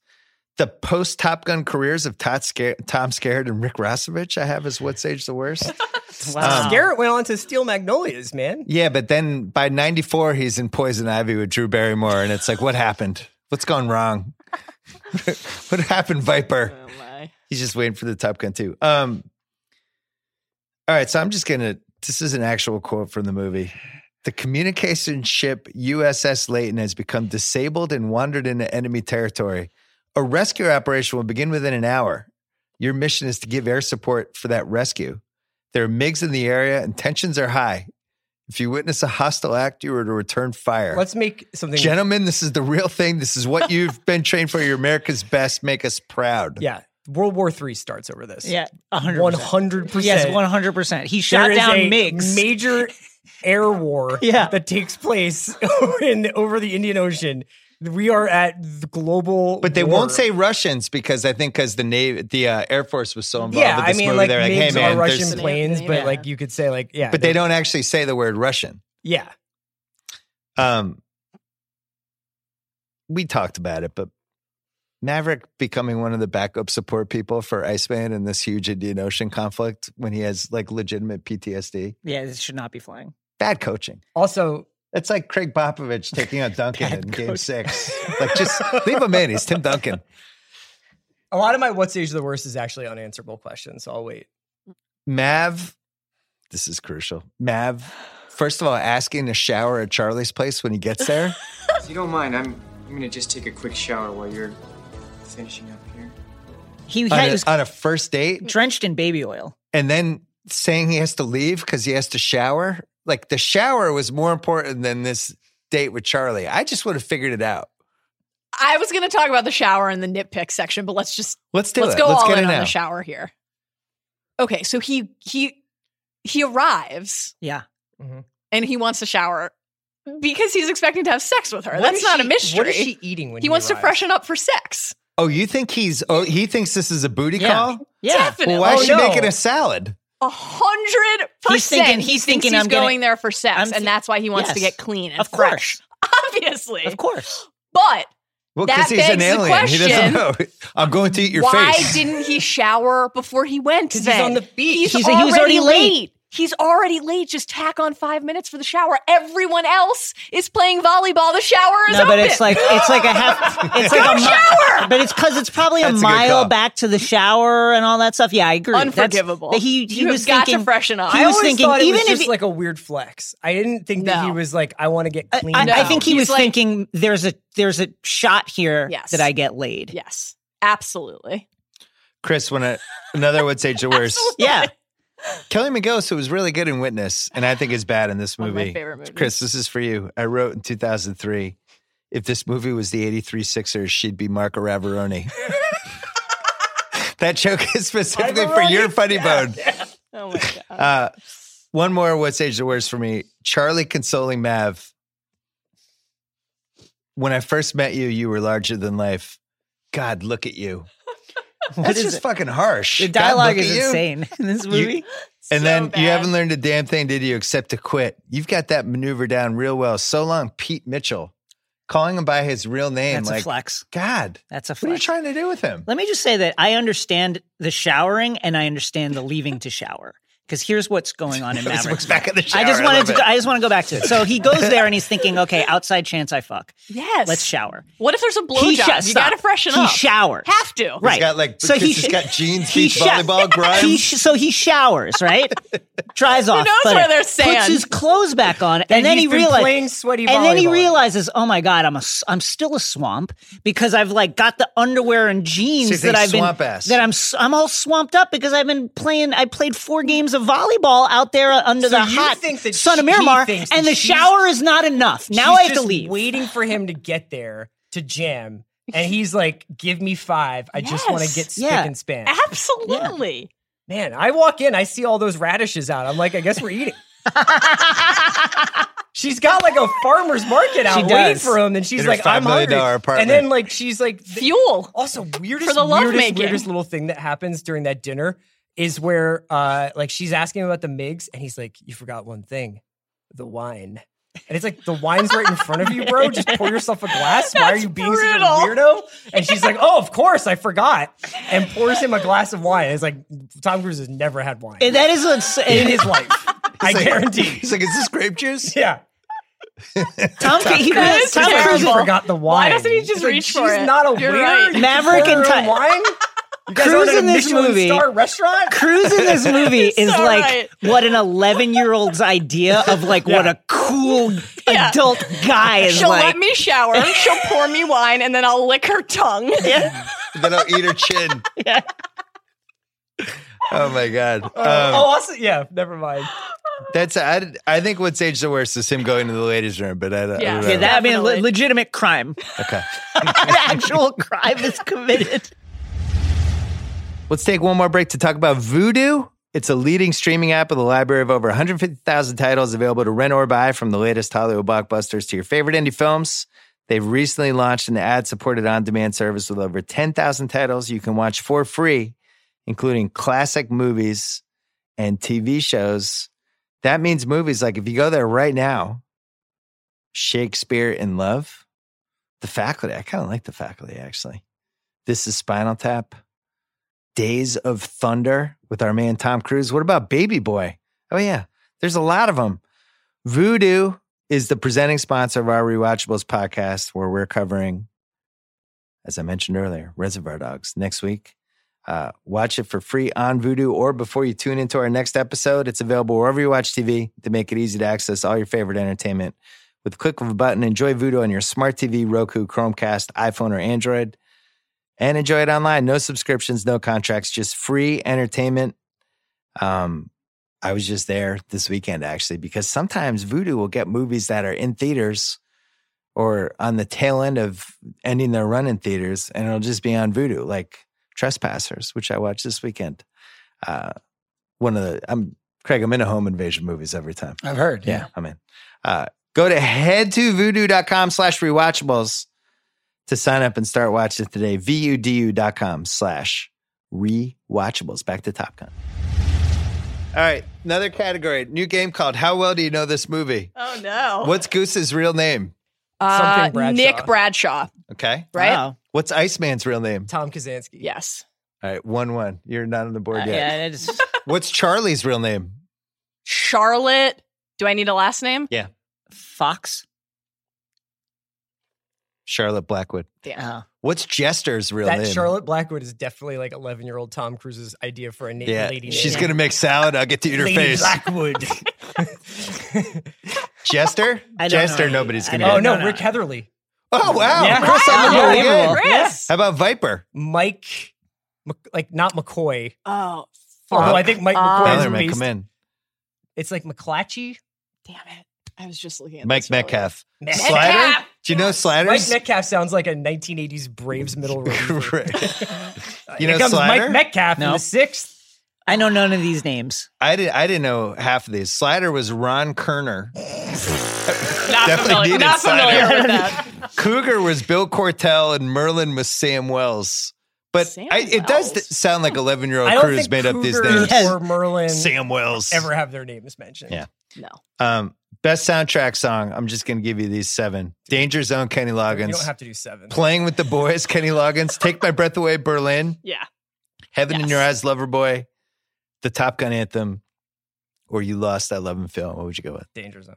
Speaker 1: The post Top Gun careers of Todd Scar- Tom Scared and Rick Rossovich, I have as What's Age the Worst.
Speaker 6: Wow.
Speaker 8: Garrett went on to Steel Magnolias, man.
Speaker 1: Um, yeah, but then by 94, he's in Poison Ivy with Drew Barrymore. And it's like, what happened? What's gone wrong? what happened, Viper?
Speaker 9: Oh my.
Speaker 1: He's just waiting for the Top Gun too. Um, all right, so I'm just gonna. This is an actual quote from the movie. The communication ship USS Layton has become disabled and wandered into enemy territory. A rescue operation will begin within an hour. Your mission is to give air support for that rescue. There are MiGs in the area and tensions are high. If you witness a hostile act, you are to return fire.
Speaker 8: Let's make something.
Speaker 1: Gentlemen, this is the real thing. This is what you've been trained for. You're America's best. Make us proud.
Speaker 8: yeah. World War III starts over this.
Speaker 6: Yeah, 100%.
Speaker 8: 100%.
Speaker 6: Yes, 100%. He shot
Speaker 8: There is
Speaker 6: down
Speaker 8: a
Speaker 6: MiGs.
Speaker 8: Major air war
Speaker 6: Yeah.
Speaker 8: that takes place in, over the Indian Ocean. We are at the global.
Speaker 1: But they
Speaker 8: war.
Speaker 1: won't say Russians because I think because the Navy, the uh, Air Force was so involved.
Speaker 8: Yeah,
Speaker 1: with
Speaker 8: I
Speaker 1: this
Speaker 8: mean,
Speaker 1: movie,
Speaker 8: like,
Speaker 1: they're like, hey
Speaker 8: MiGs
Speaker 1: man,
Speaker 8: are
Speaker 1: there's-
Speaker 8: Russian planes,
Speaker 9: Yeah.
Speaker 8: but like you could say, like, yeah,
Speaker 1: but they don't actually say the word Russian.
Speaker 8: yeah,
Speaker 1: Um, we talked about it, but Maverick becoming one of the backup support people for Iceman in this huge Indian Ocean conflict when he has like legitimate PTSD.
Speaker 6: yeah, this should not be flying.
Speaker 1: Bad coaching.
Speaker 8: Also,
Speaker 1: That's like Craig Popovich taking out Duncan in
Speaker 6: Bad
Speaker 1: Game
Speaker 6: coach.
Speaker 1: Six. Like, just leave him in. He's Tim Duncan.
Speaker 8: a lot of my "What's age the worst" is actually unanswerable questions. So I'll wait.
Speaker 1: Mav, this is crucial. Mav, first of all, asking to shower at Charlie's place when he gets there.
Speaker 5: If you don't mind, I'm I'm gonna just take a quick shower while you're finishing up here.
Speaker 6: He,
Speaker 1: on,
Speaker 6: had-
Speaker 1: a,
Speaker 6: he was
Speaker 1: on a first date,
Speaker 6: drenched in baby oil.
Speaker 1: and then saying he has to leave because he has to shower. Like the shower was more important than this date with Charlie. I just would have figured it out.
Speaker 9: I was going to talk about the shower and the nitpick section, but let's just
Speaker 1: Let's do
Speaker 9: let's
Speaker 1: it.
Speaker 9: go
Speaker 1: let's
Speaker 9: all
Speaker 1: get
Speaker 9: in
Speaker 1: it
Speaker 9: on
Speaker 1: now.
Speaker 9: the shower here. Okay, so he he he arrives
Speaker 6: Yeah.
Speaker 9: and he wants to shower because he's expecting to have sex with her.
Speaker 8: What
Speaker 9: That's
Speaker 8: is
Speaker 9: not a
Speaker 8: she-
Speaker 9: mystery.
Speaker 8: What is she eating when
Speaker 9: he wants to
Speaker 8: arrives?
Speaker 9: freshen up for sex.
Speaker 1: Oh, you think he's? Oh, he thinks this is a booty
Speaker 6: Yeah.
Speaker 1: call.
Speaker 6: Yeah.
Speaker 9: Definitely.
Speaker 1: Well, why is
Speaker 8: Oh,
Speaker 1: she
Speaker 8: no.
Speaker 1: making a salad?
Speaker 9: A hundred
Speaker 6: He's thinking-
Speaker 9: percent.
Speaker 6: he's
Speaker 9: thinks
Speaker 6: thinking
Speaker 9: he's
Speaker 6: I'm
Speaker 9: going
Speaker 6: getting-
Speaker 9: there for sex,
Speaker 6: I'm thi-
Speaker 9: and that's why he wants to
Speaker 6: Yes.
Speaker 9: get clean and
Speaker 6: Of
Speaker 9: fresh.
Speaker 6: course.
Speaker 9: Obviously,
Speaker 6: Of course.
Speaker 9: but
Speaker 1: Well,
Speaker 9: That
Speaker 1: because he's an
Speaker 9: begs the
Speaker 1: alien. He doesn't
Speaker 9: question.
Speaker 1: know. I'm going to eat your
Speaker 9: why
Speaker 1: face.
Speaker 9: didn't he shower before he went?
Speaker 8: 'Cause he's
Speaker 9: Then
Speaker 8: on the beach.
Speaker 9: He's
Speaker 6: He's- he
Speaker 9: already
Speaker 6: was already
Speaker 9: late.
Speaker 6: late.
Speaker 9: He's already late. Just tack on five minutes for the shower. Everyone else is playing volleyball. The shower is
Speaker 6: No,
Speaker 9: open.
Speaker 6: but it's like it's like a half. It's like a shower. But it's because it's probably
Speaker 1: That's a
Speaker 6: a
Speaker 1: good
Speaker 6: mile
Speaker 1: call.
Speaker 6: back to the shower and all that stuff. Yeah, I agree. That's-
Speaker 9: Unforgivable.
Speaker 6: that he he
Speaker 9: You have
Speaker 6: was
Speaker 9: got to
Speaker 6: thinking,
Speaker 9: freshen up.
Speaker 6: He
Speaker 8: I
Speaker 6: was
Speaker 8: always
Speaker 6: thinking
Speaker 8: thought it
Speaker 6: even
Speaker 8: was
Speaker 6: if
Speaker 8: just
Speaker 6: it-
Speaker 8: like a weird flex. I didn't think that he
Speaker 9: No.
Speaker 8: was like, I want to get
Speaker 6: I,
Speaker 8: clean.
Speaker 6: I- I
Speaker 9: No.
Speaker 6: think he
Speaker 9: He's
Speaker 6: was
Speaker 9: like-
Speaker 6: thinking there's a there's a shot here
Speaker 9: Yes.
Speaker 6: that I get laid.
Speaker 9: yes, absolutely.
Speaker 1: Chris, when a, another would say the worst.
Speaker 6: Yeah.
Speaker 1: Kelly McGillis, who was really good in Witness, and I think is bad in this
Speaker 9: One
Speaker 1: movie.
Speaker 9: of my favorite movies.
Speaker 1: Chris, this is for you. I wrote in 2003 if this movie was the 83 Sixers, she'd be Marco Raveroni. that joke is specifically for your funny bone.
Speaker 9: Oh my god.
Speaker 1: Uh, one more what's age the worst for me. Charlie consoling Mav. When I first met you, you were larger than life. God, look at you. That's
Speaker 6: is
Speaker 1: just
Speaker 6: it?
Speaker 1: fucking harsh.
Speaker 6: The
Speaker 1: God,
Speaker 6: dialogue
Speaker 1: look
Speaker 6: is
Speaker 1: at you.
Speaker 6: insane in this movie.
Speaker 1: And
Speaker 9: So
Speaker 1: then you
Speaker 9: bad.
Speaker 1: haven't learned a damn thing, did you, except to quit. You've got that maneuver down real well. So long, Pete Mitchell. Calling him by his real name.
Speaker 6: That's
Speaker 1: like,
Speaker 6: a flex.
Speaker 1: God,
Speaker 6: That's a
Speaker 1: what are you
Speaker 6: flex.
Speaker 1: trying to do with him?
Speaker 6: Let me just say that I understand the showering and I understand the leaving to shower because here's what's going on in
Speaker 1: Let's
Speaker 6: Maverick's
Speaker 1: look back
Speaker 6: mind.
Speaker 1: at the
Speaker 6: I
Speaker 1: shower.
Speaker 6: just
Speaker 1: I
Speaker 6: wanted
Speaker 1: love
Speaker 6: to.
Speaker 1: it.
Speaker 6: I just want to go back to it. So he goes there and he's thinking, okay, outside chance I fuck.
Speaker 9: Yes.
Speaker 6: Let's shower.
Speaker 9: What if there's a
Speaker 6: He
Speaker 9: blowjob?
Speaker 6: sho-
Speaker 9: you
Speaker 6: stop.
Speaker 9: gotta freshen
Speaker 6: he
Speaker 9: up.
Speaker 6: showers.
Speaker 9: Have to.
Speaker 6: Right.
Speaker 1: got, like, because he's
Speaker 6: sho-
Speaker 1: got jeans,
Speaker 6: he
Speaker 1: beach volleyball, Grimes.
Speaker 6: He sh- so he showers, right? Dries off.
Speaker 9: knows
Speaker 6: but
Speaker 9: where
Speaker 6: it-
Speaker 9: there's
Speaker 6: Puts
Speaker 9: sand?
Speaker 6: his clothes back on, and,
Speaker 8: And
Speaker 6: then
Speaker 8: he's
Speaker 6: he
Speaker 8: been
Speaker 6: realizes.
Speaker 8: playing sweaty
Speaker 6: and then he
Speaker 8: volleyball.
Speaker 6: realizes, oh my god, I'm a, s- I'm still a swamp because I've like got the underwear and
Speaker 1: So you
Speaker 6: jeans
Speaker 1: think
Speaker 6: that I've been
Speaker 1: swamp ass.
Speaker 6: that I'm s- I'm all swamped up because I've been playing. I played four games of volleyball out there under
Speaker 8: So
Speaker 6: the
Speaker 8: you
Speaker 6: hot
Speaker 8: think that
Speaker 6: sun of
Speaker 8: she
Speaker 6: Miramar,
Speaker 8: thinks
Speaker 6: and
Speaker 8: that
Speaker 6: the
Speaker 8: she's-
Speaker 6: shower is not enough. Now
Speaker 8: She's
Speaker 6: I have to
Speaker 8: just
Speaker 6: leave.
Speaker 8: Waiting for him to get there to jam, and he's like, "Give me five. I just want to
Speaker 9: Yes.
Speaker 8: get spick
Speaker 6: Yeah.
Speaker 8: and span."
Speaker 9: Absolutely.
Speaker 8: Man, I walk in, I see all those radishes out. I'm like, I guess we're eating. she's got like a farmer's market out waiting
Speaker 6: does.
Speaker 8: for him, and she's
Speaker 1: In her
Speaker 8: like,
Speaker 1: $5
Speaker 8: I'm
Speaker 1: million
Speaker 8: hungry.
Speaker 1: apartment.
Speaker 8: And then like she's like,
Speaker 9: Fuel.
Speaker 8: also weirdest
Speaker 9: For the
Speaker 8: weirdest,
Speaker 9: lovemaking.
Speaker 8: weirdest little thing that happens during that dinner is where uh like she's asking him about the migs, and he's like, you forgot one thing, the wine. And it's like the wine's right in front of you, bro. Just pour yourself a glass. Why are
Speaker 9: That's
Speaker 8: you being such a
Speaker 9: brutal.
Speaker 8: weirdo? And she's like, "Oh, of course, I forgot." And pours him a glass of wine. It's like Tom Cruise has never had wine
Speaker 6: And that is what's
Speaker 8: in his life. I
Speaker 1: like-
Speaker 8: guarantee.
Speaker 1: He's like, is this grape juice?
Speaker 8: Yeah.
Speaker 6: Tom, Cruise- he
Speaker 9: That
Speaker 6: really-
Speaker 9: is
Speaker 6: Tom Cruise
Speaker 9: terrible.
Speaker 8: She forgot the wine.
Speaker 9: doesn't he just
Speaker 8: It's like,
Speaker 9: reach
Speaker 8: she's
Speaker 9: for it?
Speaker 8: not a
Speaker 9: You're
Speaker 8: waiter.
Speaker 9: right.
Speaker 8: You
Speaker 6: Maverick
Speaker 8: pour
Speaker 6: and
Speaker 8: her
Speaker 6: Ti-
Speaker 8: wine. You guys
Speaker 6: Cruise
Speaker 8: aren't at
Speaker 6: in
Speaker 8: a
Speaker 6: this
Speaker 8: Michelin
Speaker 6: movie-
Speaker 8: star restaurant.
Speaker 6: Cruise in this movie is
Speaker 9: so
Speaker 6: like
Speaker 9: right.
Speaker 6: what an 11 year old's idea of like what a cool
Speaker 9: Yeah.
Speaker 6: adult guy is
Speaker 9: She'll
Speaker 6: like.
Speaker 9: let me shower. She'll pour me wine, and then I'll lick her tongue.
Speaker 1: then I'll eat her chin. Oh my god. Um,
Speaker 8: oh, also, yeah. Never mind.
Speaker 1: That's I, I think what's aged the worst is him going to the ladies' room, but I, don't- I
Speaker 9: Yeah.
Speaker 1: don't know.
Speaker 6: yeah, that I mean, le-
Speaker 9: Definitely.
Speaker 6: legitimate crime.
Speaker 1: okay.
Speaker 6: An actual crime is committed.
Speaker 1: Let's take one more break to talk about Voodoo. It's a leading streaming app with a library of over 150,000 titles available to rent or buy from the latest Hollywood blockbusters to your favorite indie films. They've recently launched an ad supported on demand service with over 10,000 titles you can watch for free, including classic movies and TV shows. That means movies like if you go there right now, Shakespeare in Love, The Faculty. I kind of like The Faculty actually. This is Spinal Tap. Days of Thunder with our man Tom Cruise. What about Baby Boy? Oh, yeah. There's a lot of them. Voodoo is the presenting sponsor of our Rewatchables podcast, where we're covering, as I mentioned earlier, Reservoir Dogs next week. Uh, watch it for free on Voodoo or before you tune into our next episode. It's available wherever you watch TV to make it easy to access all your favorite entertainment. With the click of a button, enjoy Voodoo on your smart TV, Roku, Chromecast, iPhone, or Android and enjoy it online. No subscriptions, no contracts, just free entertainment. Um, I was just there this weekend actually because sometimes Voodoo will get movies that are in theaters or on the tail end of ending their run in theaters, and it'll just be on Voodoo, like Trespassers, which I watched this weekend. Uh, one of the I'm Craig. I'm in a home invasion movies every time.
Speaker 8: I've heard.
Speaker 1: Yeah, I'm in. Uh, go to head to voodoo.com slash rewatchables to sign up and start watching today. VUDU.com slash rewatchables. Back to Top Gun. All right, another category. New game called How Well Do You Know This Movie?
Speaker 9: Oh no.
Speaker 1: What's Goose's real name?
Speaker 9: Uh,
Speaker 8: Something Bradshaw.
Speaker 9: Nick Bradshaw,
Speaker 1: Okay.
Speaker 9: right?
Speaker 6: Wow.
Speaker 1: What's Iceman's real name?
Speaker 8: Tom Kazansky.
Speaker 9: Yes.
Speaker 1: All right, 1 1. You're not on the board
Speaker 6: Uh,
Speaker 1: yet.
Speaker 6: yeah, it is.
Speaker 1: What's Charlie's real name?
Speaker 9: Charlotte. Do I need a last name?
Speaker 6: Fox.
Speaker 1: Charlotte Blackwood.
Speaker 9: Yeah.
Speaker 6: Oh.
Speaker 1: What's Jester's real
Speaker 8: That
Speaker 1: name?
Speaker 8: Charlotte Blackwood is definitely like 11 year old Tom Cruise's idea for a na-
Speaker 1: Yeah,
Speaker 8: lady.
Speaker 1: she's
Speaker 8: name.
Speaker 1: going to make salad. I'll get to eat her
Speaker 8: Lady
Speaker 1: face.
Speaker 8: Blackwood.
Speaker 1: Jester?
Speaker 6: I don't
Speaker 1: Jester,
Speaker 6: know.
Speaker 1: nobody's
Speaker 6: I
Speaker 1: going to
Speaker 6: don't
Speaker 8: oh
Speaker 1: get.
Speaker 8: no,
Speaker 6: no, no.
Speaker 8: Rick Heatherly,
Speaker 1: Oh, wow.
Speaker 6: Yeah.
Speaker 1: Chris, I'm
Speaker 6: Wow.
Speaker 1: really good.
Speaker 6: Unbelievable.
Speaker 9: Chris.
Speaker 1: How about Viper?
Speaker 8: Mike, Mc- like not McCoy.
Speaker 9: Oh,
Speaker 8: Although
Speaker 1: Fuck.
Speaker 8: I think Mike
Speaker 9: Uh,
Speaker 8: McCoy is
Speaker 1: Bellerman,
Speaker 8: based-
Speaker 1: come in.
Speaker 8: It's like McClatchy.
Speaker 9: damam it. I was just looking at
Speaker 1: Mike
Speaker 9: this earlier.
Speaker 1: Metcalf.
Speaker 8: Metcalf.
Speaker 1: Slider? Do you know
Speaker 8: Mike
Speaker 1: Sliders?
Speaker 8: Metcalf sounds like a 1980s Braves middle reliever.
Speaker 1: you
Speaker 8: Here
Speaker 1: know
Speaker 8: comes
Speaker 1: Slider?
Speaker 8: Mike Metcalf in
Speaker 6: No.
Speaker 8: the sixth.
Speaker 6: I know none of these names.
Speaker 1: I, did, I didn't know half of these. Slider was Ron Kerner.
Speaker 9: Not
Speaker 1: Definitely
Speaker 9: familiar,
Speaker 1: needed
Speaker 9: not
Speaker 1: cider.
Speaker 9: familiar with that.
Speaker 1: Cougar was Bill Cortell, and Merlin was Sam Wells. But
Speaker 9: Sam
Speaker 1: I, it does
Speaker 9: Wells.
Speaker 1: th- sound like 11 year old
Speaker 8: I don't
Speaker 1: Oh, Cruz
Speaker 8: think
Speaker 1: made up these
Speaker 8: Krueger
Speaker 1: names.
Speaker 8: or Merlin
Speaker 1: Sam Wells.
Speaker 8: ever have their names mentioned.
Speaker 1: Yeah.
Speaker 9: No.
Speaker 1: Um, best soundtrack song. I'm just going to give you these seven Danger Zone, Kenny
Speaker 8: You
Speaker 1: Loggins.
Speaker 8: don't have to do seven.
Speaker 1: Playing with the Boys, Kenny Loggins. Take My Breath Away, Berlin.
Speaker 9: Yeah.
Speaker 1: Heaven in
Speaker 9: Yes.
Speaker 1: Your Eyes, Loverboy, the Top Gun anthem, or you lost that love and film, what would you go with?
Speaker 8: Danger Zone.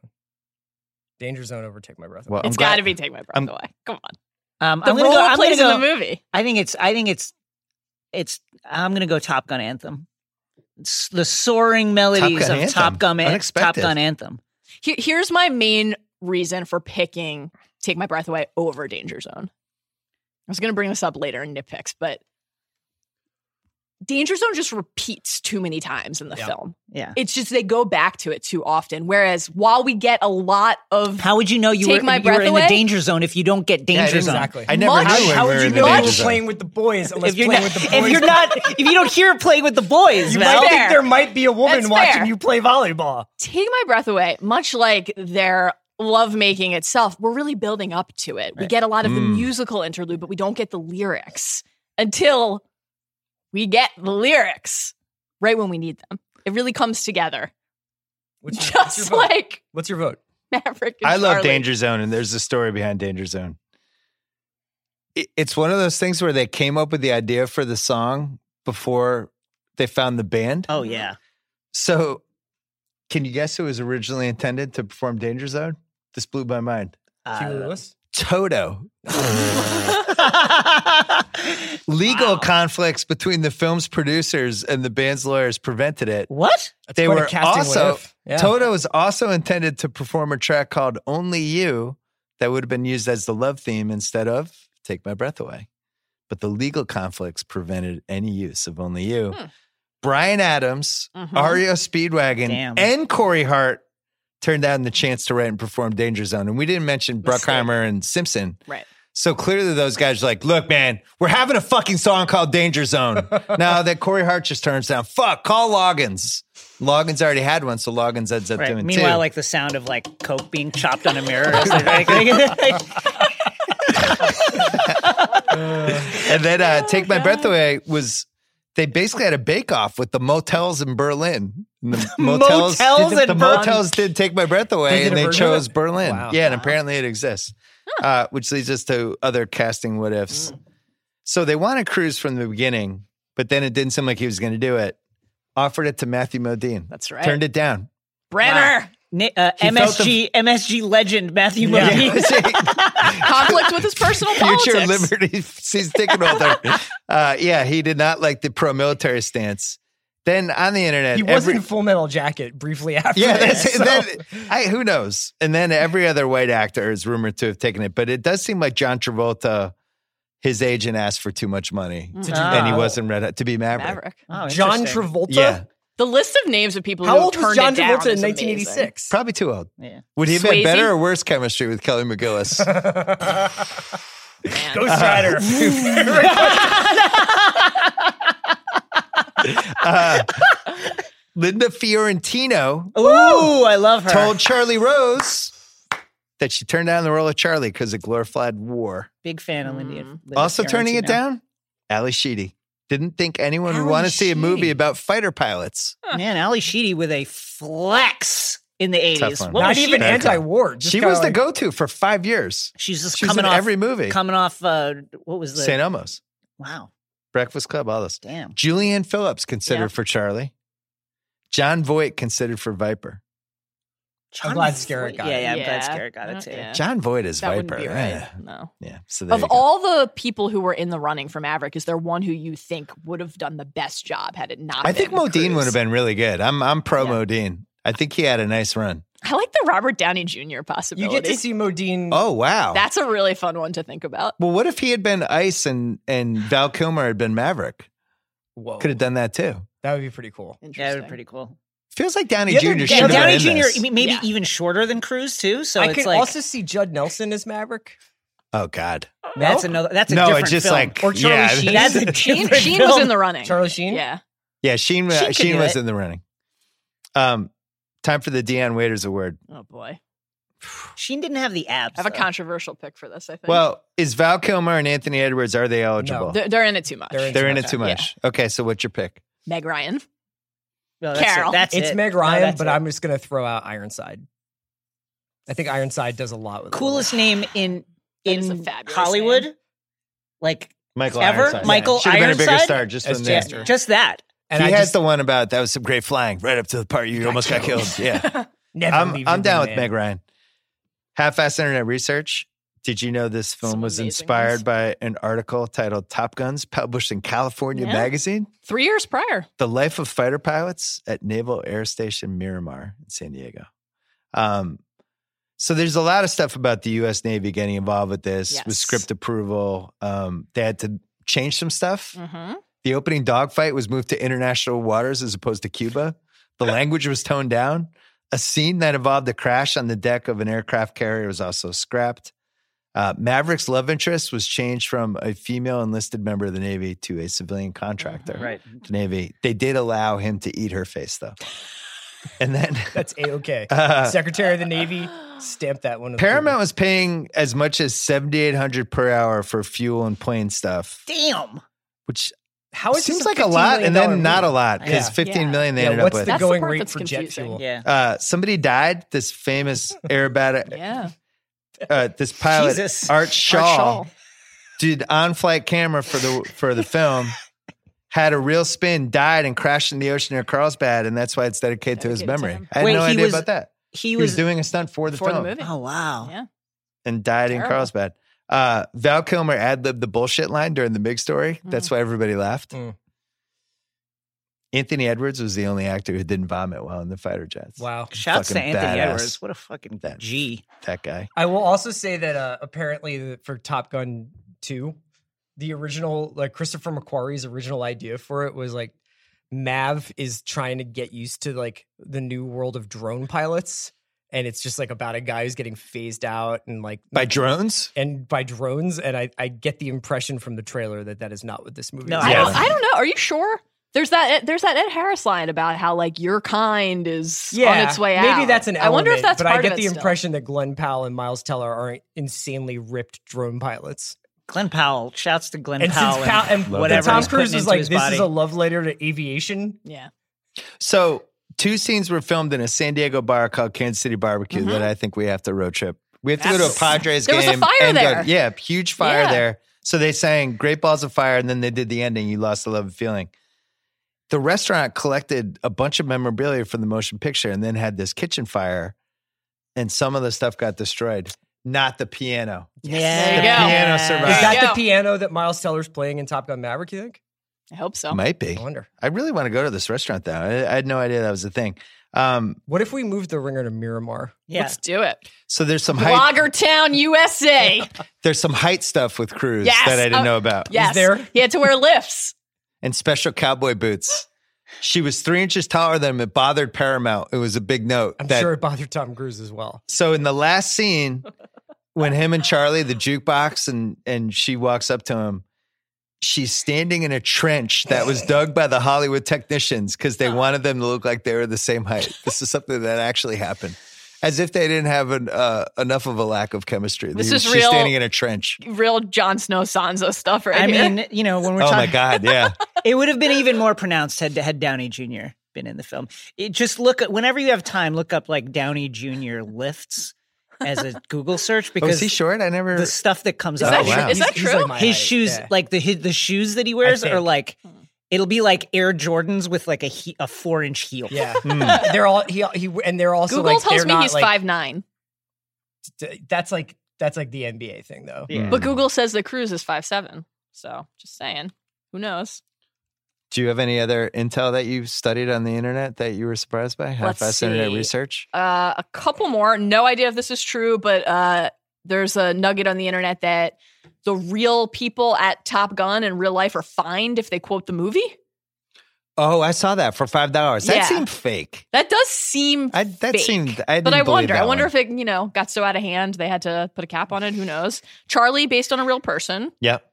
Speaker 8: Danger Zone over Take My Breath Away.
Speaker 1: Well, I'm
Speaker 9: It's
Speaker 1: glad-
Speaker 9: got to be Take My Breath
Speaker 1: I'm-
Speaker 9: Away. Come on.
Speaker 6: Um,
Speaker 9: The
Speaker 6: I'm gonna
Speaker 9: role
Speaker 6: go. I'm
Speaker 9: plays
Speaker 6: gonna
Speaker 9: in
Speaker 6: go-
Speaker 9: the movie.
Speaker 6: I think it's. I think it's. It's. I'm gonna go Top Gun anthem. It's the soaring melodies
Speaker 1: Gun
Speaker 6: of
Speaker 1: Anthem.
Speaker 6: Top Gun. An- Top
Speaker 1: Unexpected.
Speaker 6: Gun anthem.
Speaker 9: Here- here's my main reason for picking Take My Breath Away over Danger Zone. I was going to bring this up later in nitpicks, but Danger Zone just repeats too many times in the
Speaker 8: Yeah.
Speaker 9: film.
Speaker 6: Yeah.
Speaker 9: It's just they go back to it too often. Whereas while we get a lot of
Speaker 6: How would you know you
Speaker 9: Take
Speaker 6: were,
Speaker 9: My
Speaker 6: you were
Speaker 9: Breath
Speaker 6: in the
Speaker 9: Away?
Speaker 6: danger zone if you don't get
Speaker 1: Yeah, I
Speaker 6: danger
Speaker 1: didn't-
Speaker 6: zone?
Speaker 8: Exactly.
Speaker 1: I never
Speaker 9: Much-
Speaker 1: knew when
Speaker 8: How
Speaker 1: we were
Speaker 8: would you
Speaker 1: in the
Speaker 8: know
Speaker 1: danger
Speaker 8: you're
Speaker 1: zone.
Speaker 8: playing with the boys unless
Speaker 6: If you're
Speaker 8: playing with
Speaker 6: not,
Speaker 8: the boys?
Speaker 6: if you're not, if you don't hear playing with the boys,
Speaker 8: you
Speaker 6: Mel.
Speaker 8: might think
Speaker 9: fair.
Speaker 8: there might be a woman
Speaker 9: That's
Speaker 8: watching
Speaker 9: fair.
Speaker 8: you play volleyball.
Speaker 9: Take My Breath Away, much like their lovemaking itself, we're really building up to it. We get a lot of the
Speaker 1: Mm.
Speaker 9: musical interlude, but we don't get the lyrics until we get the lyrics right when we need them. It really comes together.
Speaker 8: What's your, what's your
Speaker 9: Just
Speaker 8: vote?
Speaker 9: like
Speaker 8: What's your vote?
Speaker 9: Maverick and
Speaker 1: I love
Speaker 9: Charlie.
Speaker 1: Danger Zone, and there's a story behind Danger Zone. It- It's one of those things where they came up with the idea for the song before they found the band.
Speaker 6: Oh yeah.
Speaker 1: So, can you guess who was originally intended to perform Danger Zone? This blew my mind.
Speaker 8: Huey
Speaker 6: Uh,
Speaker 8: Lewis?
Speaker 1: Toto. Legal conflicts between the film's producers and the band's lawyers prevented it.
Speaker 6: what?
Speaker 8: That's
Speaker 1: they
Speaker 8: quite a
Speaker 1: were
Speaker 8: casting what
Speaker 1: also
Speaker 8: if. Yeah.
Speaker 1: Toto is also intended to perform a track called "Only You" that would have been used as the love theme instead of "Take My Breath Away," but the legal conflicts prevented any use of "Only You."
Speaker 8: Hmm.
Speaker 1: Brian Adams,
Speaker 8: Mm-hmm.
Speaker 1: Ario Speedwagon,
Speaker 6: Damn.
Speaker 1: and Corey Hart turned down the chance to write and perform "Danger Zone," and we didn't mention Bruckheimer and Simpson.
Speaker 9: Right.
Speaker 1: So clearly, those guys are like, look, man, we're having a fucking song called Danger Zone. now that Corey Hart just turns down, fuck, call Loggins. Loggins already had one, so Loggins ends up
Speaker 6: Right.
Speaker 1: doing
Speaker 6: Meanwhile,
Speaker 1: two.
Speaker 6: like the sound of like coke being chopped on a mirror. is like-
Speaker 1: and then uh, Take My Breath Away was, they basically had a bake off with the motels in Berlin. And the motels,
Speaker 6: Motels
Speaker 1: did, the
Speaker 6: in Berlin.
Speaker 1: motels did Take My Breath Away,
Speaker 8: They did
Speaker 1: and
Speaker 8: a
Speaker 1: they
Speaker 8: version
Speaker 1: chose
Speaker 8: of it?
Speaker 1: Berlin.
Speaker 8: Wow.
Speaker 1: Yeah, and apparently it exists, uh, which leads us to other casting what ifs. So they wanted Cruz from the beginning, but then it didn't seem like he was going to do it. Offered it to Matthew Modine.
Speaker 9: That's right.
Speaker 1: Turned it down.
Speaker 9: Brenner.
Speaker 6: Ni- uh, MSG MSG legend Matthew Modine.
Speaker 9: Conflict with his personal
Speaker 1: Future
Speaker 9: politics.
Speaker 1: Liberty sees ticket holder. uh, yeah, he did not like the pro military stance. Then on the internet,
Speaker 8: He was
Speaker 1: every-
Speaker 8: in Full Metal Jacket briefly after.
Speaker 1: yeah,
Speaker 8: that,
Speaker 1: that's,
Speaker 8: so-
Speaker 1: then, I, who knows? And then every other white actor is rumored to have taken it, but it does seem like John Travolta, his agent, asked for too much money, and he
Speaker 6: Oh.
Speaker 1: wasn't ready to be Maverick.
Speaker 9: Mm-hmm. Maverick.
Speaker 6: Oh,
Speaker 8: John
Speaker 6: interesting.
Speaker 8: Travolta.
Speaker 1: Yeah,
Speaker 9: The list of names of people
Speaker 8: How
Speaker 9: who
Speaker 8: old was
Speaker 9: turned
Speaker 8: John
Speaker 9: it down
Speaker 8: Travolta in
Speaker 9: is amazing.
Speaker 8: 1986?
Speaker 1: probably too old.
Speaker 6: Yeah.
Speaker 1: Would he have had
Speaker 9: Swayze?
Speaker 1: better or worse chemistry with Kelly McGillis?
Speaker 9: Man.
Speaker 8: Ghost Rider.
Speaker 1: Uh, Linda Fiorentino
Speaker 6: Ooh, I love her.
Speaker 1: told Charlie Rose that she turned down the role of Charlie because of glorified war.
Speaker 6: Big fan of Lindy.
Speaker 9: Mm.
Speaker 6: Lindy
Speaker 1: also turning it
Speaker 6: Fiorentino.
Speaker 1: down, Ali Sheedy. Didn't think anyone would
Speaker 6: Ally
Speaker 1: want to see a movie
Speaker 6: Sheedy.
Speaker 1: about fighter pilots.
Speaker 6: Man, Ali Sheedy with a flex in the eighties.
Speaker 1: one.
Speaker 8: Not even
Speaker 1: Okay.
Speaker 8: anti-war. just
Speaker 1: she
Speaker 8: kinda
Speaker 1: was the
Speaker 8: like-
Speaker 1: go-to for five years.
Speaker 6: She's just
Speaker 1: She was
Speaker 6: coming
Speaker 1: in
Speaker 6: off
Speaker 1: every movie.
Speaker 6: Coming off. Uh, what was the?
Speaker 1: St. Elmo's,
Speaker 6: wow.
Speaker 1: Breakfast Club, all those.
Speaker 6: Damn.
Speaker 1: Julianne Phillips considered
Speaker 6: Yeah.
Speaker 1: for Charlie. John Voight considered for Viper.
Speaker 8: I'm glad Skerritt
Speaker 6: Voight-
Speaker 8: got
Speaker 6: yeah,
Speaker 8: it.
Speaker 6: Yeah, I'm glad
Speaker 9: Yeah. Oh,
Speaker 6: Skerritt got it too.
Speaker 9: Yeah.
Speaker 1: John Voight is
Speaker 9: That
Speaker 1: Viper.
Speaker 9: wouldn't be
Speaker 1: Yeah.
Speaker 9: right. No.
Speaker 1: Yeah. So there
Speaker 9: Of
Speaker 1: you go.
Speaker 9: all the people who were in the running for Maverick, is there one who you think would have done the best job had it not?
Speaker 1: I
Speaker 9: been
Speaker 1: think Modine
Speaker 9: Cruise?
Speaker 1: would have been really good. I'm I'm pro Modine. I think he had a nice run.
Speaker 9: I like the Robert Downey Jr.
Speaker 8: You
Speaker 9: possibility.
Speaker 8: get to see Modine.
Speaker 1: Oh wow.
Speaker 9: That's a really fun one to think about.
Speaker 1: well, what if he had been Ice and and Val Kilmer had been Maverick?
Speaker 8: Whoa.
Speaker 1: Could have done that too.
Speaker 8: That would be pretty cool.
Speaker 6: Yeah,
Speaker 9: Interesting.
Speaker 6: that'd be pretty cool.
Speaker 1: Feels like Downey
Speaker 8: The other
Speaker 1: Jr.
Speaker 8: day-
Speaker 1: should have
Speaker 8: Yeah,
Speaker 1: been
Speaker 6: Downey
Speaker 1: in
Speaker 6: Jr.
Speaker 1: this.
Speaker 6: m- maybe
Speaker 9: Yeah.
Speaker 6: even shorter than Cruz too. So
Speaker 8: I
Speaker 6: it's
Speaker 8: could
Speaker 6: like
Speaker 8: also see Judd Nelson as Maverick.
Speaker 1: Oh God.
Speaker 6: that's another. That's a
Speaker 1: no,
Speaker 6: different
Speaker 1: it's just
Speaker 6: film.
Speaker 1: like
Speaker 8: Or Charlie
Speaker 1: yeah,
Speaker 8: Sheen.
Speaker 6: That's a
Speaker 9: Sheen,
Speaker 6: different
Speaker 9: Sheen was
Speaker 6: film.
Speaker 9: in the running.
Speaker 8: Charlie Sheen.
Speaker 9: Yeah.
Speaker 1: yeah. Sheen uh,
Speaker 6: Sheen could
Speaker 1: Sheen
Speaker 6: do
Speaker 1: was
Speaker 6: it.
Speaker 1: in the running. Um, time for the Deion Waiters Award.
Speaker 9: Oh boy.
Speaker 6: Sheen didn't have the abs.
Speaker 9: I have a
Speaker 6: though.
Speaker 9: controversial pick for this. I think.
Speaker 1: Well, is Val Kilmer and Anthony Edwards are they eligible?
Speaker 9: they're, they're in it too much.
Speaker 8: They're in-
Speaker 1: They're in
Speaker 8: Okay.
Speaker 1: it too much. Okay, so what's your pick?
Speaker 9: Meg Ryan.
Speaker 6: No, that's it.
Speaker 9: Carol.
Speaker 6: That's
Speaker 8: It's
Speaker 6: it.
Speaker 8: Meg
Speaker 6: No,
Speaker 8: Ryan,
Speaker 6: that's
Speaker 8: but
Speaker 6: it.
Speaker 8: I'm just gonna throw out Ironside. I think Ironside does a lot with
Speaker 6: coolest name in
Speaker 9: That is a
Speaker 6: in
Speaker 9: fabulous
Speaker 6: Hollywood.
Speaker 9: name.
Speaker 6: Like
Speaker 1: Michael
Speaker 6: Ever? Ironside. Michael
Speaker 1: should have been a bigger
Speaker 6: Ironside?
Speaker 1: star just
Speaker 8: As
Speaker 1: from
Speaker 8: Jester.
Speaker 1: there.
Speaker 6: just that.
Speaker 8: And
Speaker 1: he
Speaker 8: I
Speaker 1: has
Speaker 8: just
Speaker 1: the one about that was some great flying right up to the part you almost got killed. Yeah.
Speaker 8: never
Speaker 1: I'm,
Speaker 8: leave
Speaker 1: I'm
Speaker 8: your
Speaker 1: down with
Speaker 8: man.
Speaker 1: Meg Ryan. Half Fast Internet Research. Did you know this film
Speaker 9: Some
Speaker 1: was
Speaker 9: amazing
Speaker 1: inspired
Speaker 9: ones.
Speaker 1: by an article titled Top Guns published in California
Speaker 9: Yeah.
Speaker 1: Magazine?
Speaker 9: Three years prior.
Speaker 1: The Life of Fighter Pilots at Naval Air Station Miramar in San Diego. Um, so there's a lot of stuff about the U.S. Navy getting involved with this with
Speaker 9: Yes.
Speaker 1: script approval. Um, they had to change some stuff.
Speaker 9: Mm-hmm.
Speaker 1: The opening dogfight was moved to international waters as opposed to Cuba. The
Speaker 9: Uh,
Speaker 1: language was toned down. A scene that involved a crash on the deck of an aircraft carrier was also scrapped. Uh, Maverick's love interest was changed from a female enlisted member of the Navy to a civilian contractor.
Speaker 8: Mm-hmm.
Speaker 6: Right.
Speaker 1: The Navy. They did allow him to eat her face, though. And then
Speaker 8: That's a okay.
Speaker 1: Uh,
Speaker 8: Secretary of the Navy stamped that one.
Speaker 1: Paramount was paying as much as seventy eight hundred per hour for fuel and plane stuff,
Speaker 6: Damn.
Speaker 1: which
Speaker 8: How is this
Speaker 1: seems like a lot,
Speaker 8: $15
Speaker 1: and
Speaker 8: million
Speaker 1: then not a
Speaker 8: movie?
Speaker 1: lot because
Speaker 8: Yeah.
Speaker 1: fifteen
Speaker 9: Yeah.
Speaker 1: million they
Speaker 8: Yeah,
Speaker 1: ended up
Speaker 8: what's
Speaker 1: with.
Speaker 8: the
Speaker 9: That's the
Speaker 8: going
Speaker 9: part
Speaker 8: rate
Speaker 9: that's
Speaker 8: for jet
Speaker 9: confusing.
Speaker 8: fuel?
Speaker 6: Yeah.
Speaker 1: uh, somebody died. This famous aerobatic,
Speaker 9: Yeah.
Speaker 1: uh, this pilot
Speaker 6: Jesus.
Speaker 1: Art Shaw
Speaker 9: Shaw.
Speaker 1: did on-flight camera for the for the film. Had a real spin, died, and crashed in the ocean near Carlsbad, and that's why it's dedicated to his
Speaker 9: Dedicated to
Speaker 1: memory.
Speaker 9: him.
Speaker 1: I had
Speaker 6: Wait,
Speaker 1: no
Speaker 6: he
Speaker 1: idea
Speaker 6: was-
Speaker 1: about that.
Speaker 6: He
Speaker 1: He
Speaker 6: was,
Speaker 1: was doing a stunt for the
Speaker 9: For the
Speaker 1: film
Speaker 9: movie.
Speaker 6: Oh wow.
Speaker 9: Yeah.
Speaker 1: and died in
Speaker 9: Terrible.
Speaker 1: Carlsbad. Uh, Val Kilmer ad libbed the bullshit line during the big story.
Speaker 6: Mm.
Speaker 1: That's why everybody laughed.
Speaker 8: Mm.
Speaker 1: Anthony Edwards was the only actor who didn't vomit while in the fighter jets.
Speaker 8: Wow.
Speaker 6: Shouts to
Speaker 1: Fucking
Speaker 6: Anthony
Speaker 1: badass.
Speaker 6: Edwards. What a fucking
Speaker 1: That-
Speaker 6: G.
Speaker 1: That guy.
Speaker 8: I will also say that uh, apparently the- for Top Gun 2, the original, like Christopher McQuarrie's original idea for it was like Mav is trying to get used to like the new world of drone pilots. And it's just like about a guy who's getting phased out and like
Speaker 1: By drones?
Speaker 8: and by drones. And I, I get the impression from the trailer that that is not what this movie
Speaker 6: No,
Speaker 8: is.
Speaker 6: I
Speaker 9: I
Speaker 1: Yeah.
Speaker 9: don't, I don't know. Are you sure? There's that. There's that Ed Harris line about how like your kind is on its way out.
Speaker 8: Maybe that's an element.
Speaker 9: I wonder if that's
Speaker 8: But
Speaker 9: part
Speaker 8: I get
Speaker 9: of it
Speaker 8: the
Speaker 9: still.
Speaker 8: impression that Glenn Powell and Miles Teller are insanely ripped drone pilots.
Speaker 6: Glenn Powell. Shouts to Glenn
Speaker 8: And
Speaker 6: Powell.
Speaker 8: since Powell and
Speaker 6: whatever
Speaker 8: Tom
Speaker 6: he's putting
Speaker 8: Cruise is
Speaker 6: into
Speaker 8: like,
Speaker 6: his
Speaker 8: this
Speaker 6: body."
Speaker 8: is a love letter to aviation.
Speaker 9: Yeah.
Speaker 1: So, two scenes were filmed in a San Diego bar called Kansas City Barbecue that I think we have to road trip. We have to go to a
Speaker 6: That's-
Speaker 1: Padres
Speaker 9: Mm-hmm. There was a
Speaker 1: game.
Speaker 9: fire
Speaker 1: and go-
Speaker 9: there.
Speaker 1: yeah, huge fire
Speaker 9: Yeah.
Speaker 1: there. So they sang Great Balls of Fire and then they did the ending, You Lost the Love and Feeling. The restaurant collected a bunch of memorabilia from the motion picture and then had this kitchen fire, and some of the stuff got destroyed. Not the piano.
Speaker 6: Yeah.
Speaker 9: There
Speaker 1: The
Speaker 9: you go.
Speaker 1: piano
Speaker 8: Is
Speaker 1: survived.
Speaker 9: There you
Speaker 8: that
Speaker 9: go.
Speaker 8: the piano that Miles Teller's playing in Top Gun Maverick, you think?
Speaker 9: I hope so.
Speaker 1: Might be.
Speaker 8: I wonder.
Speaker 1: I really want to go to this restaurant though. I, I had no idea that was a thing. Um,
Speaker 8: What if we moved the ringer to Miramar?
Speaker 6: Yeah.
Speaker 9: Let's do it.
Speaker 1: so there's some hype.
Speaker 9: Blogger Town, USA.
Speaker 1: There's some height stuff with Cruz
Speaker 9: Yes.
Speaker 1: that I didn't
Speaker 9: Oh,
Speaker 1: know about.
Speaker 9: yes.
Speaker 8: there-
Speaker 9: He had to wear lifts.
Speaker 1: And special cowboy boots. She was three inches taller than him. It bothered Paramount. It was a big note.
Speaker 8: I'm
Speaker 1: that-
Speaker 8: sure it bothered Tom Cruise as well.
Speaker 1: So in the last scene, when him and Charlie, the jukebox, and and she walks up to him, she's standing in a trench that was dug by the Hollywood technicians because they wanted them to look like they were the same height. This is something that actually happened. As if they didn't have an, uh, enough of a lack of chemistry.
Speaker 9: This
Speaker 1: They-
Speaker 9: is
Speaker 1: she's
Speaker 9: real-
Speaker 1: standing in a trench.
Speaker 9: Real Jon Snow Sansa stuff right
Speaker 6: I
Speaker 9: here.
Speaker 6: mean, you know, when we're
Speaker 1: Oh my
Speaker 6: talking,
Speaker 1: God, yeah.
Speaker 6: it would have been even more pronounced had had Downey Jr. been in the film. It, just look at whenever you have time, look up like Downey Jr. lifts as a Google search
Speaker 1: Oh,
Speaker 6: because
Speaker 1: is he short? I never.
Speaker 6: the stuff that comes
Speaker 9: Is
Speaker 6: up.
Speaker 9: that
Speaker 1: Oh, wow.
Speaker 9: true? Is
Speaker 8: He's-
Speaker 9: that
Speaker 8: he's
Speaker 9: true?
Speaker 8: like my
Speaker 6: his
Speaker 8: height,
Speaker 6: shoes
Speaker 8: yeah.
Speaker 6: like the his, the shoes that he wears are
Speaker 8: think.
Speaker 6: like
Speaker 9: Hmm.
Speaker 6: it'll be like Air Jordans with like a he, a four inch heel.
Speaker 8: Yeah, they're all he, he and they're also
Speaker 9: Google
Speaker 8: like,
Speaker 9: tells
Speaker 8: they're
Speaker 9: me
Speaker 8: not,
Speaker 9: he's
Speaker 8: like,
Speaker 9: five nine,
Speaker 8: d- That's like that's like the NBA thing though.
Speaker 1: Hmm.
Speaker 6: Yeah.
Speaker 9: but Google says that Cruz is five seven. So just saying, who knows?
Speaker 1: Do you have any other intel that you studied on the internet that you were surprised by? Half
Speaker 9: Let's
Speaker 1: fast internet
Speaker 9: see.
Speaker 1: research.
Speaker 9: Uh, a couple more. No idea if this is true, but uh, there's a nugget on the internet that the real people at Top Gun in real life are fined if they quote the movie.
Speaker 1: Oh, I saw that for five dollars. That
Speaker 9: Yeah.
Speaker 1: seemed fake.
Speaker 9: That does seem.
Speaker 1: I, that
Speaker 9: fake.
Speaker 1: seemed. I didn't
Speaker 9: But I
Speaker 1: believe
Speaker 9: wonder.
Speaker 1: That
Speaker 9: I wonder
Speaker 1: one.
Speaker 9: if it, you know, got so out of hand they had to put a cap on it. Who knows? Charlie, based on a real person.
Speaker 1: Yep.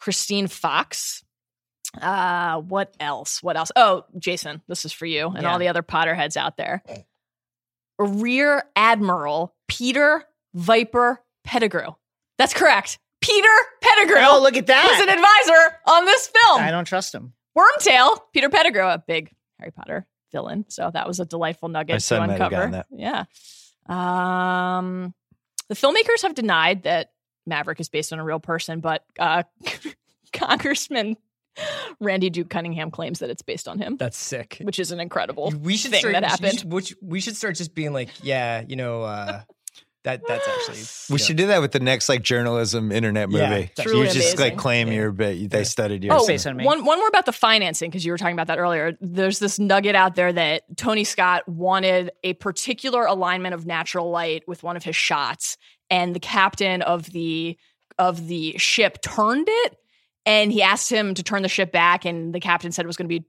Speaker 9: Christine Fox. Uh, what else? What else? Oh, Jason, this is for you and
Speaker 6: Yeah.
Speaker 9: all the other Potterheads out there. Rear Admiral Peter Viper Pettigrew. That's correct. Peter Pettigrew
Speaker 6: Oh, look at that!
Speaker 9: was an advisor on this film.
Speaker 6: I don't trust him.
Speaker 9: Wormtail, Peter Pettigrew, a big Harry Potter villain. So that was a delightful
Speaker 1: My
Speaker 9: nugget to
Speaker 1: son might have
Speaker 9: uncover.
Speaker 1: gotten that.
Speaker 9: Yeah. Um, the filmmakers have denied that Maverick is based on a real person, but uh, Congressman Randy Duke Cunningham claims that it's based on him.
Speaker 8: That's sick.
Speaker 9: Which is an incredible
Speaker 8: we should
Speaker 9: thing
Speaker 8: start,
Speaker 9: that
Speaker 8: we should-
Speaker 9: happened.
Speaker 8: Which we should start just being like, yeah, you know, uh, that that's actually
Speaker 1: We should do that with the next like journalism internet movie.
Speaker 8: Yeah,
Speaker 1: you
Speaker 9: truly
Speaker 1: just like
Speaker 9: amazing.
Speaker 1: claim your bit. They studied your.
Speaker 9: Oh,
Speaker 6: based on me.
Speaker 9: one one more about the financing because you were talking about that earlier. There's this nugget out there that Tony Scott wanted a particular alignment of natural light with one of his shots, and the captain of the of the ship turned it, and he asked him to turn the ship back, and the captain said it was going to be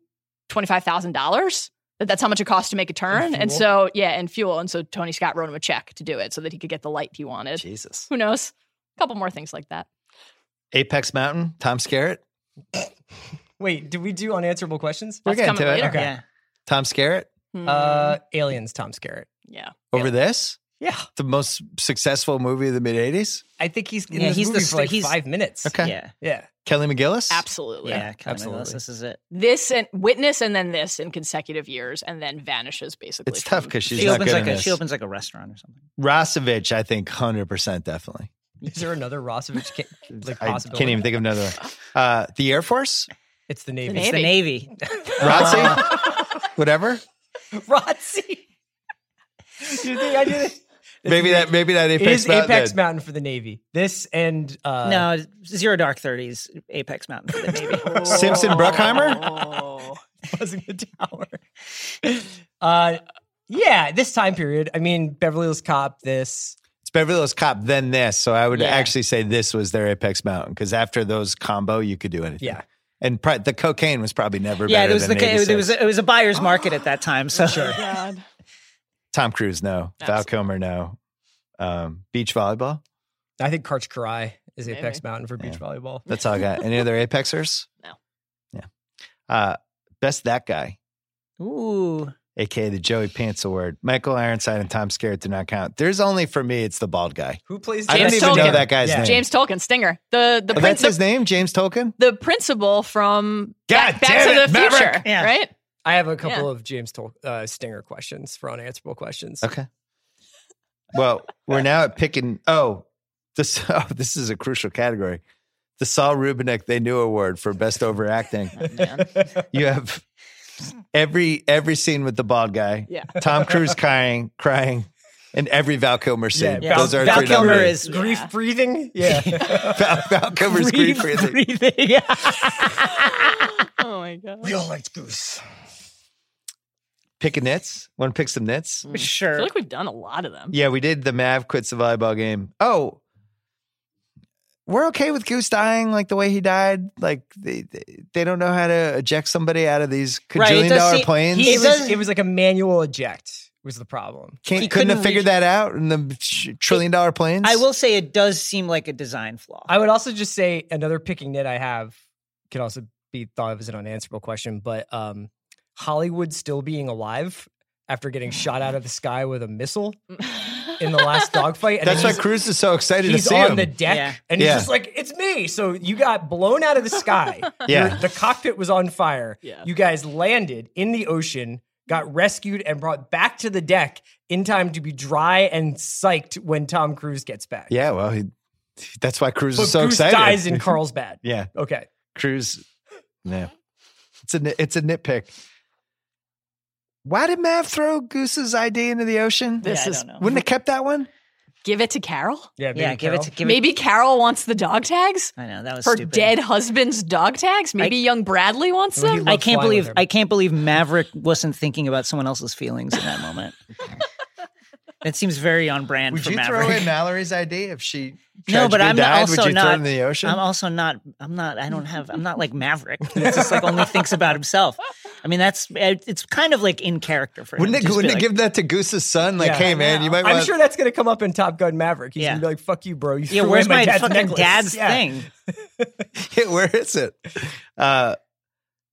Speaker 9: twenty five thousand dollars. That that's how much it costs to make a turn, and,
Speaker 8: fuel.
Speaker 9: so yeah, and fuel, and so Tony Scott wrote him a check to do it so that he could get the light he wanted.
Speaker 1: Jesus.
Speaker 9: Who knows? A couple more things like that.
Speaker 1: Apex Mountain. Tom Skerritt.
Speaker 8: Wait, did we do unanswerable questions?
Speaker 1: We're
Speaker 9: That's
Speaker 1: getting to
Speaker 9: coming
Speaker 1: it.
Speaker 9: later.
Speaker 1: Okay.
Speaker 6: Yeah.
Speaker 1: Tom Skerritt
Speaker 9: Hmm,
Speaker 8: Uh, aliens, Tom Skerritt.
Speaker 9: yeah.
Speaker 1: over this.
Speaker 8: Yeah,
Speaker 1: The most successful movie of the mid '80s.
Speaker 8: I think he's in
Speaker 6: Yeah,
Speaker 8: this
Speaker 6: he's the
Speaker 8: movie for
Speaker 6: st-
Speaker 8: like
Speaker 6: he's-
Speaker 8: five minutes.
Speaker 1: Okay.
Speaker 6: Yeah.
Speaker 8: Yeah,
Speaker 1: Kelly McGillis.
Speaker 9: Absolutely.
Speaker 6: Yeah. Kelly
Speaker 8: absolutely.
Speaker 6: Willis, This is it.
Speaker 9: This and witness and then this in consecutive years and then vanishes basically.
Speaker 1: It's tough
Speaker 9: from-
Speaker 1: because she's
Speaker 6: she
Speaker 1: not
Speaker 6: opens
Speaker 1: good
Speaker 6: like
Speaker 1: in
Speaker 6: a
Speaker 1: this.
Speaker 6: she opens like a restaurant or something.
Speaker 1: Rosevich, I think, hundred percent, definitely.
Speaker 8: is there another Rossovich? Can- like
Speaker 1: I
Speaker 8: possibility?
Speaker 1: can't even think of another one. Uh, the Air Force,
Speaker 8: It's the Navy.
Speaker 9: Navy.
Speaker 6: It's the Navy.
Speaker 1: Rotzi, Uh, whatever.
Speaker 8: Rotzi. you think I did it?
Speaker 1: Maybe that. Maybe that
Speaker 8: It
Speaker 1: Apex
Speaker 8: is
Speaker 1: Mountain.
Speaker 8: Apex Mountain for the Navy. This and uh,
Speaker 6: no, Zero Dark Thirties, Apex Mountain for the Navy.
Speaker 1: Simpson Bruckheimer.
Speaker 9: Oh.
Speaker 8: buzzing the tower. Uh, yeah, this time period. I mean, Beverly Hills Cop. This
Speaker 1: It's Beverly Hills Cop. Then this. So I would
Speaker 6: Yeah.
Speaker 1: actually say this was their Apex Mountain because after those combo, you could do anything.
Speaker 8: Yeah.
Speaker 1: And pri- the cocaine was probably never
Speaker 6: yeah,
Speaker 1: better
Speaker 6: there was
Speaker 1: than
Speaker 6: the it
Speaker 1: 86.
Speaker 6: was, it was it was a buyer's market at that time. So
Speaker 9: God.
Speaker 1: Tom Cruise, no. Val
Speaker 9: Absolutely.
Speaker 1: Kilmer, no. Um, beach volleyball.
Speaker 8: I think Karch Karai is Apex
Speaker 9: Maybe.
Speaker 8: Mountain for beach
Speaker 1: Yeah.
Speaker 8: volleyball.
Speaker 1: That's all I got. Any other Apexers?
Speaker 9: No.
Speaker 1: Yeah. Uh, best that guy.
Speaker 6: ooh,
Speaker 1: aka the Joey Pants Award. Michael Ironside and Tom Skerritt do not count. There's only for me, it's the bald guy.
Speaker 8: Who plays?
Speaker 1: I don't
Speaker 9: James
Speaker 1: even know
Speaker 9: Tolkien.
Speaker 1: that guy's
Speaker 8: Yeah.
Speaker 1: name.
Speaker 9: James Tolkien, Stinger. The the,
Speaker 1: Oh, that's
Speaker 9: prin-
Speaker 1: his
Speaker 9: the,
Speaker 1: name, James Tolkien.
Speaker 9: the principal from
Speaker 1: God
Speaker 9: Back, Back
Speaker 1: damn
Speaker 9: to
Speaker 1: it,
Speaker 9: the
Speaker 1: Maverick.
Speaker 9: Future.
Speaker 6: Yeah.
Speaker 9: Right?
Speaker 8: I have a couple of James Tol- uh, Stinger questions for unanswerable questions.
Speaker 1: Okay. Well, we're now at picking. Oh, this oh, this is a crucial category. The Saul Rubinek They Knew Award for Best Overacting. you have every every scene with the bald guy.
Speaker 9: Yeah.
Speaker 1: Tom Cruise crying, crying, and every Val Kilmer scene.
Speaker 8: Yeah,
Speaker 1: Those
Speaker 8: Val-
Speaker 1: are
Speaker 6: Val
Speaker 1: three
Speaker 6: Kilmer
Speaker 1: nominees.
Speaker 6: is
Speaker 8: Grief breathing. Yeah.
Speaker 1: Val, Val Kilmer's grief breathing.
Speaker 6: breathing. Yeah.
Speaker 9: Oh my god.
Speaker 8: we all liked Goose.
Speaker 1: picking nits. One pick some nits.
Speaker 9: I
Speaker 6: sure.
Speaker 9: feel like we've done a lot of them.
Speaker 1: Yeah, we did the Mav quits the volleyball game. Oh, we're okay with Goose dying like the way he died. Like they they, they don't know how to eject somebody out of these
Speaker 6: Right, it
Speaker 1: cajillion
Speaker 6: does
Speaker 1: dollar
Speaker 6: seem-
Speaker 1: planes.
Speaker 6: he
Speaker 8: It
Speaker 1: Can't,
Speaker 6: does-
Speaker 8: was, it was like a manual eject was the problem.
Speaker 1: couldn't,
Speaker 6: he
Speaker 1: have
Speaker 6: couldn't
Speaker 1: figured
Speaker 6: reach-
Speaker 1: that out in the sh- trillion dollar planes.
Speaker 6: I will say it does seem like a design flaw.
Speaker 8: I would also just say another picking nit I have could also be thought of as an unanswerable question, but um, Hollywood still being alive after getting shot out of the sky with a missile in the last dogfight. And
Speaker 1: That's why
Speaker 8: he's,
Speaker 1: Cruz is so excited to
Speaker 8: he's
Speaker 1: see
Speaker 8: on
Speaker 1: him.
Speaker 8: the deck
Speaker 6: Yeah.
Speaker 8: and he's
Speaker 1: Yeah.
Speaker 8: just like, it's me. So you got blown out of the sky.
Speaker 1: Yeah.
Speaker 8: Your- the cockpit was on fire.
Speaker 9: Yeah.
Speaker 8: You guys landed in the ocean. Got rescued and brought back to the deck in time to be dry and psyched when Tom Cruise gets back.
Speaker 1: yeah, well, he, that's why Cruz
Speaker 8: but
Speaker 1: is so
Speaker 8: Goose
Speaker 1: excited.
Speaker 8: dies in Carlsbad.
Speaker 1: yeah,
Speaker 8: Okay.
Speaker 1: Cruz. No, it's a nit- it's a nitpick. Why did Mav throw Goose's ID into the ocean?
Speaker 9: This
Speaker 6: I
Speaker 9: is
Speaker 6: don't know.
Speaker 1: Wouldn't have kept that one.
Speaker 9: give it to Carol.
Speaker 8: Yeah,
Speaker 6: yeah, give it to give
Speaker 9: Maybe Carol wants the dog tags.
Speaker 6: it. I know that was
Speaker 9: Her
Speaker 6: stupid. Oh,
Speaker 9: dead husband's dog tags. Maybe young Bradley wants
Speaker 8: Well, he
Speaker 9: them.
Speaker 8: lo-
Speaker 6: I
Speaker 8: Love flying
Speaker 6: can't
Speaker 8: with
Speaker 6: believe
Speaker 8: him.
Speaker 6: I can't believe Maverick wasn't thinking about someone else's feelings in that moment. That seems very on brand
Speaker 1: Would
Speaker 6: for
Speaker 1: you
Speaker 6: Maverick.
Speaker 1: throw in Mallory's ID if she
Speaker 6: no, but
Speaker 1: tragically
Speaker 6: I'm
Speaker 1: died?
Speaker 6: also
Speaker 1: Would you
Speaker 6: not.
Speaker 1: throw it in the ocean?
Speaker 6: I'm also not. I'm not. I don't have. I'm not like Maverick. It's just like only thinks about himself. I mean, that's. It's kind of like in character for
Speaker 1: wouldn't
Speaker 6: him.
Speaker 1: it,
Speaker 6: Just be
Speaker 1: wouldn't it
Speaker 6: like,
Speaker 1: give that to Goose's son? Like,
Speaker 8: Yeah.
Speaker 1: hey man, you might.
Speaker 8: I'm
Speaker 1: want
Speaker 8: sure that's gonna come up in Top Gun Maverick. He's
Speaker 6: Yeah.
Speaker 8: gonna be like, "Fuck you, bro." You
Speaker 6: Yeah,
Speaker 8: threw
Speaker 6: where's
Speaker 8: away
Speaker 6: my,
Speaker 8: my, dad's
Speaker 6: fucking
Speaker 8: necklace."
Speaker 6: dad's
Speaker 8: Yeah.
Speaker 6: thing?
Speaker 1: Where is it? Uh,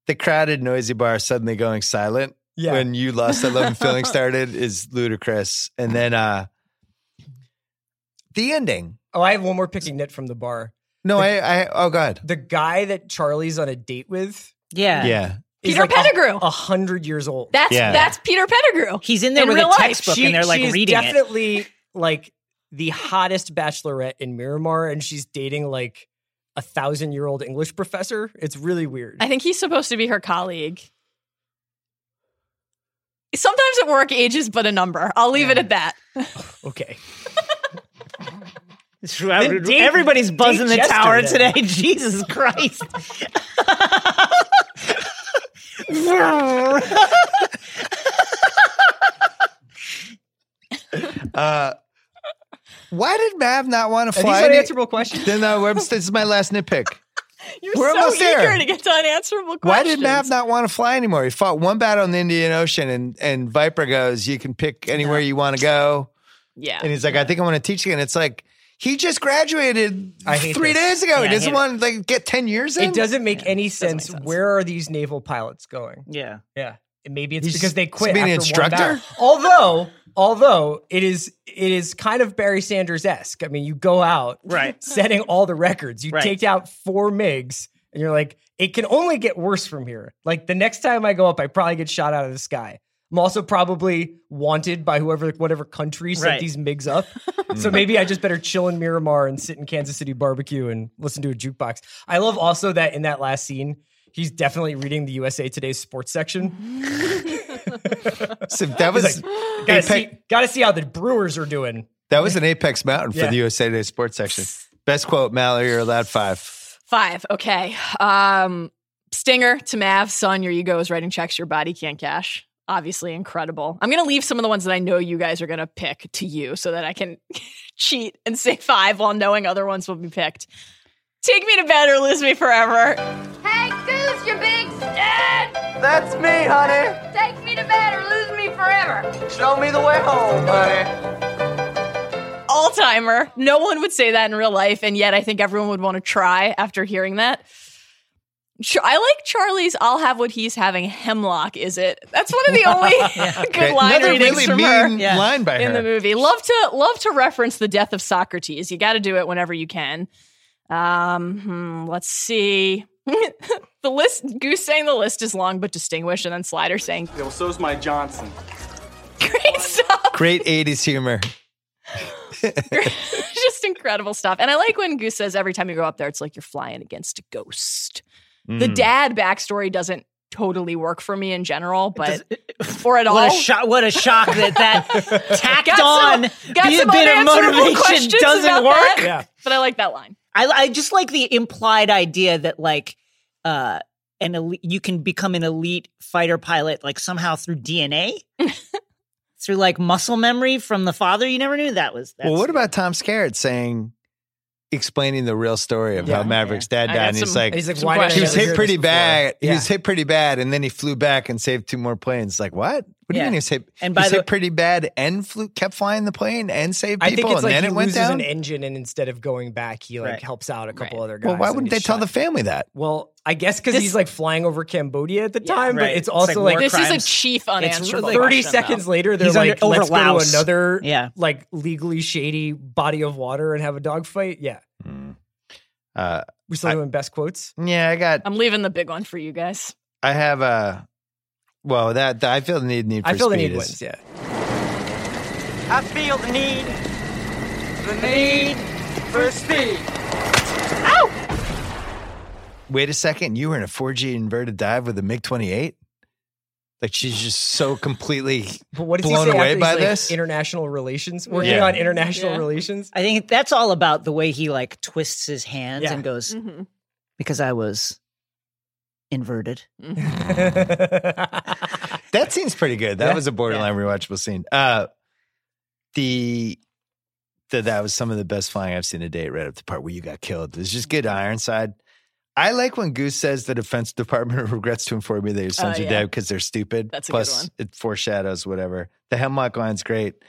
Speaker 1: the crowded, noisy bar suddenly going silent
Speaker 8: Yeah.
Speaker 1: when you lost that love and feeling started is ludicrous. And then uh, the ending.
Speaker 8: Oh, I have one more picking nit from the bar.
Speaker 1: No, I, I. Oh God.
Speaker 8: The guy that Charlie's on a date with,
Speaker 6: Yeah.
Speaker 1: Yeah.
Speaker 8: is
Speaker 9: Peter
Speaker 8: like a-
Speaker 9: Pettigrew.
Speaker 8: a hundred years old.
Speaker 9: That's
Speaker 1: Yeah.
Speaker 9: that's Peter Pettigrew.
Speaker 6: He's in there
Speaker 9: In
Speaker 6: with
Speaker 9: real
Speaker 6: a
Speaker 9: life,
Speaker 6: textbook and they're like
Speaker 8: she's
Speaker 6: reading it.
Speaker 8: definitely like the hottest bachelorette in Miramar, and she's dating like a thousand year old English professor. It's really weird.
Speaker 9: I think he's supposed to be her colleague. Sometimes at work, age is but a number. I'll leave it at that.
Speaker 8: Okay.
Speaker 6: Shrouded- Everybody's buzzing the
Speaker 8: Dave Jester
Speaker 6: tower
Speaker 8: then.
Speaker 6: today. Jesus Christ.
Speaker 1: Uh, why did Mav not want to
Speaker 8: Are these
Speaker 1: fly? any-
Speaker 8: unanswerable questions?
Speaker 1: Then uh, we're- this is my last nitpick.
Speaker 9: You're
Speaker 1: We're
Speaker 9: so
Speaker 1: almost
Speaker 9: eager
Speaker 1: there.
Speaker 9: to get to unanswerable
Speaker 1: Why
Speaker 9: questions.
Speaker 1: did Mav not want to fly anymore? He fought one battle in the Indian Ocean, and and Viper goes, "You can pick anywhere you want to go."
Speaker 9: Yeah.
Speaker 1: And he's like, "I think I want to teach again." It's like he just graduated
Speaker 8: I hate
Speaker 1: three
Speaker 8: this.
Speaker 1: days ago.
Speaker 6: Yeah, I
Speaker 1: he doesn't
Speaker 6: hate
Speaker 1: want to like get ten years in.
Speaker 8: It doesn't make any sense.
Speaker 6: sense.
Speaker 8: Where are these naval pilots going?
Speaker 6: yeah.
Speaker 8: Yeah. And Maybe it's
Speaker 1: He's
Speaker 8: because they quit.
Speaker 1: being an
Speaker 8: after one
Speaker 1: instructor?
Speaker 8: battle. although, although it is it is kind of Barry Sanders esque. I mean, you go out
Speaker 6: Right.
Speaker 8: setting all the records. You
Speaker 6: Right.
Speaker 8: take out four MIGs, and you're like, it can only get worse from here. Like the next time I go up, I probably get shot out of the sky. I'm also probably wanted by whoever, whatever country sent
Speaker 6: Right.
Speaker 8: these MIGs up. so maybe I just better chill in Miramar and sit in Kansas City barbecue and listen to a jukebox. I love also that in that last scene, he's definitely reading the USA Today's sports section.
Speaker 1: So that was
Speaker 8: He's
Speaker 6: Mm-hmm.
Speaker 8: like, gotta see, gotta see how the Brewers are doing.
Speaker 1: that was an apex mountain for
Speaker 8: Yeah.
Speaker 1: the USA Today sports section. Best quote, Mallory, you're allowed five.
Speaker 9: Five. Okay. Um, Stinger to Mav, son, your ego is writing checks your body can't cash. Obviously incredible. I'm going to leave some of the ones that I know you guys are going to pick to you so that I can cheat and say five while knowing other ones will be picked. Take me to bed or lose me forever.
Speaker 11: Hey, Goose, you big stud!
Speaker 2: That's me, honey.
Speaker 11: Take me to bed or lose me forever.
Speaker 2: Show me the way home, honey.
Speaker 9: All timer. No one would say that in real life, and yet I think everyone would want to try after hearing that. Ch- I like Charlie's "I'll have what he's having." Hemlock, is it? That's one of the only good
Speaker 1: Okay,
Speaker 9: line
Speaker 1: Another
Speaker 9: readings
Speaker 1: really
Speaker 9: from
Speaker 1: mean
Speaker 9: her.
Speaker 6: Yeah.
Speaker 1: line by
Speaker 9: in
Speaker 1: her.
Speaker 9: the movie. Love to love to reference the death of Socrates. You got to do it whenever you can. Um, hmm, let's see. the list Goose saying the list is long but distinguished, and then Slider saying
Speaker 10: Yeah, well, so's my Johnson.
Speaker 9: great stuff.
Speaker 1: Great 80s humor.
Speaker 9: Just incredible stuff. And I like when Goose says every time you go up there, it's like you're flying against a ghost. The dad backstory doesn't totally work for me in general, but or at all.
Speaker 6: What a shock! What a shock that that tacked
Speaker 9: Got some-
Speaker 6: on
Speaker 9: got
Speaker 6: bit,
Speaker 9: some
Speaker 6: bit of
Speaker 9: unanswerable
Speaker 6: motivation
Speaker 9: questions
Speaker 6: doesn't
Speaker 9: about
Speaker 6: work.
Speaker 9: that.
Speaker 8: Yeah.
Speaker 9: But I like that line.
Speaker 6: I, I just like the implied idea that like uh an elite, you can become an elite fighter pilot like somehow through DNA, through like muscle memory from the father. You never knew that was. That's,
Speaker 1: well, what about Tom Skerritt saying, explaining the real story of how
Speaker 8: Yeah.
Speaker 1: Maverick's dad
Speaker 9: I
Speaker 1: died?
Speaker 9: got
Speaker 1: And he's
Speaker 9: some-
Speaker 1: like,
Speaker 8: And he's like,
Speaker 9: Some
Speaker 8: why did I
Speaker 1: he was
Speaker 8: never hear
Speaker 1: hit
Speaker 8: this
Speaker 1: pretty
Speaker 8: before?"
Speaker 1: bad. He
Speaker 8: Yeah.
Speaker 1: was hit pretty bad, and then he flew back and saved two more planes. Like what? What do you
Speaker 6: Yeah.
Speaker 1: mean he was hit?
Speaker 6: And
Speaker 1: he
Speaker 6: by
Speaker 1: was
Speaker 6: the-
Speaker 1: hit pretty bad, and flew kept flying the plane and saved people,
Speaker 8: I think it's
Speaker 1: and
Speaker 8: like
Speaker 1: then
Speaker 8: he
Speaker 1: it went
Speaker 8: loses
Speaker 1: down.
Speaker 8: an engine, and instead of going back, he like
Speaker 6: Right.
Speaker 8: helps out a couple
Speaker 9: Right.
Speaker 8: other guys.
Speaker 1: well, why
Speaker 8: and
Speaker 1: wouldn't they
Speaker 8: gets
Speaker 1: tell
Speaker 8: shot.
Speaker 1: the family that?
Speaker 8: Well, I guess because
Speaker 6: This-
Speaker 8: he's like flying over Cambodia at the
Speaker 6: Yeah,
Speaker 8: time, but
Speaker 6: right.
Speaker 8: it's
Speaker 6: It's
Speaker 8: also like,
Speaker 6: like war
Speaker 9: This is a
Speaker 6: crimes.
Speaker 9: chief
Speaker 6: It's
Speaker 9: unanswerable.
Speaker 6: really-
Speaker 8: thirty
Speaker 6: question, though.
Speaker 8: seconds later, they're
Speaker 6: He's under-
Speaker 8: like,
Speaker 6: over
Speaker 8: "Let's go to
Speaker 6: Laos."
Speaker 8: another
Speaker 6: Yeah.
Speaker 8: like legally shady body of water and have a dog fight." Yeah,
Speaker 1: Uh,
Speaker 8: we still
Speaker 1: I-
Speaker 8: doing best quotes.
Speaker 1: yeah, I got.
Speaker 9: I'm leaving the big one for you guys.
Speaker 1: I have a. Well, that, that- I feel the need. Need for
Speaker 8: I feel the
Speaker 1: speed
Speaker 8: need
Speaker 1: is-
Speaker 8: wins. Yeah,
Speaker 3: I feel the need, the need for speed.
Speaker 1: Wait a second, you were in a 4G inverted dive with a MiG 28. Like she's just so completely.
Speaker 8: but what does
Speaker 1: Blown
Speaker 8: he say
Speaker 1: away
Speaker 8: after
Speaker 1: by
Speaker 8: he's, like,
Speaker 1: this?
Speaker 8: international relations? Working
Speaker 1: Yeah.
Speaker 8: on international
Speaker 9: Yeah.
Speaker 8: relations.
Speaker 6: I think that's all about the way he like twists his hands
Speaker 8: Yeah.
Speaker 6: and goes
Speaker 9: Mhm.
Speaker 6: because I was inverted.
Speaker 1: That seems pretty good. That
Speaker 8: Yeah.
Speaker 1: was a borderline rewatchable scene. Uh, the, the that was some of the best flying I've seen to date. Right up to the part where you got killed. It was just good
Speaker 9: Mm-hmm.
Speaker 1: Ironside. I like when Goose says the Defense Department regrets to inform you that your sons
Speaker 9: Oh,
Speaker 1: are
Speaker 9: yeah.
Speaker 1: dead because they're stupid.
Speaker 9: That's a good
Speaker 1: Plus,
Speaker 9: one.
Speaker 1: it foreshadows whatever. The hemlock line's great.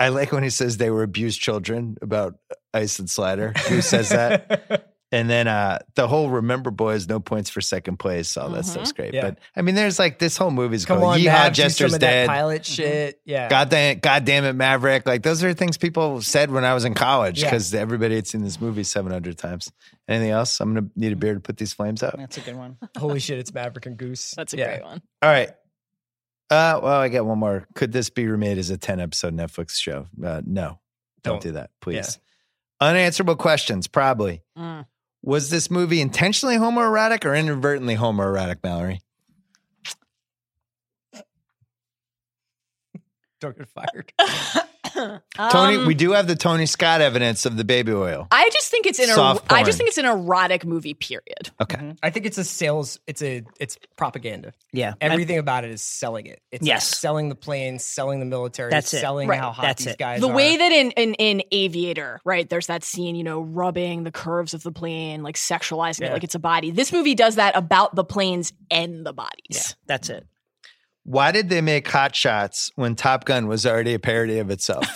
Speaker 1: I like when he says they were abused children about uh, ice and slider. Goose says that. And then uh, the whole remember boys, no points for second place, all that stuff's
Speaker 9: Mm-hmm.
Speaker 1: great.
Speaker 8: Yeah.
Speaker 1: But I mean, there's like this whole movie's
Speaker 8: Come
Speaker 1: going,
Speaker 8: on,
Speaker 1: yeehaw,
Speaker 8: Mav, do some
Speaker 1: Jester's
Speaker 8: of that
Speaker 1: dead.
Speaker 8: pilot
Speaker 9: Mm-hmm.
Speaker 8: shit. Yeah,
Speaker 1: God damn, God damn it, Maverick. Like those are things people said when I was in college
Speaker 8: Yeah.
Speaker 1: because everybody had seen this movie 700 times. Anything else? I'm going to need a beer to put these flames out.
Speaker 6: That's a good one.
Speaker 8: holy shit, it's Maverick and Goose.
Speaker 9: That's a
Speaker 8: Yeah.
Speaker 9: great one.
Speaker 1: All right. Uh, well, I got one more. Could this be remade as a 10 episode Netflix show? Uh, no, don't,
Speaker 8: Don't. Mm.
Speaker 1: do that, please. Unanswerable questions, probably. Was this movie intentionally homoerotic or inadvertently homoerotic, Mallory?
Speaker 8: Don't get fired.
Speaker 1: Tony,
Speaker 8: Um
Speaker 1: we do have the Tony Scott evidence of the baby oil.
Speaker 9: I just think it's an er-
Speaker 1: Soft
Speaker 9: I
Speaker 1: porn.
Speaker 9: just think it's an erotic movie. Period.
Speaker 1: Okay.
Speaker 8: I think it's a sales. It's a it's propaganda.
Speaker 6: Yeah.
Speaker 8: Everything about it is selling it. It's like
Speaker 6: Yes.
Speaker 8: selling the planes, selling the military,
Speaker 6: That's it.
Speaker 8: selling
Speaker 6: Right.
Speaker 8: how hot
Speaker 6: That's
Speaker 8: these
Speaker 6: it.
Speaker 8: guys
Speaker 9: the
Speaker 8: are.
Speaker 9: way that in, in in aviator right there's that scene you know rubbing the curves of the plane like sexualizing it
Speaker 6: Yeah.
Speaker 9: like it's a body this movie does that about the planes and the bodies
Speaker 6: That's it.
Speaker 1: Why did they make Hot Shots when Top Gun was already a parody of itself?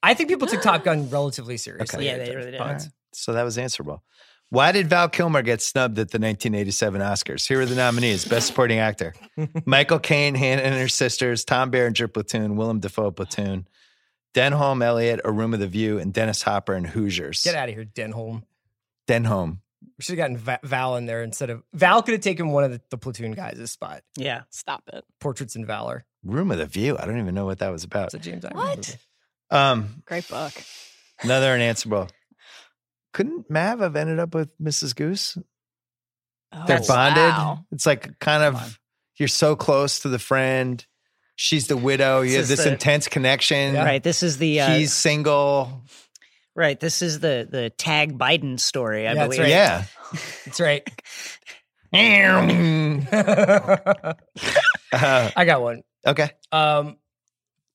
Speaker 8: I think people took Top Gun relatively seriously.
Speaker 6: Yeah, they really did.
Speaker 8: But-
Speaker 1: so that was answerable. Why did Val Kilmer get snubbed at the 1987 Oscars? Here are the nominees Best Supporting Actor Michael Caine, Hannah and her sisters, Tom Berenger Platoon, Willem Dafoe Platoon, Denholm Elliott, A Room of the View, and Dennis Hopper in Hoosiers.
Speaker 8: Get out of here, Denholm.
Speaker 1: Denholm.
Speaker 8: We should have gotten Va- Val in there instead of Val. Could have taken one of the, the platoon guys' spot.
Speaker 6: Yeah.
Speaker 9: stop it
Speaker 8: Portraits in Valor.
Speaker 1: Room of the View. I don't even know what that was about.
Speaker 8: It's a James Ivory
Speaker 9: What?
Speaker 8: movie.
Speaker 1: Um,
Speaker 9: great book
Speaker 1: another unanswerable. Couldn't Mav have ended up with Mrs. Goose?
Speaker 9: oh,
Speaker 1: They're bonded.
Speaker 9: wow.
Speaker 1: It's like kind of you're so close to the friend. She's the widow. You
Speaker 6: This
Speaker 1: have
Speaker 6: is
Speaker 1: this
Speaker 6: the-
Speaker 1: intense connection.
Speaker 6: Right. This is the uh,
Speaker 1: He's single.
Speaker 6: right. This is the the tag Biden story. I
Speaker 8: Yeah, that's
Speaker 6: believe.
Speaker 8: right.
Speaker 1: Yeah.
Speaker 8: That's right.
Speaker 1: Mm.
Speaker 8: I
Speaker 1: Uh,
Speaker 8: got one.
Speaker 1: okay.
Speaker 8: Um,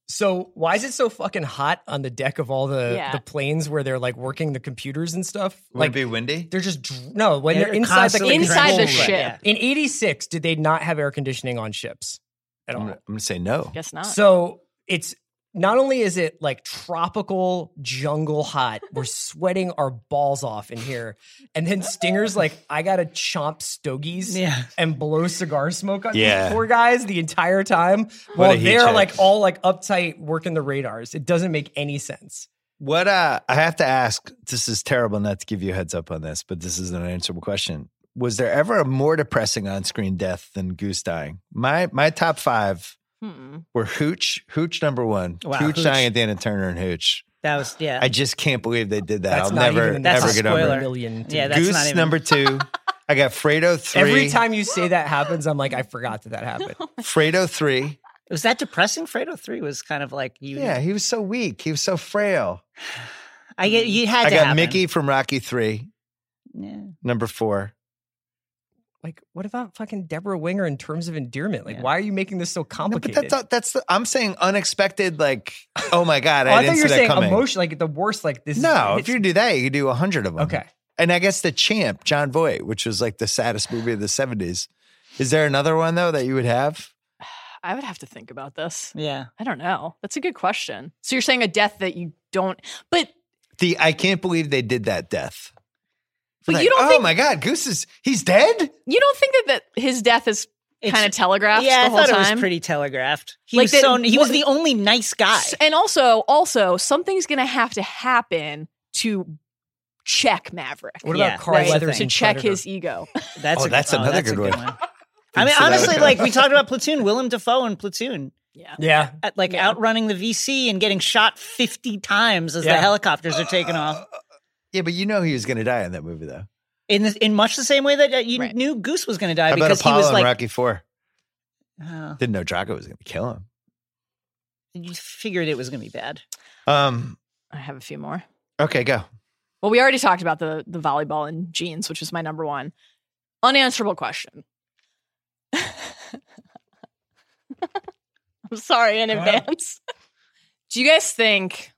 Speaker 8: so why is it so fucking hot on the deck of all the,
Speaker 9: Yeah.
Speaker 8: the planes where they're like working the computers and stuff?
Speaker 1: Would
Speaker 8: Like
Speaker 1: it be windy?
Speaker 8: they're just dr- no when they're,
Speaker 6: They're
Speaker 8: inside the
Speaker 6: constantly
Speaker 9: Inside the
Speaker 6: drenched.
Speaker 9: ship.
Speaker 6: Yeah.
Speaker 8: In '86, did they not have air conditioning on ships at
Speaker 1: I'm,
Speaker 8: all?
Speaker 1: gonna- I'm gonna say no.
Speaker 9: guess not
Speaker 8: So it's not only is it like tropical jungle hot, we're sweating our balls off in here. And then Stinger's like, I gotta chomp stogies
Speaker 6: Yeah.
Speaker 8: and blow cigar smoke on
Speaker 1: Yeah.
Speaker 8: these poor guys the entire time
Speaker 1: What
Speaker 8: while
Speaker 1: a heat
Speaker 8: they're
Speaker 1: check.
Speaker 8: like all like uptight working the radars. It doesn't make any sense.
Speaker 1: What uh I have to ask, this is terrible not to give you a heads up on this, but this is an unanswerable question. Was there ever a more depressing on screen death than Goose dying? My my top five
Speaker 9: Hmm.
Speaker 1: were Hooch, Hooch number one,
Speaker 6: Wow,
Speaker 1: Hooch,
Speaker 6: Hooch.
Speaker 1: dying at Dana Turner and Hooch.
Speaker 6: That was yeah.
Speaker 1: I just can't believe they did that.
Speaker 8: That's
Speaker 1: I'll
Speaker 8: not
Speaker 1: never
Speaker 8: even
Speaker 6: That's
Speaker 1: never
Speaker 6: a
Speaker 1: get
Speaker 6: spoiler.
Speaker 1: over.
Speaker 8: a
Speaker 1: it.
Speaker 8: million. to
Speaker 6: Yeah,
Speaker 8: me.
Speaker 6: that's
Speaker 1: Goose
Speaker 6: not even-
Speaker 1: number two. I got Fredo three.
Speaker 8: Every time you say that happens, I'm like, I forgot that that happened.
Speaker 1: Fredo three.
Speaker 6: was that depressing? Fredo three was kind of like you.
Speaker 1: Yeah, he was so weak. He was so frail.
Speaker 6: I get you had
Speaker 1: I
Speaker 6: to
Speaker 1: got
Speaker 6: happen.
Speaker 1: Mickey from Rocky three.
Speaker 6: Yeah.
Speaker 1: Number four.
Speaker 8: Like, what about fucking Deborah Winger in terms of endearment? Like,
Speaker 6: Yeah.
Speaker 8: why are you making this so
Speaker 1: No, but
Speaker 8: complicated?
Speaker 1: that's all- that's the, I'm saying unexpected. Like, oh my god,
Speaker 8: Oh,
Speaker 1: I,
Speaker 8: I,
Speaker 1: didn't
Speaker 8: thought you
Speaker 1: see
Speaker 8: were
Speaker 1: that
Speaker 8: saying
Speaker 1: coming.
Speaker 8: emotion, like the worst, like this.
Speaker 1: No,
Speaker 8: is,
Speaker 1: if you do that, you could do a hundred of them.
Speaker 8: okay,
Speaker 1: And I guess the champ, John Voight, which was like the saddest movie of the '70s. Is there another one though that you would have?
Speaker 9: i would have to think about this
Speaker 6: Yeah.
Speaker 9: i don't know that's a good question so you're saying a death that you don't but
Speaker 1: The I can't believe they did that death.
Speaker 9: But
Speaker 1: Like,
Speaker 9: you don't
Speaker 1: Oh
Speaker 9: think-
Speaker 1: my God, Goose is he's dead.
Speaker 9: you don't think that, that his death is
Speaker 6: It's-
Speaker 9: kind of telegraphed
Speaker 6: Yeah,
Speaker 9: the
Speaker 6: I
Speaker 9: whole
Speaker 6: thought
Speaker 9: time
Speaker 6: it was pretty telegraphed. He
Speaker 9: Like
Speaker 6: was
Speaker 9: that-
Speaker 6: so he was
Speaker 9: what-
Speaker 6: the only nice guy.
Speaker 9: S- And also, also something's gonna have to happen to check Maverick.
Speaker 8: What
Speaker 6: Yeah,
Speaker 8: about Carl
Speaker 6: that's the
Speaker 8: Weathers
Speaker 6: thing.
Speaker 9: to
Speaker 8: in
Speaker 9: check
Speaker 8: Predator?
Speaker 9: his ego?
Speaker 6: That's
Speaker 1: Oh,
Speaker 6: a,
Speaker 1: that's another
Speaker 6: that's a
Speaker 1: good
Speaker 6: good
Speaker 1: one.
Speaker 6: one. I mean,
Speaker 1: Thinks about
Speaker 6: honestly,
Speaker 1: it.
Speaker 6: like we talked about Platoon, Willem Dafoe in Platoon,
Speaker 9: Yeah.
Speaker 8: Yeah,
Speaker 6: at, like
Speaker 9: Yeah.
Speaker 6: outrunning the VC and getting shot fifty times as the
Speaker 8: Yeah.
Speaker 6: helicopters are taking off.
Speaker 1: Yeah, but you know he was going to die in that movie though.
Speaker 6: In the, in much the same way that uh, you
Speaker 9: Right.
Speaker 6: knew Goose was going to die
Speaker 1: How about
Speaker 6: because
Speaker 1: Apollo
Speaker 6: he was
Speaker 1: and
Speaker 6: like,
Speaker 1: Rocky Four?
Speaker 6: oh,
Speaker 1: Didn't know Draco was going to kill him.
Speaker 6: you figured it was going to be bad.
Speaker 1: Um.
Speaker 9: I have a few more.
Speaker 1: Okay, go.
Speaker 9: Well, we already talked about the the volleyball and jeans, which was my number one unanswerable question. I'm sorry in
Speaker 8: Go ahead.
Speaker 9: advance. Do you guys think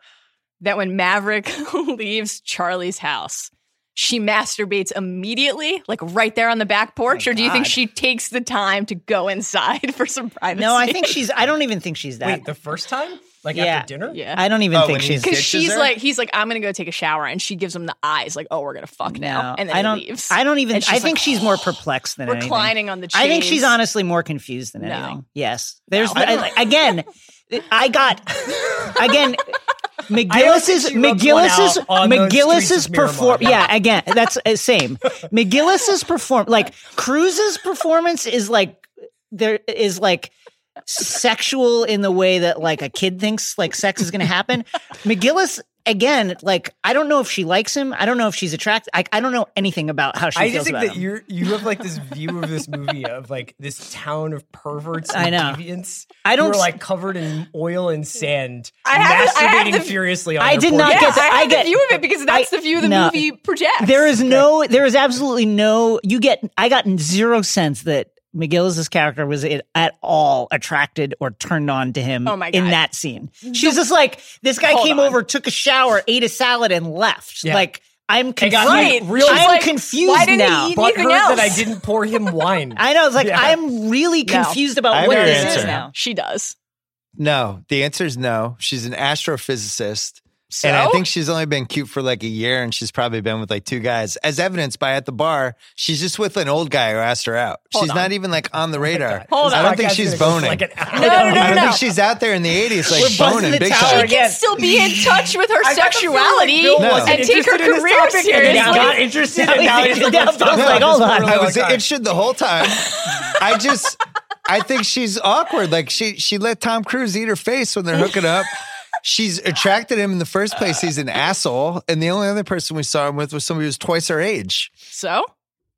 Speaker 9: that when Maverick leaves Charlie's house, she masturbates immediately, like right there on the back porch, or do you think
Speaker 6: God.
Speaker 9: she takes the time to go inside for some privacy?
Speaker 6: No, I think she's. I don't even think she's that.
Speaker 8: wait, the first time, like
Speaker 6: Yeah.
Speaker 8: after dinner,
Speaker 9: yeah.
Speaker 6: I don't even
Speaker 1: Oh, when
Speaker 6: think
Speaker 1: he
Speaker 6: she's.
Speaker 1: ditches
Speaker 9: because she's
Speaker 1: her?
Speaker 9: like, he's like, I'm gonna go take a shower, and she gives him the eyes, like, oh, we're gonna fuck now,
Speaker 6: No,
Speaker 9: and then
Speaker 6: I don't.
Speaker 9: he leaves.
Speaker 6: I don't even.
Speaker 9: And
Speaker 6: I
Speaker 9: she's
Speaker 6: think
Speaker 9: like,
Speaker 6: she's more perplexed than anything.
Speaker 9: reclining on the chaise.
Speaker 6: I think she's honestly more confused than
Speaker 9: No.
Speaker 6: anything. Yes. There's
Speaker 9: No.
Speaker 6: I- again, I got again McGillis's
Speaker 8: she rubbed
Speaker 6: McGillis's
Speaker 8: one out on those streets
Speaker 6: McGillis's
Speaker 8: of Miramar.
Speaker 6: perform yeah, again, that's uh, same. McGillis's perform like Cruz's performance is like there is like sexual in the way that like a kid thinks like sex is going to happen. McGillis again, like I don't know if she likes him. I don't know if she's attracted. I, I don't know anything about how she
Speaker 8: I just
Speaker 6: feels
Speaker 8: think
Speaker 6: about
Speaker 8: that
Speaker 6: him.
Speaker 8: you you have like this view of this movie of like this town of perverts
Speaker 6: I
Speaker 8: and
Speaker 6: know.
Speaker 8: deviants.
Speaker 6: I don't
Speaker 8: who are
Speaker 6: s-
Speaker 8: like covered in oil and sand,
Speaker 9: I have the- I have
Speaker 8: masturbating
Speaker 9: the-
Speaker 8: furiously. On
Speaker 6: I
Speaker 8: their
Speaker 6: did not
Speaker 8: porch.
Speaker 6: get that.
Speaker 9: I
Speaker 6: I,
Speaker 9: have the
Speaker 6: get
Speaker 9: view of it because that's the view the
Speaker 6: no.
Speaker 9: movie projects.
Speaker 6: There is no, there is absolutely no, you get, I got zero sense that McGillis's character was it- at all attracted or turned on to him
Speaker 9: Oh my
Speaker 6: in
Speaker 9: God.
Speaker 6: that scene. She was just like, this guy
Speaker 9: Hold
Speaker 6: came
Speaker 9: on.
Speaker 6: over, took a shower, ate a salad, and left.
Speaker 8: Yeah.
Speaker 6: Like, I'm confused.
Speaker 8: got, like, real-
Speaker 6: I'm
Speaker 9: She's like,
Speaker 6: confused
Speaker 9: why didn't he
Speaker 6: now.
Speaker 9: eat-
Speaker 8: But
Speaker 9: Anything
Speaker 8: heard that I
Speaker 9: else?
Speaker 8: didn't pour him wine.
Speaker 6: I know. It's like,
Speaker 8: Yeah.
Speaker 6: I'm really
Speaker 9: No.
Speaker 6: confused
Speaker 1: I
Speaker 6: about
Speaker 1: have
Speaker 6: what
Speaker 1: your
Speaker 6: this
Speaker 1: answer.
Speaker 6: is now.
Speaker 9: She does.
Speaker 1: No, the answer is no. She's an astrophysicist.
Speaker 9: So?
Speaker 1: And I think she's only been cute for like a year and she's probably been with like two guys. As evidenced by at the bar, she's just with an old guy who asked her out. she's not even like on the radar.
Speaker 9: Hold
Speaker 1: I
Speaker 9: on.
Speaker 1: don't think
Speaker 8: Podcast is
Speaker 1: she's
Speaker 8: gonna go for,
Speaker 1: boning.
Speaker 8: Like an hour.
Speaker 9: No, no, no,
Speaker 1: I
Speaker 9: no,
Speaker 1: don't
Speaker 9: no.
Speaker 1: think she's out there in the 80s like
Speaker 6: We're busting
Speaker 1: boning
Speaker 6: the
Speaker 1: big time.
Speaker 6: tower
Speaker 9: She can
Speaker 6: Again.
Speaker 9: still be in touch with her
Speaker 8: got the feeling
Speaker 9: sexuality
Speaker 8: Bill
Speaker 1: No.
Speaker 8: wasn't
Speaker 9: and take her
Speaker 8: interested in this
Speaker 9: career
Speaker 8: topic, and
Speaker 9: seriously.
Speaker 8: He got interested, and now he's like,
Speaker 6: Now
Speaker 8: let's
Speaker 6: Bill's
Speaker 8: talk
Speaker 6: like,
Speaker 8: about
Speaker 6: hold
Speaker 8: this
Speaker 6: on.
Speaker 8: for a
Speaker 1: I
Speaker 8: long
Speaker 1: was
Speaker 8: time.
Speaker 1: interested the whole time. I just, I think she's awkward. Like she, she let Tom Cruise eat her face when they're hooking up. She's attracted him in the first place. He's an asshole, and the only other person we saw him with was somebody who was twice her age,
Speaker 9: So,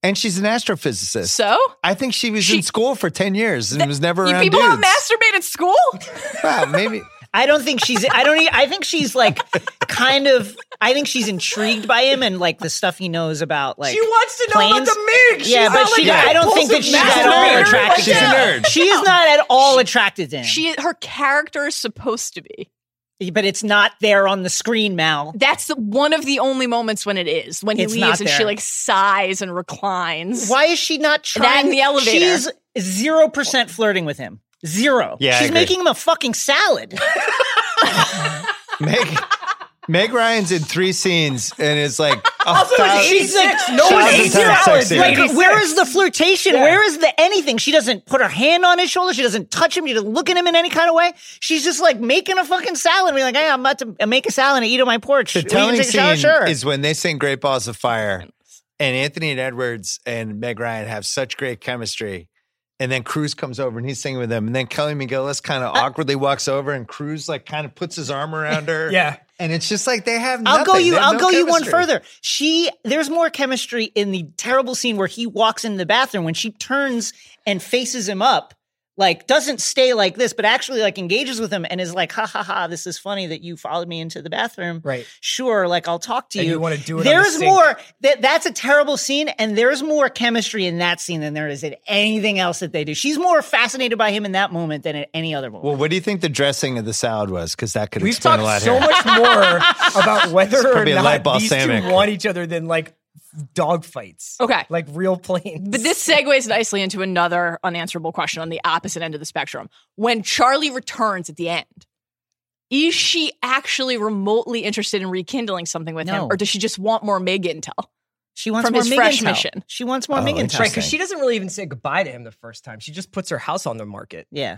Speaker 1: and she's an astrophysicist.
Speaker 9: so
Speaker 1: I think she was in school for ten years and was never
Speaker 9: you
Speaker 1: around
Speaker 9: people don't
Speaker 1: dudes.
Speaker 9: masturbate at school.
Speaker 1: wow, maybe
Speaker 6: I don't think she's. I don't. e- I think she's like kind of. I think she's intrigued by him and like the stuff he knows about. Like
Speaker 8: She wants to know about
Speaker 6: planes.
Speaker 8: the MiG. She's
Speaker 6: yeah, but
Speaker 8: not
Speaker 6: she.
Speaker 8: like an
Speaker 6: I don't think that she's
Speaker 8: impulsive
Speaker 6: at all
Speaker 8: masturbator.
Speaker 6: attracted.
Speaker 1: She's
Speaker 6: to
Speaker 1: a
Speaker 6: him.
Speaker 1: nerd.
Speaker 6: She is not at all attracted to him.
Speaker 9: She, her character is supposed to be.
Speaker 6: but it's not there on the screen, Mal.
Speaker 9: That's the, one of the only moments when it is when he
Speaker 6: It's not
Speaker 9: leaves and she
Speaker 6: there.
Speaker 9: like sighs and reclines.
Speaker 6: Why is she not trying?
Speaker 9: in the elevator.
Speaker 6: She's zero percent flirting with him. Zero.
Speaker 1: Yeah, I
Speaker 6: she's
Speaker 1: agree.
Speaker 6: making him a fucking salad.
Speaker 1: Meg. Meg Ryan's in three scenes and is like a thousand-
Speaker 6: She's like,
Speaker 8: No
Speaker 1: Thousand
Speaker 8: one's
Speaker 1: times
Speaker 8: eating salads.
Speaker 1: sexier.
Speaker 6: Like,
Speaker 8: Lady
Speaker 6: where
Speaker 8: six.
Speaker 6: is the flirtation?
Speaker 8: Yeah.
Speaker 6: Where is the anything? She doesn't put her hand on his shoulder. She doesn't touch him. She doesn't look at him in any kind of way. She's just like making a fucking salad. Being like, hey, I'm about to make a salad and eat on my porch.
Speaker 1: The
Speaker 6: Will you
Speaker 1: telling
Speaker 6: take a shower?
Speaker 1: scene
Speaker 6: Sure.
Speaker 1: is when they sing "Great Balls of Fire," and Anthony and Edwards and Meg Ryan have such great chemistry. And then Cruz comes over and he's singing with them. And then Kelly McGillis kind of awkwardly walks over, and Cruz like kind of puts his arm around her.
Speaker 8: Yeah.
Speaker 1: and it's just like they have.
Speaker 6: I'll
Speaker 1: Nothing.
Speaker 6: go you.
Speaker 1: They have
Speaker 6: I'll
Speaker 1: no
Speaker 6: go you one
Speaker 1: chemistry.
Speaker 6: further. She there's more chemistry in the terrible scene where he walks into the bathroom when she turns and faces him up, like doesn't stay like this, but actually like engages with him and is like, ha ha ha, this is funny that you followed me into the bathroom.
Speaker 8: Right.
Speaker 6: Sure, like I'll talk to
Speaker 8: And
Speaker 6: you.
Speaker 8: you wanna do it on the
Speaker 6: There's
Speaker 8: sink.
Speaker 6: more. That that's a terrible scene, and there's more chemistry in that scene than there is in anything else that they do. She's more fascinated by him in that moment than at any other moment.
Speaker 1: Well, what do you think the dressing of the salad was? Because that could
Speaker 8: We've
Speaker 1: explain a
Speaker 8: talked
Speaker 1: lot
Speaker 8: so
Speaker 1: here.
Speaker 8: much more about whether or
Speaker 1: probably a light
Speaker 8: not these
Speaker 1: balsamic.
Speaker 8: two want each other than like dog fights.
Speaker 9: Okay.
Speaker 8: like real planes.
Speaker 9: But this segues nicely into another unanswerable question on the opposite end of the spectrum. When Charlie returns at the end, is she actually remotely interested in rekindling something with
Speaker 6: No.
Speaker 9: him, or does she just want more Meg intel?
Speaker 6: she wants
Speaker 9: from
Speaker 6: more
Speaker 9: his
Speaker 6: Miggins
Speaker 9: fresh
Speaker 6: help.
Speaker 9: mission.
Speaker 6: She wants more
Speaker 1: Oh,
Speaker 6: oh, Miggins. help.
Speaker 8: right? Because she doesn't really even say goodbye to him the first time. She just puts her house on the market.
Speaker 6: Yeah.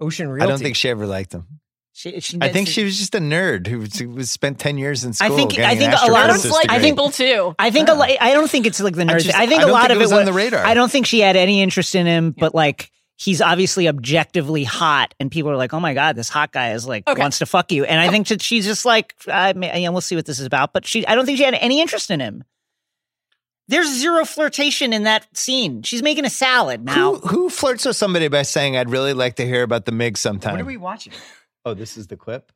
Speaker 8: Ocean Realty.
Speaker 1: I don't think she ever liked him.
Speaker 6: She, she,
Speaker 1: I think
Speaker 6: that's-
Speaker 1: she was just a nerd who was- who spent ten years in
Speaker 6: I
Speaker 1: school.
Speaker 6: think-
Speaker 1: getting
Speaker 6: I
Speaker 1: an
Speaker 6: think a lot of-
Speaker 9: Adam's
Speaker 1: astrophysicist
Speaker 9: like
Speaker 1: degree.
Speaker 9: people too.
Speaker 6: I think a lot. I don't think it's like the nerds. I,
Speaker 1: just-
Speaker 6: think
Speaker 1: I
Speaker 6: a
Speaker 1: don't
Speaker 6: lot
Speaker 1: think
Speaker 6: of
Speaker 1: it was
Speaker 6: wa-
Speaker 1: on the radar.
Speaker 6: I don't think she had any interest in him, but like he's obviously objectively hot, and people are like, "Oh my god, this hot guy is like
Speaker 9: Okay.
Speaker 6: wants to fuck you." And I think that she's just like, I mean, yeah, we'll see what this is about. But she, I don't think she had any interest in him. There's zero flirtation in that scene. She's making a salad now.
Speaker 1: Who, who flirts with somebody by saying, "I'd really like to hear about the MIG sometime"?
Speaker 8: What are we watching?
Speaker 1: Oh, this is the clip.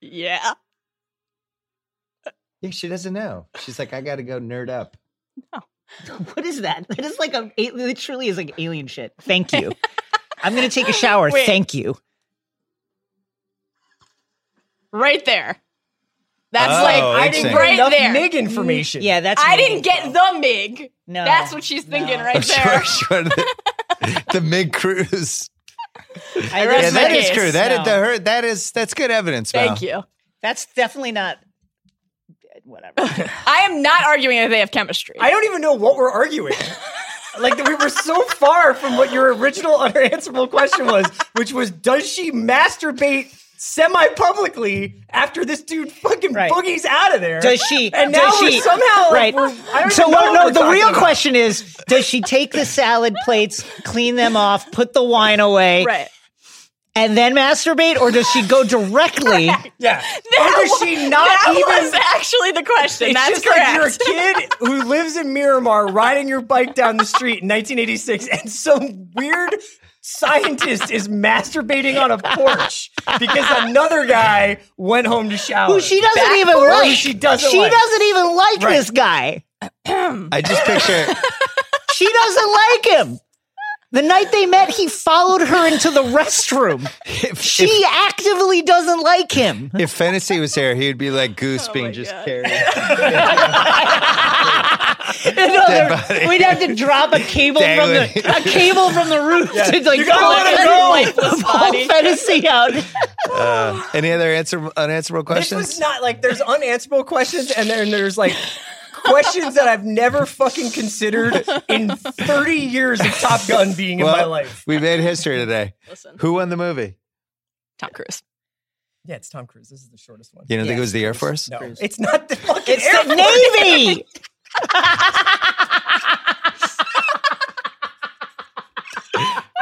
Speaker 9: Yeah.
Speaker 1: Yeah, she doesn't know. She's like, I got to go nerd up.
Speaker 6: What is that? That is like a. It literally is like alien shit. Thank you. I'm gonna take a shower.
Speaker 9: Wait.
Speaker 6: Thank you.
Speaker 9: Right there. That's
Speaker 1: Oh,
Speaker 9: like
Speaker 1: I
Speaker 9: I
Speaker 1: didn't
Speaker 9: didn't
Speaker 1: get
Speaker 9: right
Speaker 8: Enough
Speaker 9: there.
Speaker 8: Mig information.
Speaker 6: Yeah, that's.
Speaker 9: I
Speaker 6: really-
Speaker 9: didn't get the Mig.
Speaker 6: No.
Speaker 9: That's what she's thinking
Speaker 6: No.
Speaker 9: right
Speaker 1: Sure,
Speaker 9: there.
Speaker 1: sure. The, the MIG cruise.
Speaker 6: I
Speaker 9: rest
Speaker 1: yeah,
Speaker 9: my
Speaker 1: that is
Speaker 9: case.
Speaker 1: true. That is
Speaker 6: No.
Speaker 1: the her. That is that's good evidence.
Speaker 9: Thank
Speaker 1: Mal.
Speaker 9: you.
Speaker 6: That's definitely not whatever.
Speaker 9: I am not arguing that they have chemistry.
Speaker 8: I don't even know what we're arguing. like we were so far from what your original unanswerable question was, which was, does she masturbate semi publicly after this dude fucking boogies out of there.
Speaker 6: Does she?
Speaker 8: And now
Speaker 6: does
Speaker 8: we're
Speaker 6: she,
Speaker 8: somehow like,
Speaker 6: right?
Speaker 8: we're- I don't
Speaker 6: so
Speaker 8: even know what
Speaker 6: what- no,
Speaker 8: we're
Speaker 6: the
Speaker 8: talking
Speaker 6: real
Speaker 8: about.
Speaker 6: question is: Does she take the salad plates, clean them off, put the wine away,
Speaker 9: right?
Speaker 6: And then masturbate, or does she go directly?
Speaker 8: Yeah.
Speaker 9: That
Speaker 8: or does she
Speaker 9: wa-
Speaker 8: not
Speaker 9: that
Speaker 8: even?
Speaker 9: was actually the question.
Speaker 8: It's
Speaker 9: That's
Speaker 8: just like you're a kid
Speaker 9: correct.
Speaker 8: who lives in Miramar riding your bike down the street in 1986, and some weird scientist is masturbating on a porch because another guy went home to shower.
Speaker 6: Who she doesn't
Speaker 8: That-
Speaker 6: even
Speaker 8: who
Speaker 6: like.
Speaker 8: She doesn't.
Speaker 6: She
Speaker 8: like.
Speaker 6: doesn't even like
Speaker 8: Right.
Speaker 6: this guy.
Speaker 1: I just picture
Speaker 6: She doesn't like him. The night they met, he followed her into the restroom. she actively doesn't like him.
Speaker 1: if Fantasy was here, he would be like Goose
Speaker 9: Oh
Speaker 1: being just carried. Dead body.
Speaker 6: We'd have to drop a cable from the
Speaker 1: Dangling.
Speaker 6: a cable from the roof to like
Speaker 8: You gotta let it go.
Speaker 6: the whole fantasy out.
Speaker 1: Uh, any other answer unanswerable
Speaker 8: This
Speaker 1: questions?
Speaker 8: was not like there's unanswerable questions, and then there's like questions that I've never fucking considered in 30 years of Top Gun being in my
Speaker 1: Well,
Speaker 8: life.
Speaker 1: We made history today.
Speaker 9: Listen.
Speaker 1: Who won the movie?
Speaker 9: Tom Cruise.
Speaker 8: Yeah, it's Tom Cruise. This is the shortest one.
Speaker 1: You don't think it was the Air Force?
Speaker 8: No, it's not the fucking
Speaker 6: It's
Speaker 8: Air
Speaker 6: the
Speaker 8: Force.
Speaker 6: Navy.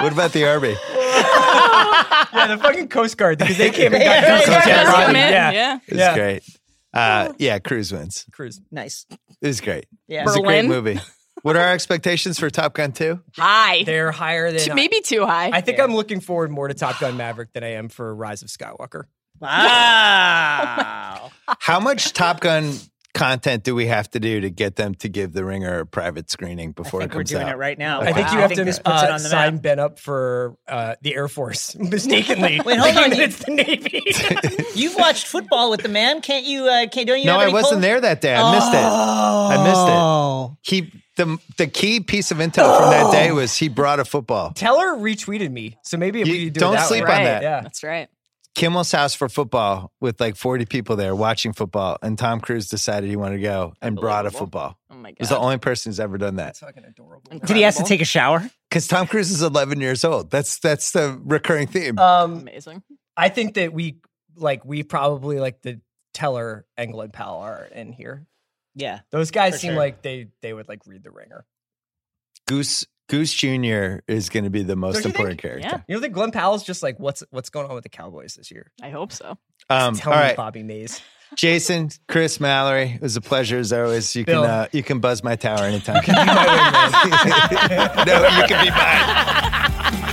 Speaker 1: What about the Army?
Speaker 8: Yeah, the fucking Coast Guard because they came and got
Speaker 6: Yeah,
Speaker 8: Goose
Speaker 6: they
Speaker 8: on
Speaker 6: got
Speaker 8: Ted
Speaker 6: Goose
Speaker 8: Rodman.
Speaker 9: Man,
Speaker 8: Yeah,
Speaker 9: yeah.
Speaker 1: It's
Speaker 8: Yeah.
Speaker 1: great. Uh, yeah, Cruise wins.
Speaker 8: Cruise.
Speaker 6: nice.
Speaker 1: It was great.
Speaker 6: Yeah.
Speaker 1: It was
Speaker 9: Berlin.
Speaker 1: a great movie. What are our expectations for Top Gun 2?
Speaker 9: High.
Speaker 8: They're higher than I-
Speaker 9: Maybe too high.
Speaker 8: I think I'm looking forward more to Top Gun Maverick than I am for Rise of Skywalker.
Speaker 6: Ah, Wow.
Speaker 1: How much Top Gun content do we have to do to get them to give The Ringer a private screening before
Speaker 6: I think
Speaker 1: it
Speaker 6: we're
Speaker 1: comes
Speaker 6: doing
Speaker 1: out?
Speaker 6: it right now.
Speaker 8: I think
Speaker 6: Wow.
Speaker 8: you have to
Speaker 6: this puts
Speaker 8: uh,
Speaker 6: it on the
Speaker 8: sign
Speaker 6: map.
Speaker 8: Ben up for uh, the Air Force mistakenly.
Speaker 6: Wait, hold
Speaker 8: thinking that
Speaker 6: on.
Speaker 8: it's the Navy.
Speaker 6: You've watched football with the man, can't you? Uh, can't don't you?
Speaker 1: No,
Speaker 6: have
Speaker 1: I
Speaker 6: any
Speaker 1: wasn't
Speaker 6: polls?
Speaker 1: there that day. I missed it.
Speaker 6: Oh.
Speaker 1: I missed it.
Speaker 8: Oh.
Speaker 1: He the the key piece of intel from that day was he brought a football.
Speaker 8: Teller retweeted me, so maybe if
Speaker 1: You-
Speaker 8: we do
Speaker 1: don't
Speaker 8: it that
Speaker 1: sleep
Speaker 8: way.
Speaker 1: on
Speaker 9: Right.
Speaker 1: that.
Speaker 8: Yeah.
Speaker 9: That's right.
Speaker 1: Kimmel's house for football with like 40 people there watching football, and Tom Cruise decided he wanted to go and brought a football.
Speaker 9: Oh my god.
Speaker 1: He's the only person who's ever done that.
Speaker 6: Did he have to take a shower?
Speaker 1: Because Tom Cruise is 11 years old. That's that's the recurring theme.
Speaker 8: Um,
Speaker 9: Amazing.
Speaker 8: I think that we like we probably like the Teller, Engel, and Powell are in here.
Speaker 6: Yeah.
Speaker 8: Those guys
Speaker 6: For
Speaker 8: seem
Speaker 6: sure.
Speaker 8: like they they would like read the ringer.
Speaker 1: Goose Goose Jr. is going to be the most
Speaker 8: Don't you
Speaker 1: important
Speaker 9: Yeah.
Speaker 1: character.
Speaker 8: You know that Glenn Powell's just like what's what's going on with the Cowboys this year?
Speaker 9: I hope so.
Speaker 1: Um, all
Speaker 8: Tell me,
Speaker 1: right,
Speaker 8: Bobby Mays.
Speaker 1: Jason, Chris, Mallory, it was a pleasure as always. You
Speaker 8: Bill.
Speaker 1: can uh, you can buzz my tower anytime. no, you can be mine.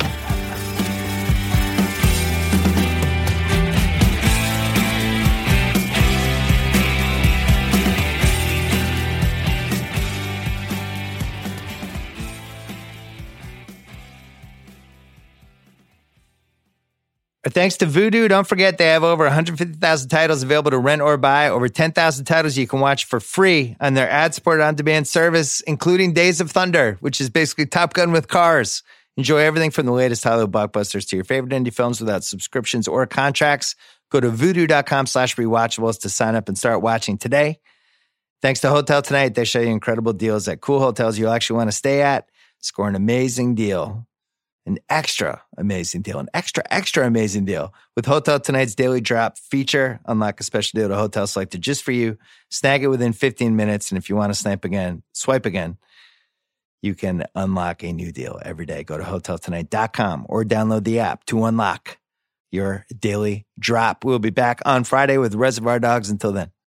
Speaker 1: Our Thanks to Voodoo. Don't forget they have over 150,000 titles available to rent or buy, over 10,000 titles you can watch for free on their ad supported on demand service, including Days of Thunder, which is basically Top Gun with cars. Enjoy everything from the latest Hollywood blockbusters to your favorite indie films without subscriptions or contracts. Go to voodoo.com slash rewatchables to sign up and start watching today. Thanks to Hotel Tonight, they show you incredible deals at cool hotels you'll actually want to stay at. Score an amazing deal an extra amazing deal, an extra, extra amazing deal with Hotel Tonight's Daily Drop feature. Unlock a special deal to Hotel Selected just for you. Snag it within 15 minutes. And if you want to snipe again, swipe again, you can unlock a new deal every day. Go to hoteltonight.com or download the app to unlock your daily drop. We'll be back on Friday with Reservoir Dogs. Until then.